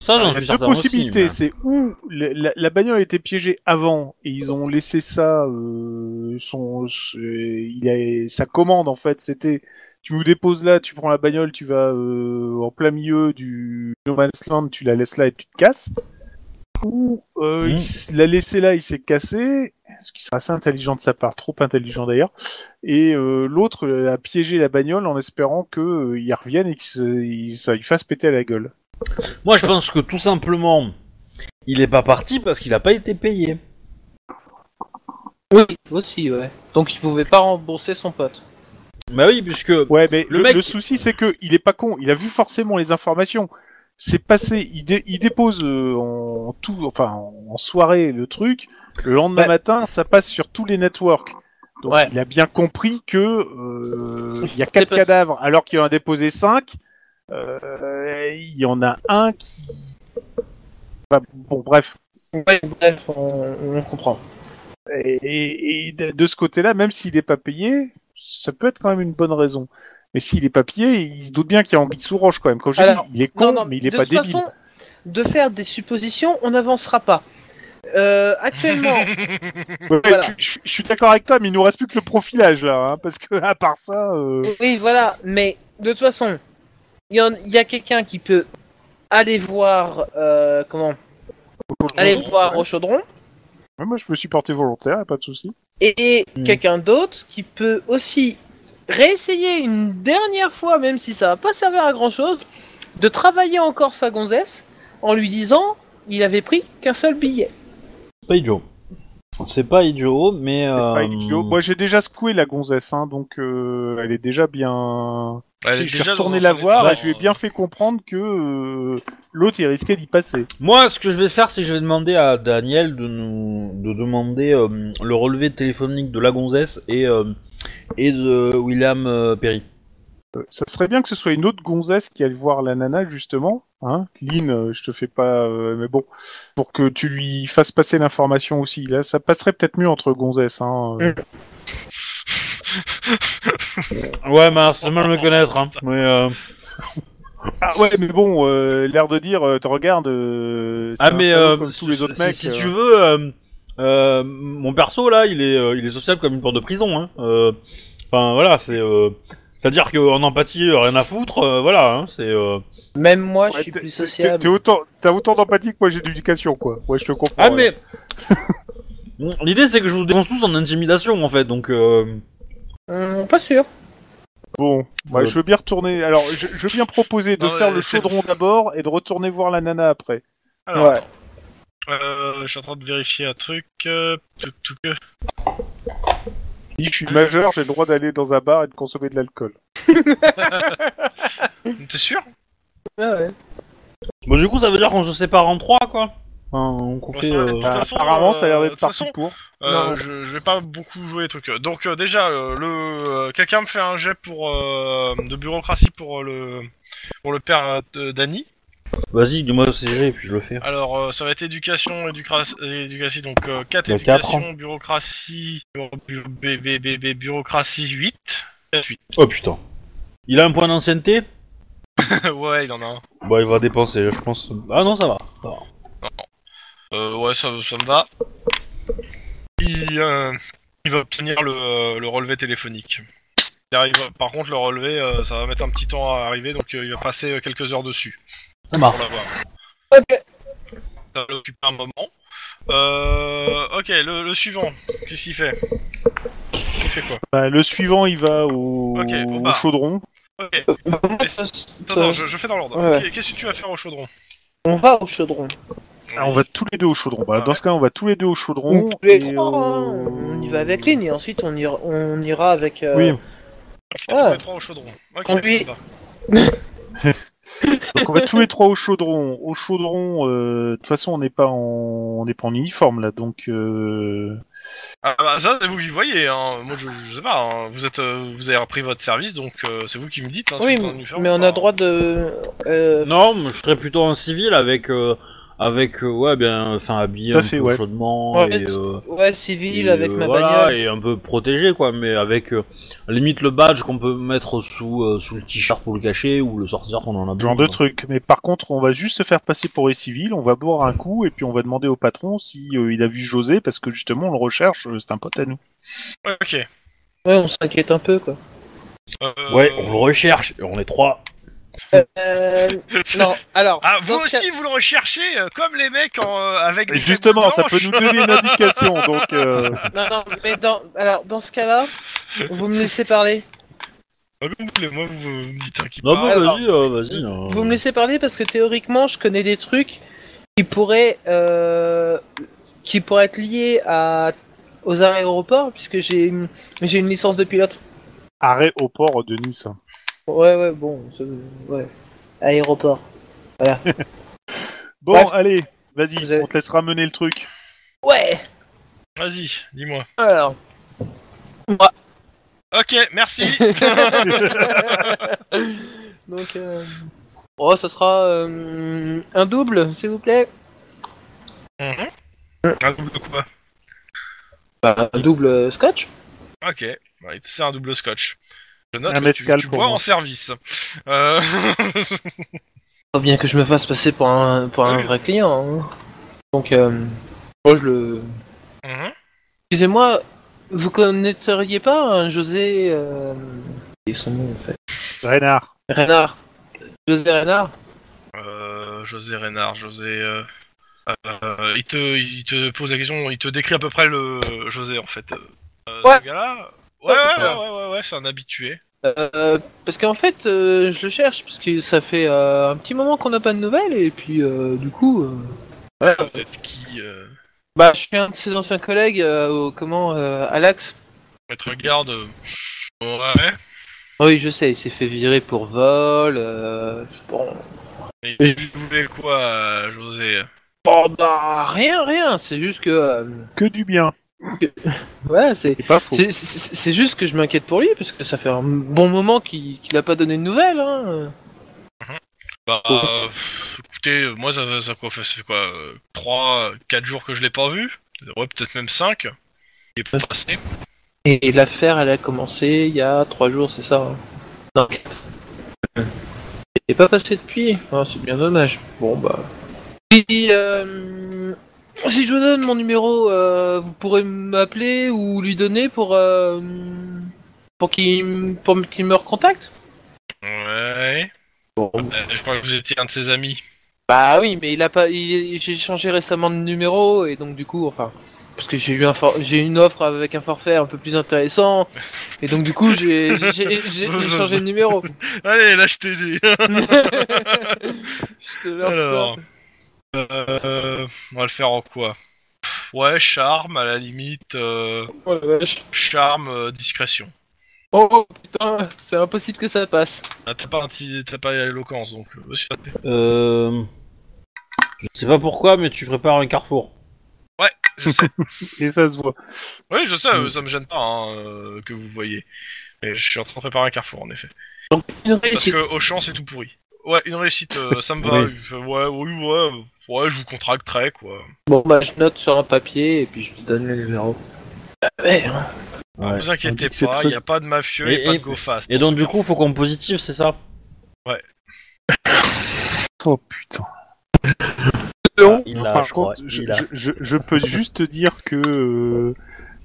ça j'en Euh, Ah, Il y a suis deux certain possibilités, aussi, c'est ou le- la, la bagnole était piégée avant et ils ont laissé ça, euh, son, ce- il a, sa commande en fait, c'était tu nous déposes là, tu prends la bagnole, tu vas euh, en plein milieu du No Man's Land, tu la laisses là et tu te casses. Ou euh, Mm. il s- l'a laissé là, il s'est cassé, ce qui serait assez intelligent de sa part, trop intelligent d'ailleurs. Et euh, l'autre euh, a piégé la bagnole en espérant que euh, il revienne et qu'il se- il fasse péter à la gueule. mais- Moi je pense que tout simplement, il est pas parti parce qu'il a pas été payé. Oui, aussi, ouais. Donc il pouvait pas rembourser son pote. Bah oui, puisque. Ouais, mais Le le, mec- le souci, c'est que il est pas con. Il a vu forcément les informations. C'est passé. Il, dé- il dépose euh, en tout, enfin en en soirée le truc. Le lendemain Bah- matin, ça passe sur tous les networks. Donc Ouais. il a bien compris que euh, il y a C'est quatre pas- cadavres, alors qu'il en a déposé cinq. Euh, Il y en a un qui. Bah, bon, bref. Ouais, bref, on, on comprend. Et, et- et de de ce côté-là, même s'il n'est pas payé, ça peut être quand même une bonne raison. Mais s'il est pas payé, il se doute bien qu'il y a anguille sous roche quand même. Comme je Alors, dis, il est con, mais il est de pas toute débile. façon, de faire des suppositions, on n'avancera pas. Euh, actuellement, Ouais, voilà. je- je, je suis d'accord avec toi, mais il nous reste plus que le profilage là, hein, parce que à part ça, euh, Oui, voilà, mais de toute façon, il y, en- il y a quelqu'un qui peut aller voir euh, comment aller voir au chaudron ouais, moi je me suis porté volontaire, pas de souci. et quelqu'un d'autre qui peut aussi réessayer une dernière fois, même si ça va pas servir à grand chose, de travailler encore sa gonzesse en lui disant il avait pris qu'un seul billet. C'est pas idiot. C'est pas idiot, mais. euh, Pas Ah, idiot. Moi j'ai déjà secoué la gonzesse, hein, donc euh, elle est déjà bien. Elle est Je suis déjà dans retourné un la état, voir euh, et je lui ai bien fait comprendre que euh, l'autre il risquait d'y passer. Moi, ce que je vais faire, c'est que je vais demander à Daniel de nous de demander euh, le relevé téléphonique de la gonzesse et, euh, et de William euh, Perry. Euh, ça serait bien que ce soit une autre gonzesse qui aille voir la nana, justement. Hein Lynn, euh, je te fais pas... euh, mais bon, pour que tu lui fasses passer l'information aussi. Là, ça passerait peut-être mieux entre gonzesses. Hein, euh. Ouais, mais c'est mal de me connaître, hein. Mais, euh, Ah ouais, mais bon, euh, l'air de dire, euh, te regarde... euh, c'est Ah, un mais salaud euh, comme si- tous les autres si, mecs... si euh. tu veux, euh, euh, mon perso là, il est, euh, il est sociable comme une porte de prison, hein. Euh, Enfin voilà, c'est. euh, C'est-à-dire qu'en empathie, euh, rien à foutre, euh, voilà, hein, c'est... euh, Même moi, je Ouais, suis t'es- plus t'es- sociable. t'es autant- T'as autant d'empathie que moi j'ai d'éducation, quoi. Ouais, je te comprends. Ah ouais. mais... L'idée, c'est que je vous défonce tous en intimidation, en fait, donc... euh, Hum, pas sûr. Bon, ouais, je veux bien retourner. Alors, je, je veux bien proposer de Non, faire ouais, le c'est- chaudron d'abord et de retourner voir la nana après. Alors, Ouais. attends. Euh, je suis en train de vérifier un truc. euh, tout, tout, que- Si je suis majeur, j'ai le droit d'aller dans un bar et de consommer de l'alcool. T'es sûr Ah ouais. Bon, du coup, ça veut dire qu'on se sépare en trois, quoi Hein, donc on Bon, fait... ça, euh, de toute façon, Bah, apparemment, ça a l'air euh, de d'être toute parti façon, pour. Euh, Non. je, je vais pas beaucoup jouer les trucs. Donc euh, déjà, euh, le euh, quelqu'un me fait un jet pour euh, de bureaucratie pour euh, le pour le père euh, de- d'Annie. Vas-y, dis-moi ce CG, puis je le fais. Alors euh, ça va être éducation, éducra- euh, éducation donc 4 Il y a quatre éducation, bureaucratie, bu- bu- bu- bu- bu- bu- bureaucratie 8. 4, 8. Oh putain. Il a un point d'ancienneté ouais, il en a un. Bah, il va dépenser, je pense. Ah non, ça va. ça va. Euh, ouais, ça, ça me va. Il, euh, il va obtenir le, euh, le relevé téléphonique. Il arrive- par contre, le relevé, euh, ça va mettre un petit temps à arriver, donc euh, il va passer euh, quelques heures dessus Ça marche. pour l'avoir. Euh, Ok. Ça va l'occuper un moment. Euh, ok, le, le suivant, qu'est-ce qu'il fait Il fait quoi Bah, le suivant, il va au, Ok, bah. on au part. chaudron. Ok, euh, Bah, moi, Est-ce- ça- attends, attends, je, je fais dans l'ordre. Ouais. Ok, Qu'est-ce que tu vas faire au chaudron On va au chaudron. Ah, on va tous les deux au chaudron. Bah, Dans ce cas, on va tous les deux au chaudron. On, tous les et, trois, hein, euh, on y va avec Lynn et ensuite on ira, on ira avec. euh, Oui. Ok, tous Ah. les trois au chaudron. Ok, Conduis. ça Donc on va tous les trois au chaudron. Au chaudron, euh, de toute façon, on n'est pas en, on n'est pas en uniforme là, donc. euh, Ah bah ça c'est vous qui voyez, hein. moi je, je sais pas, hein. vous êtes euh, vous avez repris votre service donc euh, c'est vous qui me dites. Hein, si Oui, vous êtes en mais, uniforme mais ou on pas, a droit de. euh, Non, mais je serais plutôt en civil avec euh, avec euh, ouais bien enfin habillé Tout à un fait, peu ouais. chaudement Ouais. et, euh, Ouais, civil et, avec euh, ma voilà, bagnole. et un peu protégé quoi mais avec euh, limite le badge qu'on peut mettre sous euh, sous le t-shirt pour le cacher ou le sortir quand on en a ce genre de truc. Mais par contre, on va juste se faire passer pour les civils. On va boire un coup et puis on va demander au patron si euh, il a vu José parce que justement on le recherche. euh, C'est un pote à nous. Ouais, ok. Ouais, on s'inquiète un peu quoi. Euh, Ouais, on le recherche et on est trois. Euh, non, alors. Ah vous dans ce cas- aussi vous le recherchez euh, comme les mecs en, euh, avec. Et des justement, cheveux ça peut nous blanches. donner une indication. Donc euh, Non, non, mais dans, alors, dans ce cas-là, vous me laissez parler. Ouais, Comme Ah, vous voulez, moi vous, vous me dites hein, qui Non parle. mais alors, vas-y, euh, vas-y. euh. Vous me laissez parler parce que théoriquement, je connais des trucs qui pourraient, euh, qui pourraient être liés à, aux aéroports, puisque j'ai une, j'ai une licence de pilote. arrêt au port de Nice. Ouais, ouais, bon, c'est- ouais. Aéroport. Bon, Ouais. allez, vas-y, Vous avez- on te laissera mener le truc. Ouais Vas-y, dis-moi. Alors. Moi. Ok, merci. Donc, euh... Oh, ça sera euh, un double, s'il vous plaît. Mhm. Un double hein. quoi Un double euh, scotch Ok, ouais, c'est un double scotch. Je note Un que mezcal tu, tu pour bois moi. en service. Euh... Faut bien que je me fasse passer pour un, pour un vrai client. hein. Donc, euh, moi, je le. mhm. Excusez-moi, vous connaîtriez pas un José. Euh... quel est son nom en fait Renard. Renard. José Renard Euh, José Renard, José. euh, euh, il, te, il te pose la question, il te décrit à peu près le José en fait. Euh, Ouais. Ce gars-là Ouais, ouais, c'est ouais, ça. ouais, ouais, ouais, c'est un habitué. Euh, parce qu'en fait, euh, je le cherche, parce que ça fait euh, un petit moment qu'on n'a pas de nouvelles, et puis euh, du coup. euh, voilà. Peut-être qui euh, Bah, je suis un de ses anciens collègues, euh, au, comment, euh, à l'Axe. te regarde. euh, Ouais, Oui, je sais, il s'est fait virer pour vol. euh, Bon, et tu voulais quoi, euh, José bon, bah, rien, rien, c'est juste que. euh, Que du bien. voilà, c'est. C'est pas faux. C'est- C'est c'est juste que je m'inquiète pour lui, parce que ça fait un bon moment qu'il n'a pas donné de nouvelles. Hein. Bah, euh, pff, écoutez, euh, moi ça, ça, ça quoi, c'est quoi, euh, 3, 4 jours que je l'ai pas vu Ouais, peut-être même 5. Il est pas passé. Et, et l'affaire, elle a commencé il y a trois jours, c'est ça hein. Non, quatre. Elle est pas passée depuis, Ah, c'est bien dommage. Bon, bah. Si, euh, si je vous donne mon numéro, euh, vous pourrez m'appeler ou lui donner pour. euh, Pour qu'il m- pour qu'il me recontacte Ouais. Euh, je crois que vous étiez un de ses amis. Bah oui, mais il a pas. il- j'ai changé récemment de numéro et donc du coup, enfin, parce que j'ai eu un for- j'ai eu une offre avec un forfait un peu plus intéressant et donc du coup j'ai j'ai- j'ai- j'ai- j'ai changé de numéro. Allez, là, je t'ai dit. Je te lance Alors. pas. Euh, on va le faire en quoi Ouais, charme, à la limite. euh, Oh, la vache. charme, euh, discrétion. Oh, oh, putain, c'est impossible que ça passe. Ah, t'as pas, un petit- t'as pas l'éloquence, donc... euh, c'est pas- Euh... Je sais pas pourquoi, mais tu prépares un carrefour. Je sais. Et ça se voit. Oui, je sais, euh, ça me gêne pas hein, euh, que vous voyez. Mais je suis en train de préparer un carrefour, en effet. Une Parce réussite. que Auchan, c'est tout pourri. Ouais, une réussite, euh, ça me va. Oui. Je fais, Ouais, oui, ouais, euh, ouais, je vous contracterai, quoi. Bon bah je note sur un papier et puis je te donne le numéro. Ah, merde. Ouais. Vous On dit inquiétez que c'est pas, très- il a pas de mafieux et, Et- pas et- de go fast. Et donc du coup, faut qu'on positif, c'est ça Oh putain. Ah, Il l'a, Par je crois. contre, je, Il a. je- je- je peux juste te dire que euh,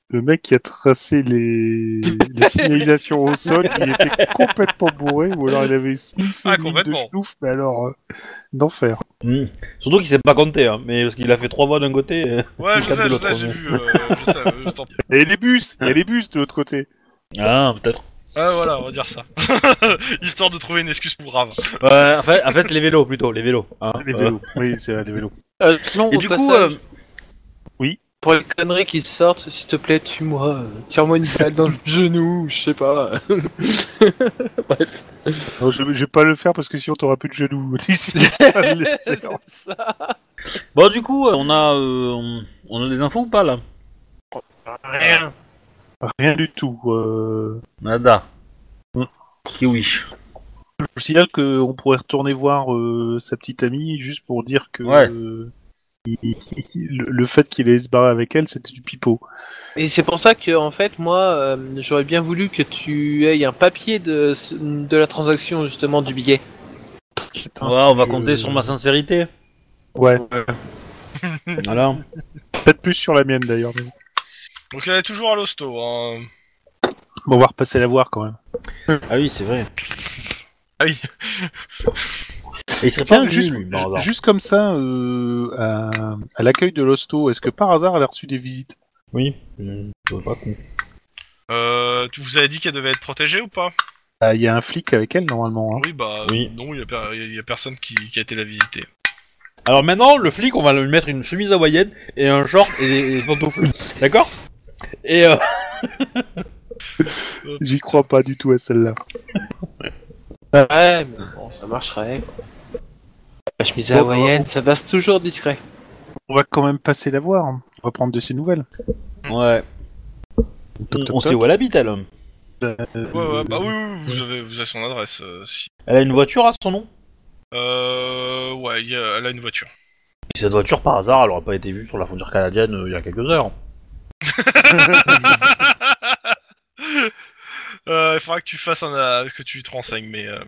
le mec qui a tracé les, les signalisations au sol, il était complètement bourré, ou alors il avait sniffé Ah, une ligne de complètement. schnouf, mais alors euh, d'enfer. Hmm. Surtout qu'il sait pas compter, hein, mais parce qu'il a fait trois voix d'un côté. euh. hein. Ouais, je Quatre sais, de je l'autre, sais, j'ai mais- vu. euh, je sais, euh, tant pis. Et les bus, il y a les bus de l'autre côté. Ah, peut-être. Ah, voilà, on va dire ça. Histoire de trouver une excuse pour Rave. Ouais, Euh, en, fait, en fait, les vélos plutôt, les vélos. hein. Les vélos, oui, c'est vrai, les vélos. Euh, non, Et au du coup, passage, euh, Pour les conneries qui sortent, s'il te plaît, tue-moi. euh, Tire-moi une balle dans le genou, je sais pas. Non, je, je vais pas le faire parce que sinon t'auras plus de genoux d'ici la fin de la séance. bon, du coup, euh, on a, euh, on a des infos ou pas là Rien. Rien du tout. euh. Nada. Hmm. Qui wish. Je vous signale qu'on pourrait retourner voir euh, sa petite amie juste pour dire que Ouais. euh, il- il- le, le fait qu'il ait se barrer avec elle, c'était du pipeau. Et c'est pour ça que, en fait, moi, euh, j'aurais bien voulu que tu aies un papier de, de la transaction, justement, du billet. Putain, Ouais, on va c'est- compter sur ma sincérité. Ouais, Voilà. peut-être plus sur la mienne d'ailleurs. mais Donc elle est toujours à l'hosto. Hein. bon, on va repasser la voir quand même. Ah oui, c'est vrai. Ah oui. Et il serait pas Tiens, venu, juste, lui, par ju- hasard. juste comme ça, euh, à, à l'accueil de l'hosto, est-ce que par hasard elle a reçu des visites Oui. Hmm, je vois pas con. Euh, tu vous avais dit qu'elle devait être protégée ou pas Ah, Il y a un flic avec elle normalement. hein. Oui, bah Oui. non, il y, a per- il y a personne qui, qui a été la visiter. Alors maintenant, le flic, on va lui mettre une chemise hawaïenne et un short et des, des pantoufles. D'accord Et euh, J'y crois pas du tout à celle-là. Ouais, mais bon, ça marcherait. quoi. La chemise Bon, bah, hawaïenne, ça passe toujours discret. On va quand même passer la voir. hein. On va prendre de ses nouvelles. ouais. toc, on sait toc. où elle habite, elle. Ouais, ouais, bah oui, oui, oui, vous avez, vous avez son adresse. euh, si. Elle a une voiture à son nom. Euh, ouais, il y a- elle a une voiture. Et cette voiture, par hasard, elle aurait pas été vue sur la frontière canadienne euh, il y a quelques heures. Euh, il faudra que tu fasses un, euh, que tu te renseignes, mais euh,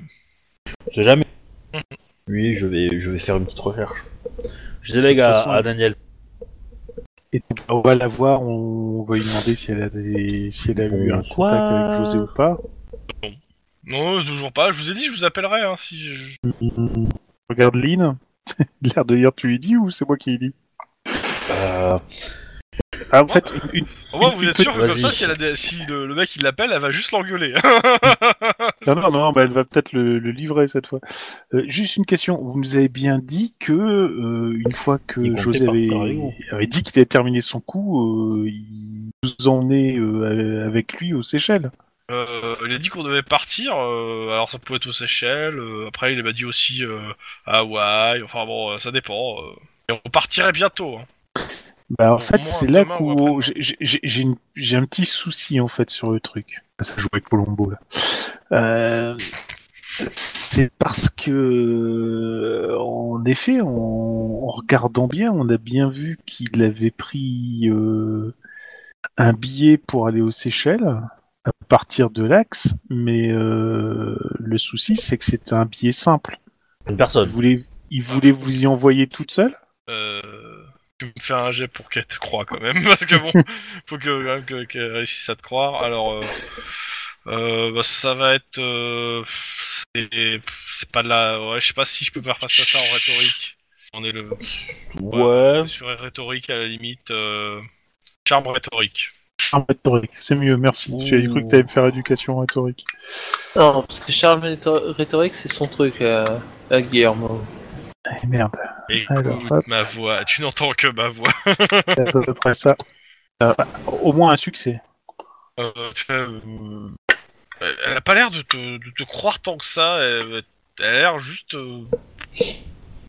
On sait jamais. Hmm. Oui, je vais, je vais faire une petite recherche. Je délègue De toute à, façon, à Daniel. Et donc, on va la voir, on va lui demander si elle a, des- si elle a eu un Bonsoir. contact avec José ou pas. non, toujours pas. Je vous ai dit, je vous appellerai hein, si. je- Regarde Lynn. L'air de dire tu lui dis ou c'est moi qui lui dis Euh, Ah, En fait, une- une- Au moins, vous Une êtes sûr que comme petite- ça, vas-y. si, elle a des- si le, le mec il l'appelle, elle va juste l'engueuler. non, non, non, bah, elle va peut-être le, le livrer cette fois. Euh, juste une question. Vous nous avez bien dit que euh, une fois Il que comptait José pas, avait, carrément. avait dit qu'il avait terminé son coup, euh, il nous emmenait euh, avec lui aux Seychelles. Euh, il a dit qu'on devait partir, euh, alors ça pouvait être aux Seychelles, euh, après il m'a dit aussi euh, à Hawaï, enfin bon, euh, ça dépend. euh. Et on partirait bientôt. hein. Bah, en Au fait, moins c'est demain là ou après-demain. où j'ai- j'ai- j'ai j'ai une- j'ai un petit souci en fait sur le truc. Ah, Ça joue avec Colombo là. Euh, c'est parce que, euh, en effet, en, en regardant bien, on a bien vu qu'il avait pris euh, un billet pour aller aux Seychelles à partir de l'Axe, mais euh, le souci c'est que c'était un billet simple. une Il personne. voulait, il voulait vous y envoyer toute seule. Euh, tu me fais un jet pour qu'elle hein, te croie quand même, parce que bon, faut que, quand même que- qu'elle réussisse à te croire. Alors, euh, Euh, bah, ça va être. euh, c'est c'est pas de la. Ouais, je sais pas si je peux faire face à ça en rhétorique. On est le. Ouais. c'est Sur rhétorique à la limite. euh, Charme rhétorique. Charme rhétorique, c'est mieux, merci. J'avais cru que t'allais me faire éducation rhétorique. Non, parce que Charles Rhétor- Rhétorique, c'est son truc, euh, à Guillermo. Eh merde, Écoute Alors, hop. ma voix. Tu n'entends que ma voix. c'est à peu près ça. Euh, bah, au moins un succès. Euh, euh, elle a pas l'air de te, de te croire tant que ça. Elle, elle a l'air juste euh,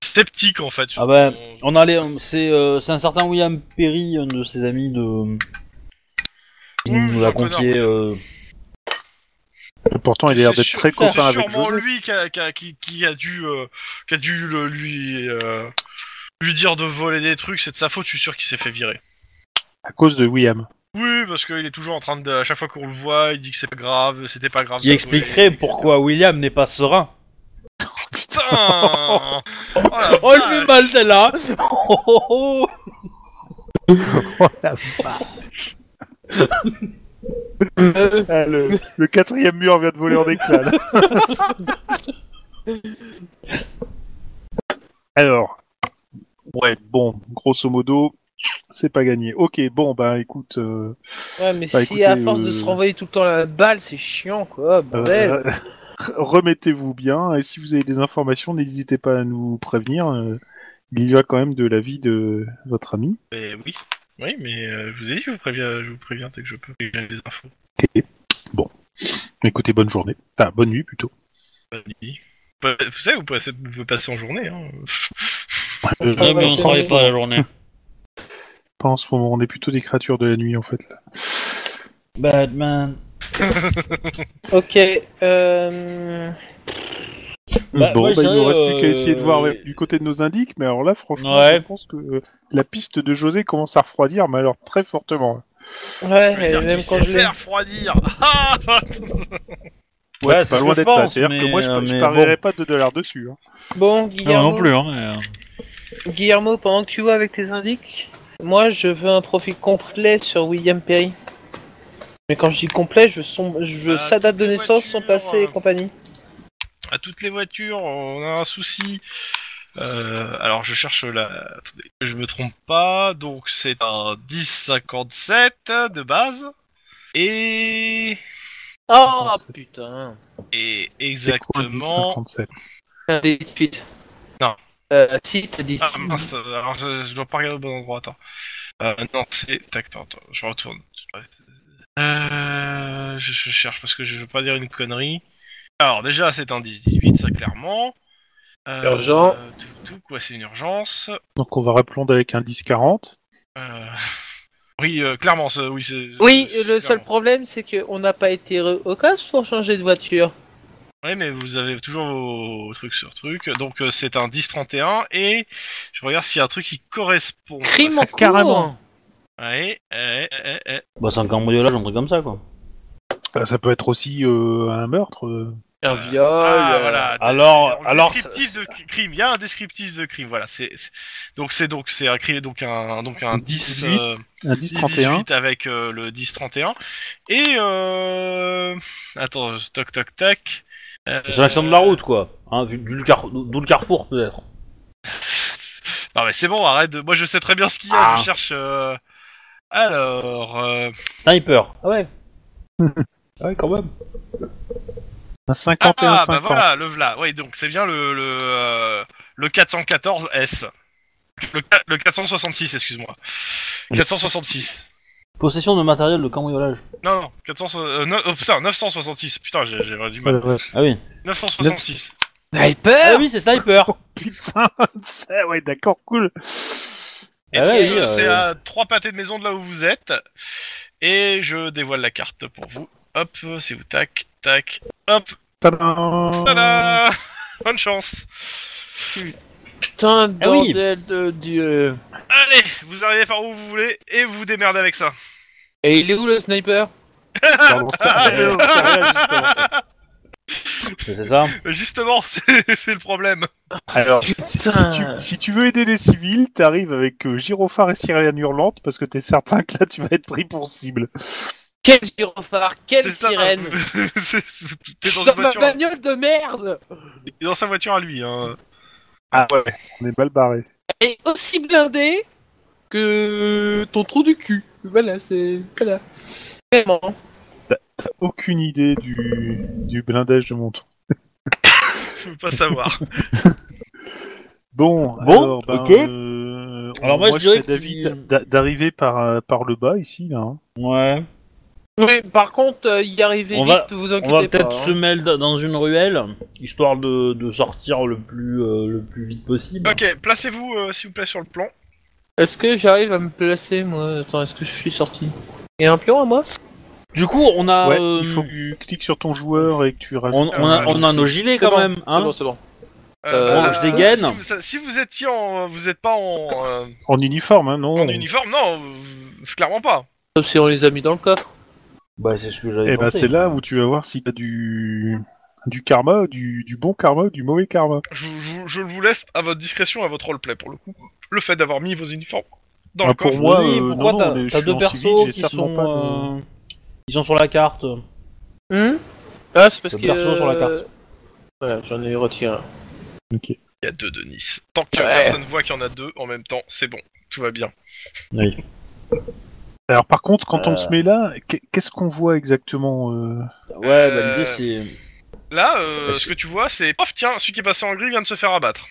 sceptique en fait. sur Ah bah, ton- On allait, c'est euh, c'est un certain William Perry, un de ses amis de. Il Oui, nous c'est l'a un connard, confié. ouais. euh, Et pourtant, il a l'air C'est d'être sûr- très copain C'est avec sûrement Joseph. lui qui a, qui a- qui- qui a dû, euh, qui a dû le- lui, euh, lui dire de voler des trucs. C'est de sa faute. Je suis sûr qu'il s'est fait virer. à cause de William. Oui, parce qu'il est toujours en train de, à chaque fois qu'on le voit, il dit que c'est pas grave, c'était pas grave. qui de voler, expliquerait etc. pourquoi William n'est pas serein. Putain Oh la Oh, elle vache. fait mal celle-là Oh, oh, oh. Euh, Ah, le, le quatrième mur vient de voler en éclats. là. Alors, ouais, bon, grosso modo, c'est pas gagné. Ok, bon, bah écoute, euh, Ouais, mais Bah, si écoutez, à force de euh, se renvoyer tout le temps la balle, c'est chiant, quoi, bordel. euh, remettez-vous bien, et si vous avez des informations, n'hésitez pas à nous prévenir. euh, il y va quand même de la vie de votre ami. Mais oui, oui, mais euh, je vous ai dit, je vous préviens, je vous préviens dès que je peux. Dès que J'ai des infos. Écoutez, bonne journée. Enfin, bonne nuit plutôt. Bonne nuit. Bah, Vous savez, vous pouvez, vous pouvez passer en journée. Hein. Euh, Ouais, mais on travaille pas la journée. pas en ce moment, on est plutôt des créatures de la nuit en fait. Là. Batman. Ok, euh... Bah, bon, moi, je bah, il nous dirais, reste plus qu'à euh, essayer de voir euh, ouais, du côté de nos indiques, mais alors là, franchement, Ouais. je pense que euh, la piste de José commence à refroidir, mais alors très fortement. ouais, Je veux dire même qu'il quand sait je l'ai... faire refroidir. Ah Ouais, c'est pas ce loin que je d'être ça. pense, C'est-à-dire que mais, moi, je, euh, je mais parierais pas de dollars dessus. hein. Bon, Guillermo, hein. mais, euh, Guillermo, pendant que tu vois avec tes indiques, moi, je veux un profil complet sur William Perry. Mais quand je dis complet, je, son... je Ah, sa date de toutes les naissance, son voitures, passé et euh, compagnie. à toutes les voitures, on a un souci. Euh, alors je cherche la. Attendez, que je me trompe pas. Donc c'est un 1057 de base. Et. Oh putain Et C'est quoi, le exactement. 10,57? T'as dit tout de suite. Non. Euh, si, t'as dit... Ah mince, alors je, je dois pas regarder au bon endroit, attends. Euh, non, c'est. Tac, attends, attends, je retourne. Euh, je, je cherche parce que je veux pas dire une connerie. Alors déjà, c'est un 18, ça clairement. Euh, Urgent. euh, tout, tout, quoi, c'est une urgence. Donc on va reprendre avec un 10,40. Euh, Oui, euh, clairement, ça- oui, c'est. Oui, c'est- le seul clairement. problème, c'est qu'on n'a pas été re- au casse pour changer de voiture. Oui, mais vous avez toujours vos trucs sur trucs. Donc euh, c'est un 10-31 et je regarde s'il y a un truc qui correspond. Crime en cours. carrément. Ouais, ouais, ouais, ouais. Bah, c'est un cambriolage, un truc comme ça, quoi. Bah, ça peut être aussi euh, un meurtre. euh. Un viol. Ah, euh, voilà. alors- Un Oh, alors, descriptif de crime. Il y a un descriptif de crime. Voilà. C'est c'est- donc c'est donc c'est un crime donc un donc un 10 18, euh, Un 10-31 10,31. avec euh, le 10 31 et euh... attends je- toc toc tac. Euh, C'est l'action de la route, quoi. Hein, vu- d'où le car- d'où le carrefour, peut-être. Euh, Non mais c'est bon arrête. de- Moi je sais très bien ce qu'il y a. Ah. Je cherche. euh, Alors. euh, Sniper. Ah ouais. ah ouais, quand même. Un Ah 51,50. bah voilà le v'là. Oui donc c'est bien le le euh, le 414 S. Le, qua- le 466 excuse-moi. 466. Possession de matériel de cambriolage. Non, non, 400, euh, no- oh, putain, 966, putain, j'ai j'ai du mal. Ah oui. 966. Ah Sniper oui, c'est sniper. Putain, c'est- ouais, d'accord, cool. Et Ah donc, ouais, oui, euh, euh, c'est à 3 pâtés de maison de là où vous êtes. Et je dévoile la carte pour vous. Hop, c'est vous, tac, tac, hop, Tadam. tada Bonne chance Putain, Ah oui. bordel de Dieu. Allez, vous arrivez par où vous voulez et vous vous démerdez avec ça. Et il est où le sniper Pardon. Ah, C'est ça. Justement, c'est c'est le problème. Alors, si, si tu, Putain. si tu veux aider les civils, t'arrives avec euh, Gyrophare et Sirène Hurlante parce que t'es certain que là tu vas être pris pour cible. Quel gyrophare, quelle C'est ça. sirène C'est- T'es Je suis dans dans une ma voiture. bagnole de merde t'es dans sa voiture à lui. Hein. On est mal barré. Elle est aussi blindée que ton trou du cul. Voilà, c'est... Voilà. Vraiment. T'as aucune idée du, du blindage de mon tour. Je veux pas savoir. Bon, Bon, alors, ben, ok. euh, Alors moi, je dirais serais d'avis qu'il- d'a- d'a- d'arriver par, euh, par le bas ici, là. hein. Ouais. Oui, par contre, euh, y arriver On vite, va- vous On va inquiétez pas. peut-être se hein. mêler dans une ruelle, histoire de, de sortir le plus, euh, le plus vite possible. ok, placez-vous euh, s'il vous plaît sur le plan. Est-ce que j'arrive à me placer, moi Attends, est-ce que je suis sorti Il y a un pion à moi Du coup, on a, ouais, euh, il faut que tu cliques sur ton joueur et que tu on, rajoutes... on a, on a nos gilets quand bon, même. Hein C'est bon, c'est bon. Euh, Bon, bah, je dégaine. Si vous, si vous étiez en, vous êtes pas en, euh, En uniforme, hein, non en uniforme, non, vous- clairement pas. Sauf si on les a mis dans le coffre. Bah, c'est ce que j'avais Eh ben, pensé. c'est là où tu vas voir si t'as du... du karma, du... du bon karma ou du mauvais karma. Je, je- je vous laisse à votre discrétion, à votre roleplay pour le coup. Le fait d'avoir mis vos uniformes dans Ah, Bah, le pour coffre. moi, oui, euh, pourquoi non, t'as non, mais je t'as suis deux en persos civil, j'ai qui certainement sont, pas euh, ils sont sur la carte. Hum ah, c'est parce Le que... perso sur la carte. Voilà, j'en ai retiré un. Ok. Il y a deux de Nice. Tant que Ouais. personne voit qu'il y en a deux en même temps, c'est bon, tout va bien. Alors par contre, quand Euh. on se met là, qu'est- qu'est-ce qu'on voit exactement euh, Ouais, Euh, bah l'idée c'est. Là, euh, Bah, ce c'est- que tu vois, c'est pof, tiens, celui qui est passé en gris vient de se faire abattre.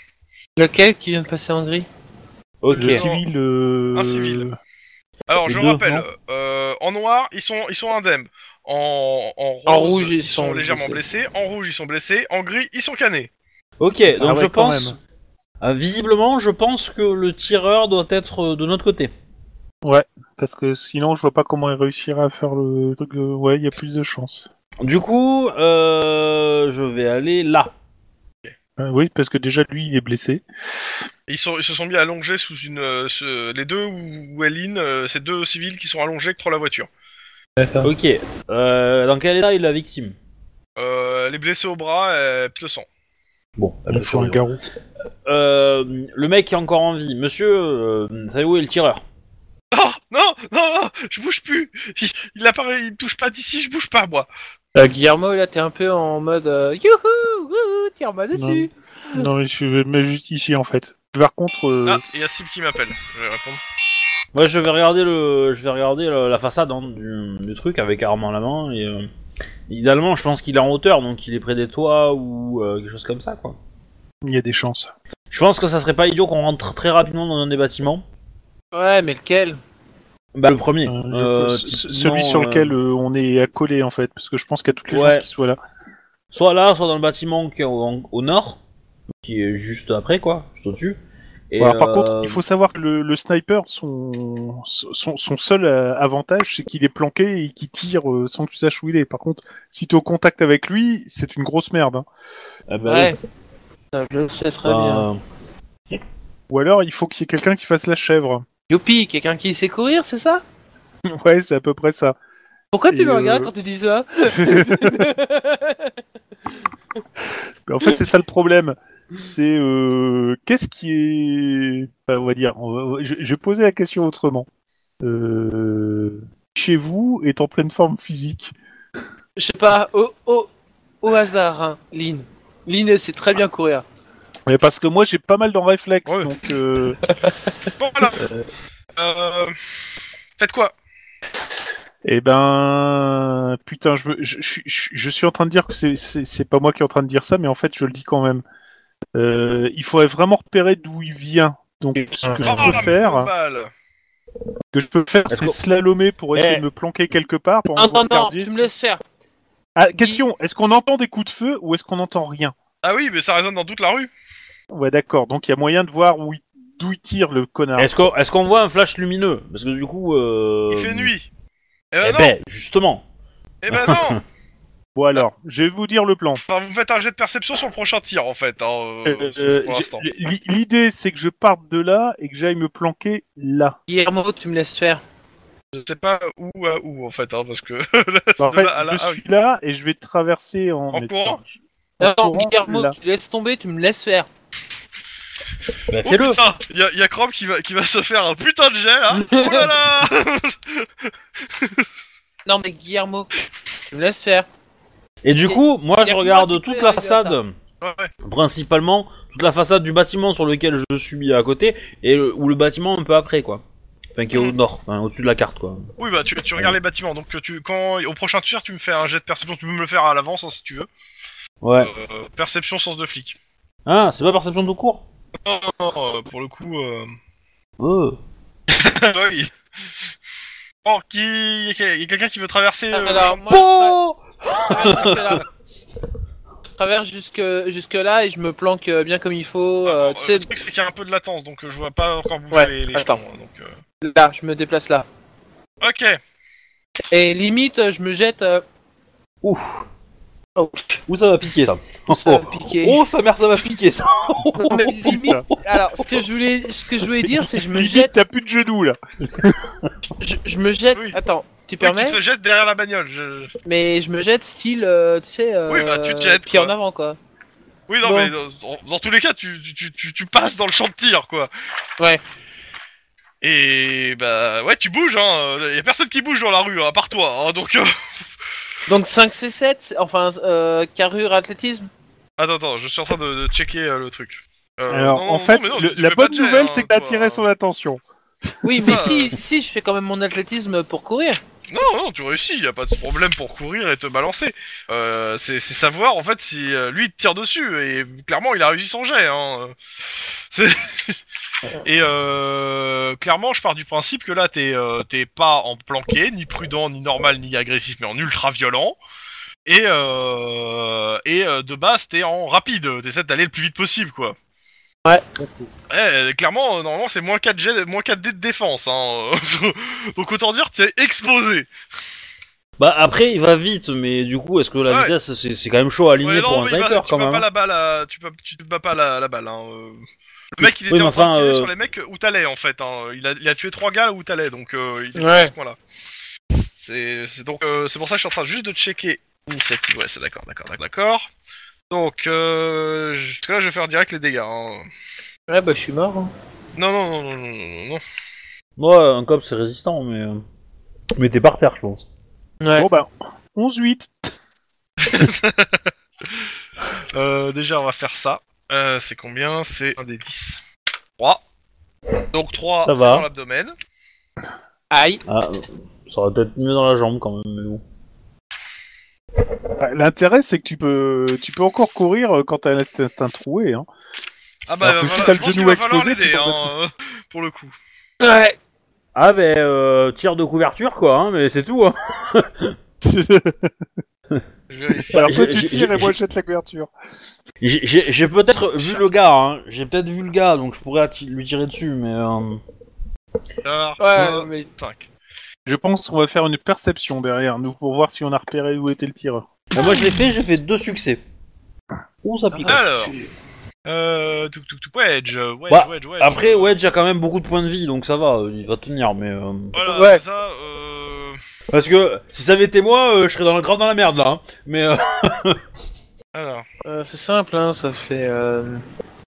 Lequel qui vient de passer en gris Ok. Le civil... euh, Un civil. Alors, Les je deux, rappelle, non euh, en noir, ils sont, ils sont indemnes. En, en rose, En rouge, ils sont, sont légèrement blessés. En rouge, ils sont blessés. En gris, ils sont canés. Ok, donc Ah ouais, je quand pense. même. euh, visiblement, je pense que le tireur doit être euh, de notre côté. Parce que sinon, je vois pas comment il réussira à faire le truc. euh, Ouais, il y a plus de chances. Du coup, euh, je vais aller là. Euh, oui, parce que déjà, lui, il est blessé. Ils, sont, ils se sont mis allongés sous une. euh, ce- les deux ou, ou Eileen, euh, c'est deux civils qui sont allongés contre la voiture. D'accord. Ok. Euh, dans quel état est la victime Euh, les blessés au bras, euh, pisse le sang. Bon, Il faut un garrot. Euh, le mec qui est encore en vie. Monsieur, euh, savez où est le tireur Non, non, non, non, je bouge plus. Il, il apparaît, il me touche pas d'ici, je bouge pas moi. Euh, Guillermo, là, t'es un peu en mode euh, youhou, wouhou, tire-moi dessus. Non, mais je vais le mettre juste ici, en fait. Par contre, euh, Ah, il y a Sib qui m'appelle. Je vais répondre. Moi, je vais regarder le, je vais regarder le- la façade hein, du, du truc avec arme en la main. Et euh, idéalement, je pense qu'il est en hauteur, donc il est près des toits ou euh, quelque chose comme ça, quoi. il y a des chances. Je pense que ça serait pas idiot qu'on rentre très rapidement dans un des bâtiments. Ouais, mais lequel Bah, le premier. Euh, je- Euh, ce- ce- celui typiquement, sur euh, lequel euh, on est accolé, en fait. Parce que je pense qu'il y a toutes les Ouais. chances qu'il soit là. soit là, soit dans le bâtiment qui est au, en- au nord, qui est juste après, quoi, juste au-dessus. Et, Voilà, Par euh, contre, il faut savoir que le, le sniper, son, son, son seul euh, avantage, c'est qu'il est planqué et qu'il tire euh, sans que tu saches où il est. Par contre, si t'es au contact avec lui, c'est une grosse merde. hein. ah bah oui, Ouais. Ça, Ah, je le sais très bah, bien. Ou alors, il faut qu'il y ait quelqu'un qui fasse la chèvre. Youpi, quelqu'un qui sait courir, c'est ça Ouais, c'est à peu près ça. Pourquoi tu Et, me regardes euh, quand tu dis ça Mais en fait, c'est ça le problème. Mm. C'est euh, qu'est-ce qui est. enfin, on va dire. on va- on va- Je, je vais poser la question autrement. Euh, Chez vous est en pleine forme physique. Je sais pas, au, au, au hasard, hein, Lynn. Lynn, elle sait très bien courir. Mais parce que moi, j'ai pas mal dans réflexe. Ouais. Donc, euh, Bon, voilà. Euh, Faites quoi eh ben, putain, je, me- je, je- je- je suis en train de dire que c'est- c'est c'est pas moi qui est en train de dire ça, mais en fait, je le dis quand même. Euh, il faudrait vraiment repérer d'où il vient. Donc, ce que je Oh, peux la faire. balle. que je peux faire, Est-ce c'est qu'on- slalomer pour essayer Eh. de me planquer quelque part. Pour Non, non, non, regarder tu si- me laisses faire. Ah, question, est-ce qu'on entend des coups de feu ou est-ce qu'on entend rien Ah oui, mais ça résonne dans toute la rue. Ouais, d'accord, donc il y a moyen de voir où il- d'où il tire le connard. Est-ce qu'on est-ce qu'on voit un flash lumineux Parce que du coup. Euh... Il fait nuit. Eh ben Eh non, ben, justement. eh ben non. Bon alors, je vais vous dire le plan. Enfin, vous me faites un jet de perception sur le prochain tir en fait. hein, euh, Euh, c'est pour euh, l'instant. j'ai- l'i- L'idée, c'est que je parte de là et que j'aille me planquer là. Guillermo, tu me laisses faire. Je sais pas où à où en fait, hein, parce que là, Bah, en de fait, là à là, je ah oui. suis là et je vais traverser en... En courant Non, non, courant, Guillermo, Ah, là. tu laisses tomber, tu me laisses faire. Ben, Oh fais-le putain, y a, y a Chrome qui va, qui va se faire un putain de gel là. Oh là là Non, mais Guillermo, tu me laisses faire. Et du Ok. coup, moi Y je a regarde moi qui peux toute la arriver à ça. façade, Ouais, ouais. principalement toute la façade du bâtiment sur lequel je suis mis à côté, et le- ou le bâtiment un peu après, quoi. Enfin, qui est au Mhm. nord, enfin, au-dessus de la carte, quoi. Oui, bah tu, tu regardes les bâtiments. Donc que tu, quand au prochain tir, tu me fais un jet de perception. Tu peux me le faire à l'avance hein, si tu veux. Ouais. Euh, perception sens de flic. Ah, c'est pas perception de court Non, non, non, euh, pour le coup. Euh... Euh. oui. Bon, qui y a, quel- y a quelqu'un qui veut traverser euh, Ah, Alors, moi, je traverse jusque-là. Je traverse jusque, jusque-là et je me planque euh, bien comme il faut. euh, Alors, tu euh, sais, le truc c'est qu'il y a un peu de latence, donc euh, je vois pas encore bouger Ouais, les, les attends. jetons, hein, donc, euh, là, je me déplace là. Ok. Et limite, euh, je me jette. euh, Ouf. Oh. Où ça va piquer ça ça va me piquer. Oh, sa mère, ça va piquer ça Non, mais limite, alors, ce que je voulais, ce que je voulais dire, c'est que je me Limite, jette. t'as plus de genoux là. Je, je me jette. Oui. Attends, tu Oui, permets tu te jettes derrière la bagnole. je- Mais je me jette style, euh, tu sais. Euh, Oui, bah, tu te jettes, Pied quoi. en avant, quoi. Oui, non, Bon. mais dans, dans- dans tous les cas, tu, tu- tu, tu, tu passes dans le champ de tir, quoi. Ouais. Et bah ouais, tu bouges, hein. euh, Y a personne qui bouge dans la rue, hein, à part toi. hein, donc. euh, Donc 5 C7, c'est- enfin, euh, carrure, athlétisme. Attends, attends, je suis en train de, de checker euh, le truc. Euh, Alors, non, en non, fait, mais non, le- tu- tu la fais pas bonne de jet, nouvelle, hein, c'est que t'as toi. attiré son attention. Oui, C'est mais ça, si, si, je fais quand même mon athlétisme pour courir. Non, non, tu réussis, y a pas de problème pour courir et te balancer. Euh, c'est c'est savoir en fait si euh, lui il te tire dessus et clairement il a réussi son jet. Hein. C'est- et euh, clairement, je pars du principe que là t'es euh, t'es pas en planqué, ni prudent, ni normal, ni agressif, mais en ultra violent. Et euh, et euh, de base t'es en rapide, t'essaies d'aller le plus vite possible quoi. Ouais. Ouais, clairement, euh, normalement c'est moins 4 jet, moins 4 d de défense. Hein. Donc autant dire t'es explosé. Bah après, il va vite, mais du coup, est-ce que la Ouais. vitesse, c'est c'est quand même chaud à aligner Ouais, pour non, un mais il va- sniper tu quand bats même pas hein. la balle, à- tu, bats- tu te bats pas la, la balle. Hein. euh. Le mec, il était Oui, mais en train de enfin, tirer euh, sur les mecs où t'allais en fait. Hein. Il, a, il a tué trois gars là où t'allais, donc euh, il était Ouais. à ce point-là. C'est c'est donc euh, c'est pour ça que je suis en train juste de checker l'initiative. Ouais, c'est d'accord, d'accord, d'accord, d'accord. Donc euh, je, là, je vais faire direct les dégâts. Hein. Ouais, bah, je suis mort. hein. Non, non, non, non, non, non, non. Ouais, un cop c'est résistant, mais. euh, Mais t'es par terre, je pense. Ouais. Bon bah, 11-8. Euh, déjà, on va faire ça. Euh, c'est combien C'est un des 10 3 Donc 3 Ça va. dans l'abdomen. Aïe. Ah, euh, ça aurait peut-être mieux dans la jambe quand même, mais bon. Bah, L'intérêt, c'est que tu peux, tu peux encore courir euh, quand t'as l'instinct troué. Hein. Ah bah, Alors que voilà, si t'as le je pense genou qu'il va falloir explosé, tu l'aider, t'en hein, euh, pour le coup. Ouais. Ah, ben, euh, tir de couverture quoi, hein, mais c'est tout. Hein. Je vérifie. Alors toi, j'ai- tu j'ai- tires et moi, j'ai- je jette la couverture. J'ai- J'ai j'ai peut-être vu le gars, hein. j'ai peut-être vu le gars, donc je pourrais atti- lui tirer dessus, mais. euh, Alors, Ouais, euh, mais. cinq. Je pense qu'on va faire une perception derrière nous pour voir si on a repéré où était le tireur. mais moi je l'ai fait, j'ai fait deux succès. Ouh, ça pique. hein. Alors, euh, tout, tout, tout, wedge, euh, wedge, Bah, wedge, wedge. Après, Wedge a quand même beaucoup de points de vie, donc ça va, euh, il va tenir, mais. euh, Voilà, Ouais. ça, euh... Parce que si ça avait été moi, euh, je serais dans la, grave dans la merde là. hein. Mais euh, Alors, Euh, c'est simple, hein, ça fait. Euh...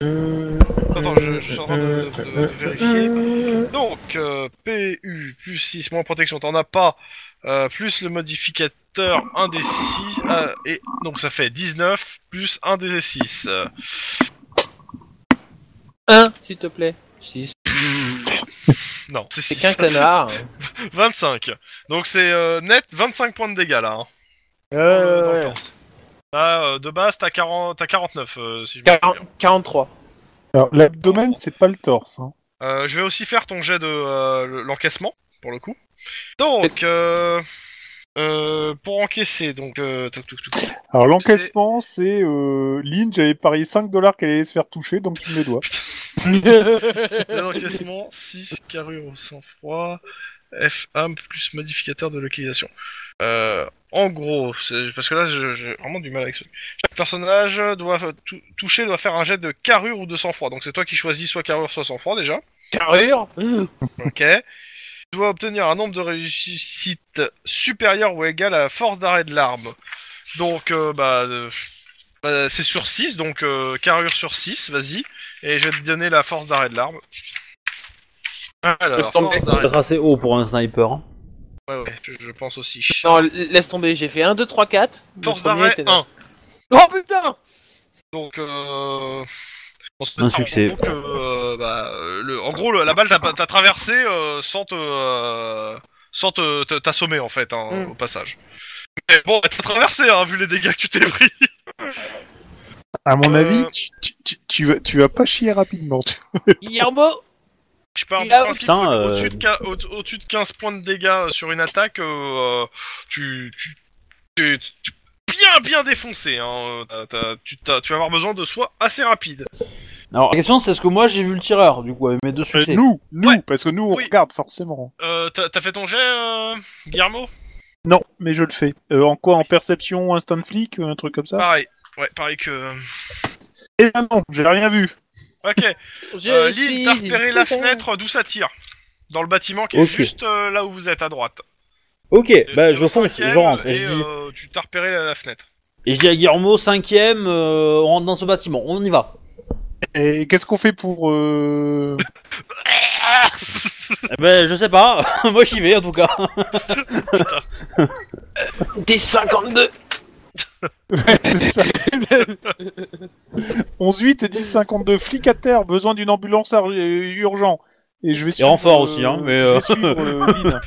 attends, je, je suis en train de, de- de vérifier. Donc, euh, PU plus 6, moins protection, t'en as pas, euh, plus le modificateur 1 des 6, euh, et donc ça fait 19 plus 1 des 6. euh. 1, s'il te plaît. 6. non, c'est C'est qu'un 6. connard. 25. Donc c'est euh, net 25 points de dégâts là. hein. Euh, dans le ouais. torse. Là, euh, de base, t'as 40, t'as 49, euh, si je me souviens. 40 43. Alors, l'abdomen, c'est pas le torse. Hein. Euh, je vais aussi faire ton jet de euh, le- l'encaissement, pour le coup. Donc, euh, euh, pour encaisser, donc... euh, toc, toc, toc. Alors, l'encaissement, c'est... Euh, Lynn, j'avais parié 5 dollars qu'elle allait se faire toucher, donc tu me les dois. L'encaissement, 6, carrure au sang-froid, F, âme, plus modificateur de localisation. Euh, en gros, c'est- parce que là, je- j'ai vraiment du mal avec ce... Chaque personnage doit tou- toucher, doit faire un jet de carrure ou de sang-froid. Donc c'est toi qui choisis soit carrure, soit sang-froid, déjà. Carrure Mmh. Ok. Tu dois obtenir un nombre de réussites supérieur ou égal à la force d'arrêt de l'arme. Donc, euh, bah, euh, bah, c'est sur 6, donc euh, carrure sur 6, vas-y. Et je vais te donner la force d'arrêt de l'arme. Alors, tomber. force d'arrêt. c'est assez haut pour un sniper. hein. Ouais, ouais, je, je pense aussi. Non, laisse tomber, j'ai fait 1, 2, 3, 4. Le Force premier d'arrêt était neuf. 1. Oh putain Donc, euh, on se Un succès. Donc, euh, bah, le, en gros, le- la balle t'a t'a traversé euh, sans te, euh, sans te te- t'assommer en fait, hein, Mm. au passage. Mais bon, elle t'a traversé, hein, vu les dégâts que tu t'es pris. À mon Euh, avis, tu, tu- tu- tu vas, tu vas pas chier rapidement. tu- Guillermo Je pars du Il a- principe Putain, que euh, au-dessus de, quin- au- au-dessus de 15 points de dégâts sur une attaque, euh, tu, tu, tu- tu- bien bien défoncé. Hein, euh, t'as- t'as- tu, t'as- tu vas avoir besoin de soins assez rapides. Alors, la question, c'est est-ce que moi j'ai vu le tireur, du coup, avec mes deux Euh, succès nous, nous, Ouais. parce que nous, on Oui. regarde forcément. Euh, t'as t'as fait ton jet, euh, Guillermo Non, mais je le fais. Euh, en quoi En perception, instant flic, euh, un truc comme ça Pareil. Ouais, pareil que. euh, Eh ben non, j'ai rien vu. Ok. Je Euh, suis Lynn, t'as repéré une la putain. fenêtre d'où ça tire. Dans le bâtiment qui est Ok. juste euh, là où vous êtes à droite. Ok, bah Sur je le fonce, cinquième, je rentre et et, je dis, euh, tu t'as repéré la, la fenêtre. et je dis à Guillermo, cinquième, euh, on rentre dans ce bâtiment, on y va. Et qu'est-ce qu'on fait pour... euh, Eh ben je sais pas, moi j'y vais en tout cas. Des 52 C'est ça. 11-8 et 10-52, flic à terre, besoin d'une ambulance ar- euh, urgent. Et je vais suivre... renfort aussi, hein, mais, je euh, vais suivre, euh, Lynn.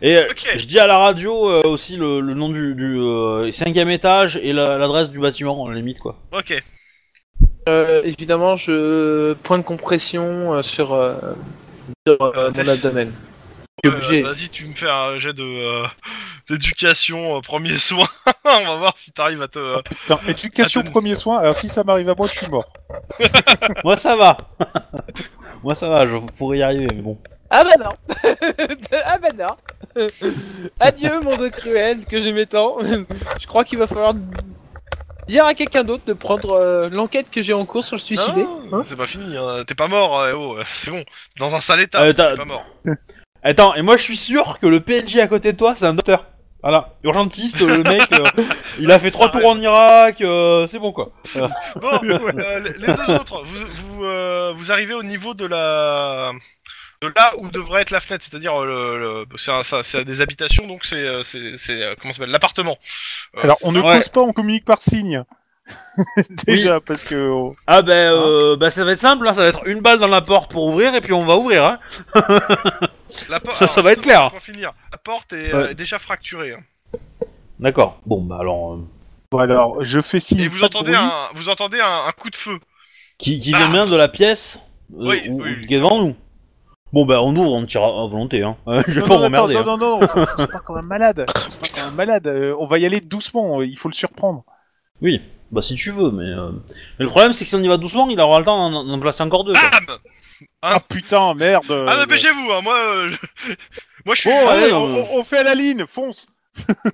Et euh, Ok. je dis à la radio euh, aussi le, le nom du, du euh, cinquième étage et la- l'adresse du bâtiment, à la limite quoi. Ok. Euh, Évidemment, je. Point de compression euh, sur. euh, sur euh, mon abdomen. Je suis Euh, obligé. Vas-y, tu me fais un jet de euh, d'éducation, euh, premier soin. On va voir si t'arrives à te. euh, Putain, éducation, Attends. premier soin, alors si ça m'arrive à moi, je suis mort. Moi ça va. Moi ça va, je pourrais y arriver, mais bon. Ah bah non Ah bah non Adieu monde cruel que j'aimais tant Je crois qu'il va falloir dire à quelqu'un d'autre de prendre euh, l'enquête que j'ai en cours sur le suicidé. Non, Ah, c'est pas fini. hein. T'es pas mort. euh, oh, euh, c'est bon. Dans un sale état. Euh, t'as- t'es pas mort. Attends, et moi je suis sûr que le PNJ à côté de toi c'est un docteur. Voilà, urgentiste, le mec, euh, il a fait trois tours en Irak, euh, c'est bon quoi. Bon, euh, les- les deux autres, vous, vous, euh, vous arrivez au niveau de la de là où devrait être la fenêtre, c'est-à-dire euh, le, le- c'est un- ça- c'est des habitations, donc c'est euh, c'est c'est, euh, comment ça s'appelle l'appartement. Euh, Alors, on ne Ouais. cause pas, on communique par signe. Déjà, parce que... oh. Ah ben, euh, bah, ça va être simple, hein, ça va être une balle dans la porte pour ouvrir et puis on va ouvrir. Hein. la por- ça alors, va être clair. Pour finir, la porte est euh, Ouais. déjà fracturée. hein. D'accord. Bon bah alors, euh, Bon, alors, je fais signe... Et pas vous de entendez bruit. un vous entendez un, un coup de feu. qui, qui Ah. vient bien de la pièce euh, Oui, où- oui. qui est devant nous. Bon bah on ouvre, on tire à à volonté. Hein. Euh, je vais Non, pas non, attends, m'emmerder. non, hein. non, non, faut- faut pas comme un malade. faut pas comme un malade. euh, on va y aller doucement, euh, il faut le surprendre. Oui, bah si tu veux, mais, euh, mais le problème c'est que si on y va doucement, il aura le temps d'en- d'en placer encore deux. quoi. Bam Ah putain, merde. Ah euh, dépêchez-vous, hein, moi euh, je- moi je suis. Bon, Ah allez, ouais, on, non, on- on fait à la ligne, fonce.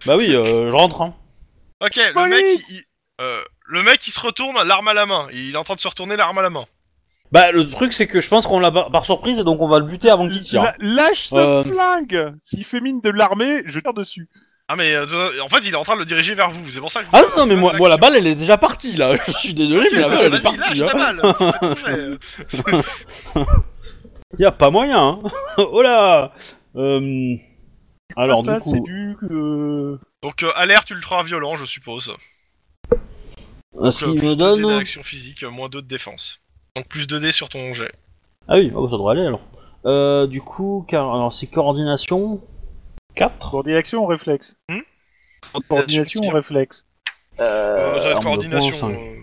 Bah oui, euh, je rentre. Hein. Ok, le mec il, il- euh, le mec il se retourne, l'arme à la main. Il est en train de se retourner l'arme à la main. Bah le truc c'est que je pense qu'on l'a par, par surprise et donc on va le buter avant qu'il tire. L- lâche ce Euh. flingue. S'il fait mine de l'armée, je tire dessus. Ah mais euh, en fait il est en train de le diriger vers vous, c'est pour ça que je vous- Ah non, non mais moi, moi la l'action. balle elle est déjà partie là, je suis désolé mais la balle elle est Ah, Vas-y, partie. lâche ta hein. balle, tu fais ton jet. Y a pas moyen. Hein. oh là. Euh... Ah, Alors ça, du c'est coup, du. euh, Donc euh, alerte ultra violent je suppose. ce qu'il me Des donne. réactions physiques, euh, moins 2 de défense. Donc plus 2 dés sur ton jet. Ah oui, oh, ça devrait aller alors. Euh, du coup, car... alors c'est coordination 4 Coordination ou réflexe Coordination ou réflexe Euh, ça va être arme de coordination. poing, cinq. euh.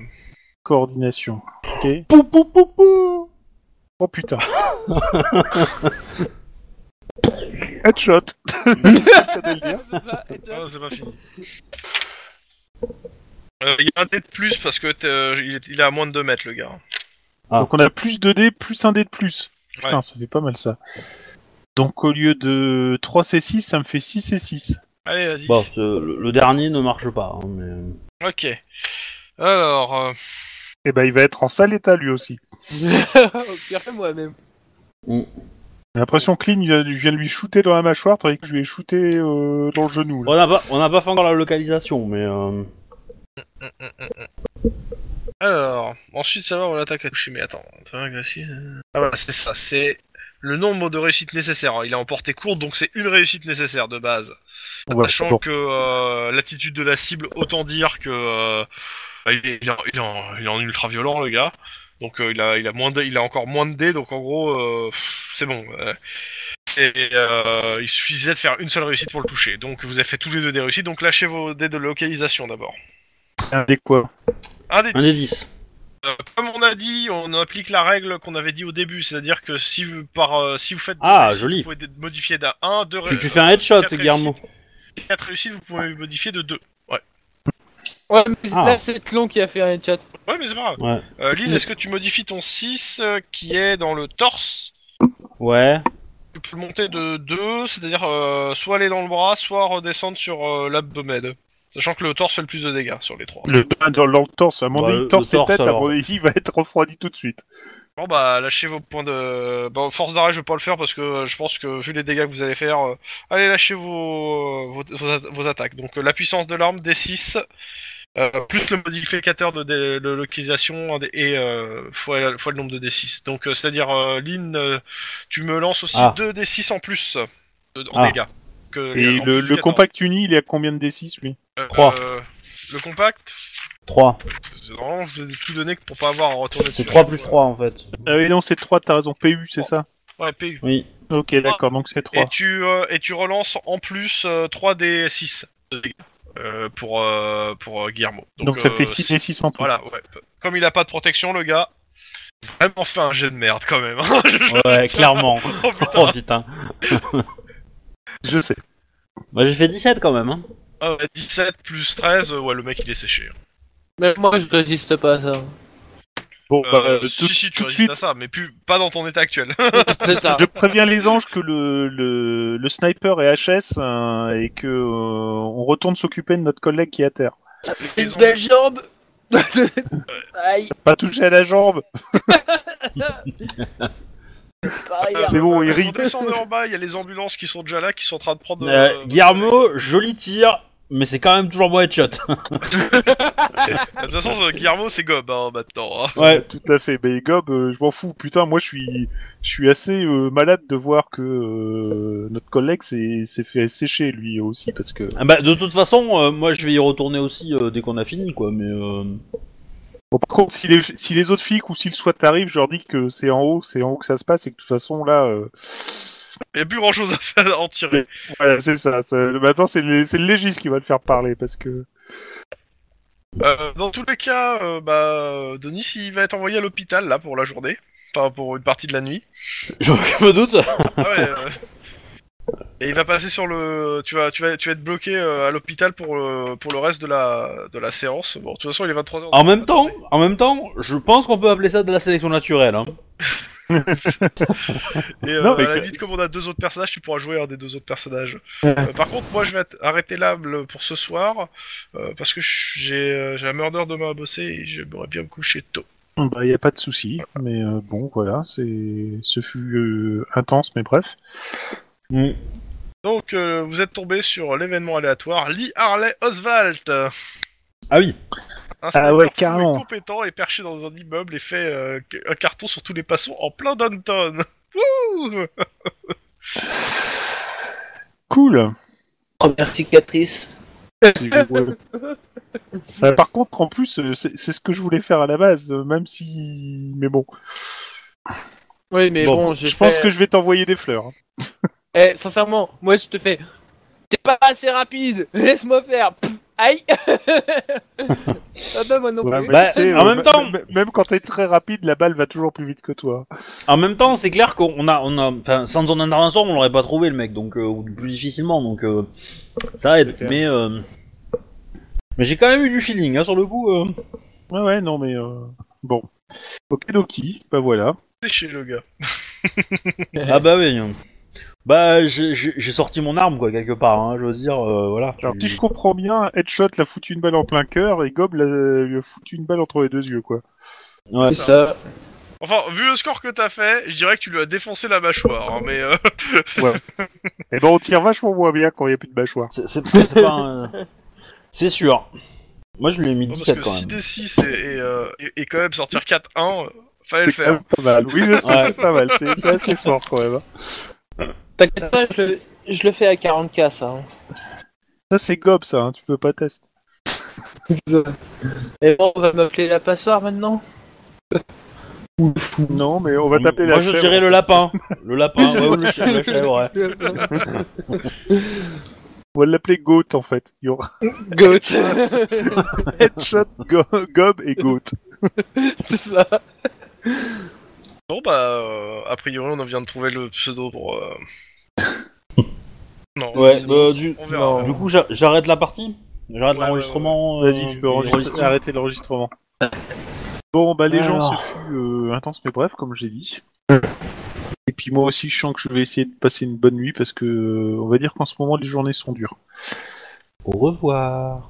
Coordination. Ok. Pou pou pou pou Oh putain. Headshot. fallait le dire. Ah, c'est pas fini. Euh, Il y a un dé de plus parce que t'es, euh, il est, il est à moins de 2 mètres le gars. Ah. Donc on a plus 2 dés, plus 1 dé de plus. Putain, Ouais. ça fait pas mal ça. Donc au lieu de 3C6, ça me fait 6C6. Allez vas-y. Bon, c'est- le, le dernier ne marche pas. hein, mais... Ok. Alors, euh, Et ben il va être en sale état lui aussi. Ah. Au pire, fais moi-même. J'ai l'impression que Lynn vient, vient de lui shooter dans la mâchoire, tandis que je lui ai shooté euh, dans le genou. là. On n'a pas, on n'a pas fait encore la localisation, mais euh... alors, ensuite savoir où l'attaque a touché, mais attends, tu vois, agressif, euh. Ah voilà, c'est bah, ça, c'est le nombre de réussites nécessaires. Il a emporté court, donc c'est une réussite nécessaire de base. Voilà, Sachant bon. que euh, l'attitude de la cible, autant dire que euh, bah, il, est, il est en, il est en- il est en ultra violent le gars. Donc euh, il a il a moins de, il a encore moins de dés, donc en gros euh, pff, c'est bon. ouais. Et euh, il suffisait de faire une seule réussite pour le toucher. Donc vous avez fait tous les deux des réussites. Donc lâchez vos dés de localisation d'abord. Un des quoi Un des Un des 10. euh, comme on a dit, on applique la règle qu'on avait dit au début, c'est-à-dire que si vous, par, euh, si vous faites deux Ah, réussites, joli. vous pouvez dé- modifier d'un 1, 2 Tu, tu fais un headshot, quatre Guillermo. réussites, 4 réussites, vous pouvez modifier de 2. Ouais, mais Ah. là, c'est Tlon qui a fait un chat. Ouais, mais c'est pas grave. Ouais. Euh, Lynn, est-ce que tu modifies ton 6 euh, qui est dans le torse Ouais. Tu peux le monter de 2, c'est-à-dire euh, soit aller dans le bras, soit redescendre sur euh, l'abdomen. Sachant que le torse fait le plus de dégâts sur les 3. Le dans le torse, à mon Bah, avis, le torse et torse, tête, à alors. mon avis, il va être refroidi tout de suite. Bon bah lâchez vos points de... Bah, force d'arrêt je vais pas le faire parce que euh, je pense que vu les dégâts que vous allez faire, euh, allez lâchez vos, euh, vos, vos atta- vos attaques. Donc euh, la puissance de l'arme D6, euh, plus le modificateur de, dé- de localisation un des- et euh, fois, fois le nombre de D6. Donc euh, c'est-à-dire euh, Lynn, euh, tu me lances aussi Ah. 2 D6 en plus de- en Ah. dégâts. Que, Et en le, plus le du 14. compact uni, il est à combien de D6, lui Euh, Trois. euh, le compact 3. Normalement je vous ai tout donné que pour pas avoir à retourner C'est dessus. 3 plus 3 en fait. Ah oui, non, c'est 3, t'as raison, PU, c'est ça Ouais, PU. Oui. Ok, d'accord, donc c'est 3. Et tu, euh, et tu relances en plus euh, 3 d 6 pour, euh, pour euh, Guillermo. Donc, ça euh, fait 6 six- D6 en plus. Voilà, ouais. Comme il a pas de protection, le gars, vraiment fait un jet de merde quand même. hein. Je- Ouais, clairement. oh, putain. Oh putain. Je sais. Bah j'ai fait 17 quand même. Hein. Ah ouais, 17 plus 13, euh, ouais, le mec il est séché. Mais moi, je résiste pas à ça. Bon, bah, Euh, tout, si, si, tu tout de résistes suite, à ça, mais plus, pas dans ton état actuel. C'est ça. je préviens les anges que le, le, le sniper est HS hein, et que euh, on retourne s'occuper de notre collègue qui est à terre. Une belle jambe. Aïe, Pas touché à la jambe pareil. C'est bon, il rit. Ils Ah, descendent en bas, il y a les ambulances qui sont déjà là, qui sont en train de prendre. Euh, euh, Guillermo, joli tir, mais c'est quand même toujours bon headshot. De toute façon, euh, Guillermo c'est gobe hein, maintenant. hein. Ouais. Tout à fait. Mais Gob, euh, je m'en fous. Putain, moi, je suis, je suis assez euh, malade de voir que euh, notre collègue s'est s'est fait sécher lui aussi parce que. Ah bah, de toute façon, euh, moi je vais y retourner aussi euh, dès qu'on a fini quoi, mais euh... Bon, par contre, si les, si les autres flics ou si le SWAT arrive, je leur dis que c'est en haut, c'est en haut que ça se passe et que de toute façon là. euh, Il y a plus grand chose à faire, à en tirer. Voilà, c'est ça. ça- Maintenant, c'est le, c'est le légiste qui va le faire parler parce que. Euh, dans tous les cas, euh, bah, Denis, il va être envoyé à l'hôpital là pour la journée, enfin pour une partie de la nuit. je me doute. Ah ouais, euh, Et il va passer sur le, tu vas, tu vas, tu vas être bloqué euh, à l'hôpital pour le, pour le reste de la, de la séance. Bon, de toute façon, il est 23 h En même temps, en même temps, je pense qu'on peut appeler ça de la sélection naturelle. Hein. Et euh, Non, mais à la que- limite, comme on a deux autres personnages, tu pourras jouer un des deux autres personnages. Euh, par contre, moi, je vais at- arrêter là le- pour ce soir, euh, parce que je- j'ai euh, j'ai un murder demain à bosser et j'aimerais bien me coucher tôt. Bah, y a pas de souci. Mais euh, bon, voilà, c'est, ce fut euh, intense, mais bref. Donc, euh, vous êtes tombé sur l'événement aléatoire Lee Harley Oswald. Ah oui. Un Ah ouais, sniper fou et carrément. compétent est perché dans un immeuble et fait euh, un carton sur tous les passants en plein downtown. Wouh Cool. Première cicatrice. Euh, par contre, en plus, euh, c'est c'est ce que je voulais faire à la base, euh, même si. Mais bon. Oui, mais bon, j'ai je pense fait- que je vais t'envoyer des fleurs. hein. Eh, sincèrement, moi je te fais. T'es pas assez rapide, laisse-moi faire. Pff, aïe. ah bah moi non plus. Bah, euh, en même temps- Même quand t'es très rapide, la balle va toujours plus vite que toi. En même temps, c'est clair qu'on a, on a, enfin, sans son intervention, on l'aurait pas trouvé le mec, donc euh, ou plus difficilement, donc euh, ça aide. Mais, euh, mais j'ai quand même eu du feeling hein, sur le coup. euh. Ouais, ouais, non, mais. euh, Bon. Ok, Doki, bah voilà. C'est chez le gars. Ah bah oui. hein. Bah j'ai- j'ai j'ai sorti mon arme quoi quelque part. Hein, je veux dire, euh, voilà. Alors, si je comprends bien, Headshot l'a foutu une balle en plein cœur et Gob l'a- lui a foutu une balle entre les deux yeux, quoi. Ouais. C'est ça. Enfin, vu le score que t'as fait, je dirais que tu lui as défoncé la mâchoire, hein, mais euh, Et ben, on tire vachement moins bien quand il n'y a plus de mâchoire. C'est- C'est c'est pas. un- C'est sûr. Moi je lui ai mis parce que 17 quand même. 6d6 et, et, euh, et- et quand même sortir 4-1, euh, Fallait le faire. pas mal. Oui, je sais, Ouais. c'est pas mal. C'est c'est assez fort quand même. hein. T'inquiète pas, je, je le fais à 40k ça. hein. Ça, c'est gob, ça. hein, Tu peux pas tester. Et bon, on va m'appeler la passoire maintenant Non, mais on va taper Moi, la je chèvre. dirais le lapin. Le lapin, ouais, ou le chien, la chèvre, ouais. On va l'appeler Goat, en fait. Il y aura Goat Headshot, Go- Gob et Goat. C'est ça. Bon bah, euh, a priori on vient de trouver le pseudo pour. euh, non. Ouais, c'est bah, bon. du, on verra. du coup, j'a- j'arrête la partie J'arrête Ouais, ouais, l'enregistrement Vas-y, euh, tu peux enregistrer- enregistrer. arrêter l'enregistrement. Bon, bah les gens, Alors. ce fut euh, intense mais bref, comme j'ai dit. Et puis moi aussi, je sens que je vais essayer de passer une bonne nuit parce que euh, on va dire qu'en ce moment, les journées sont dures. Au revoir.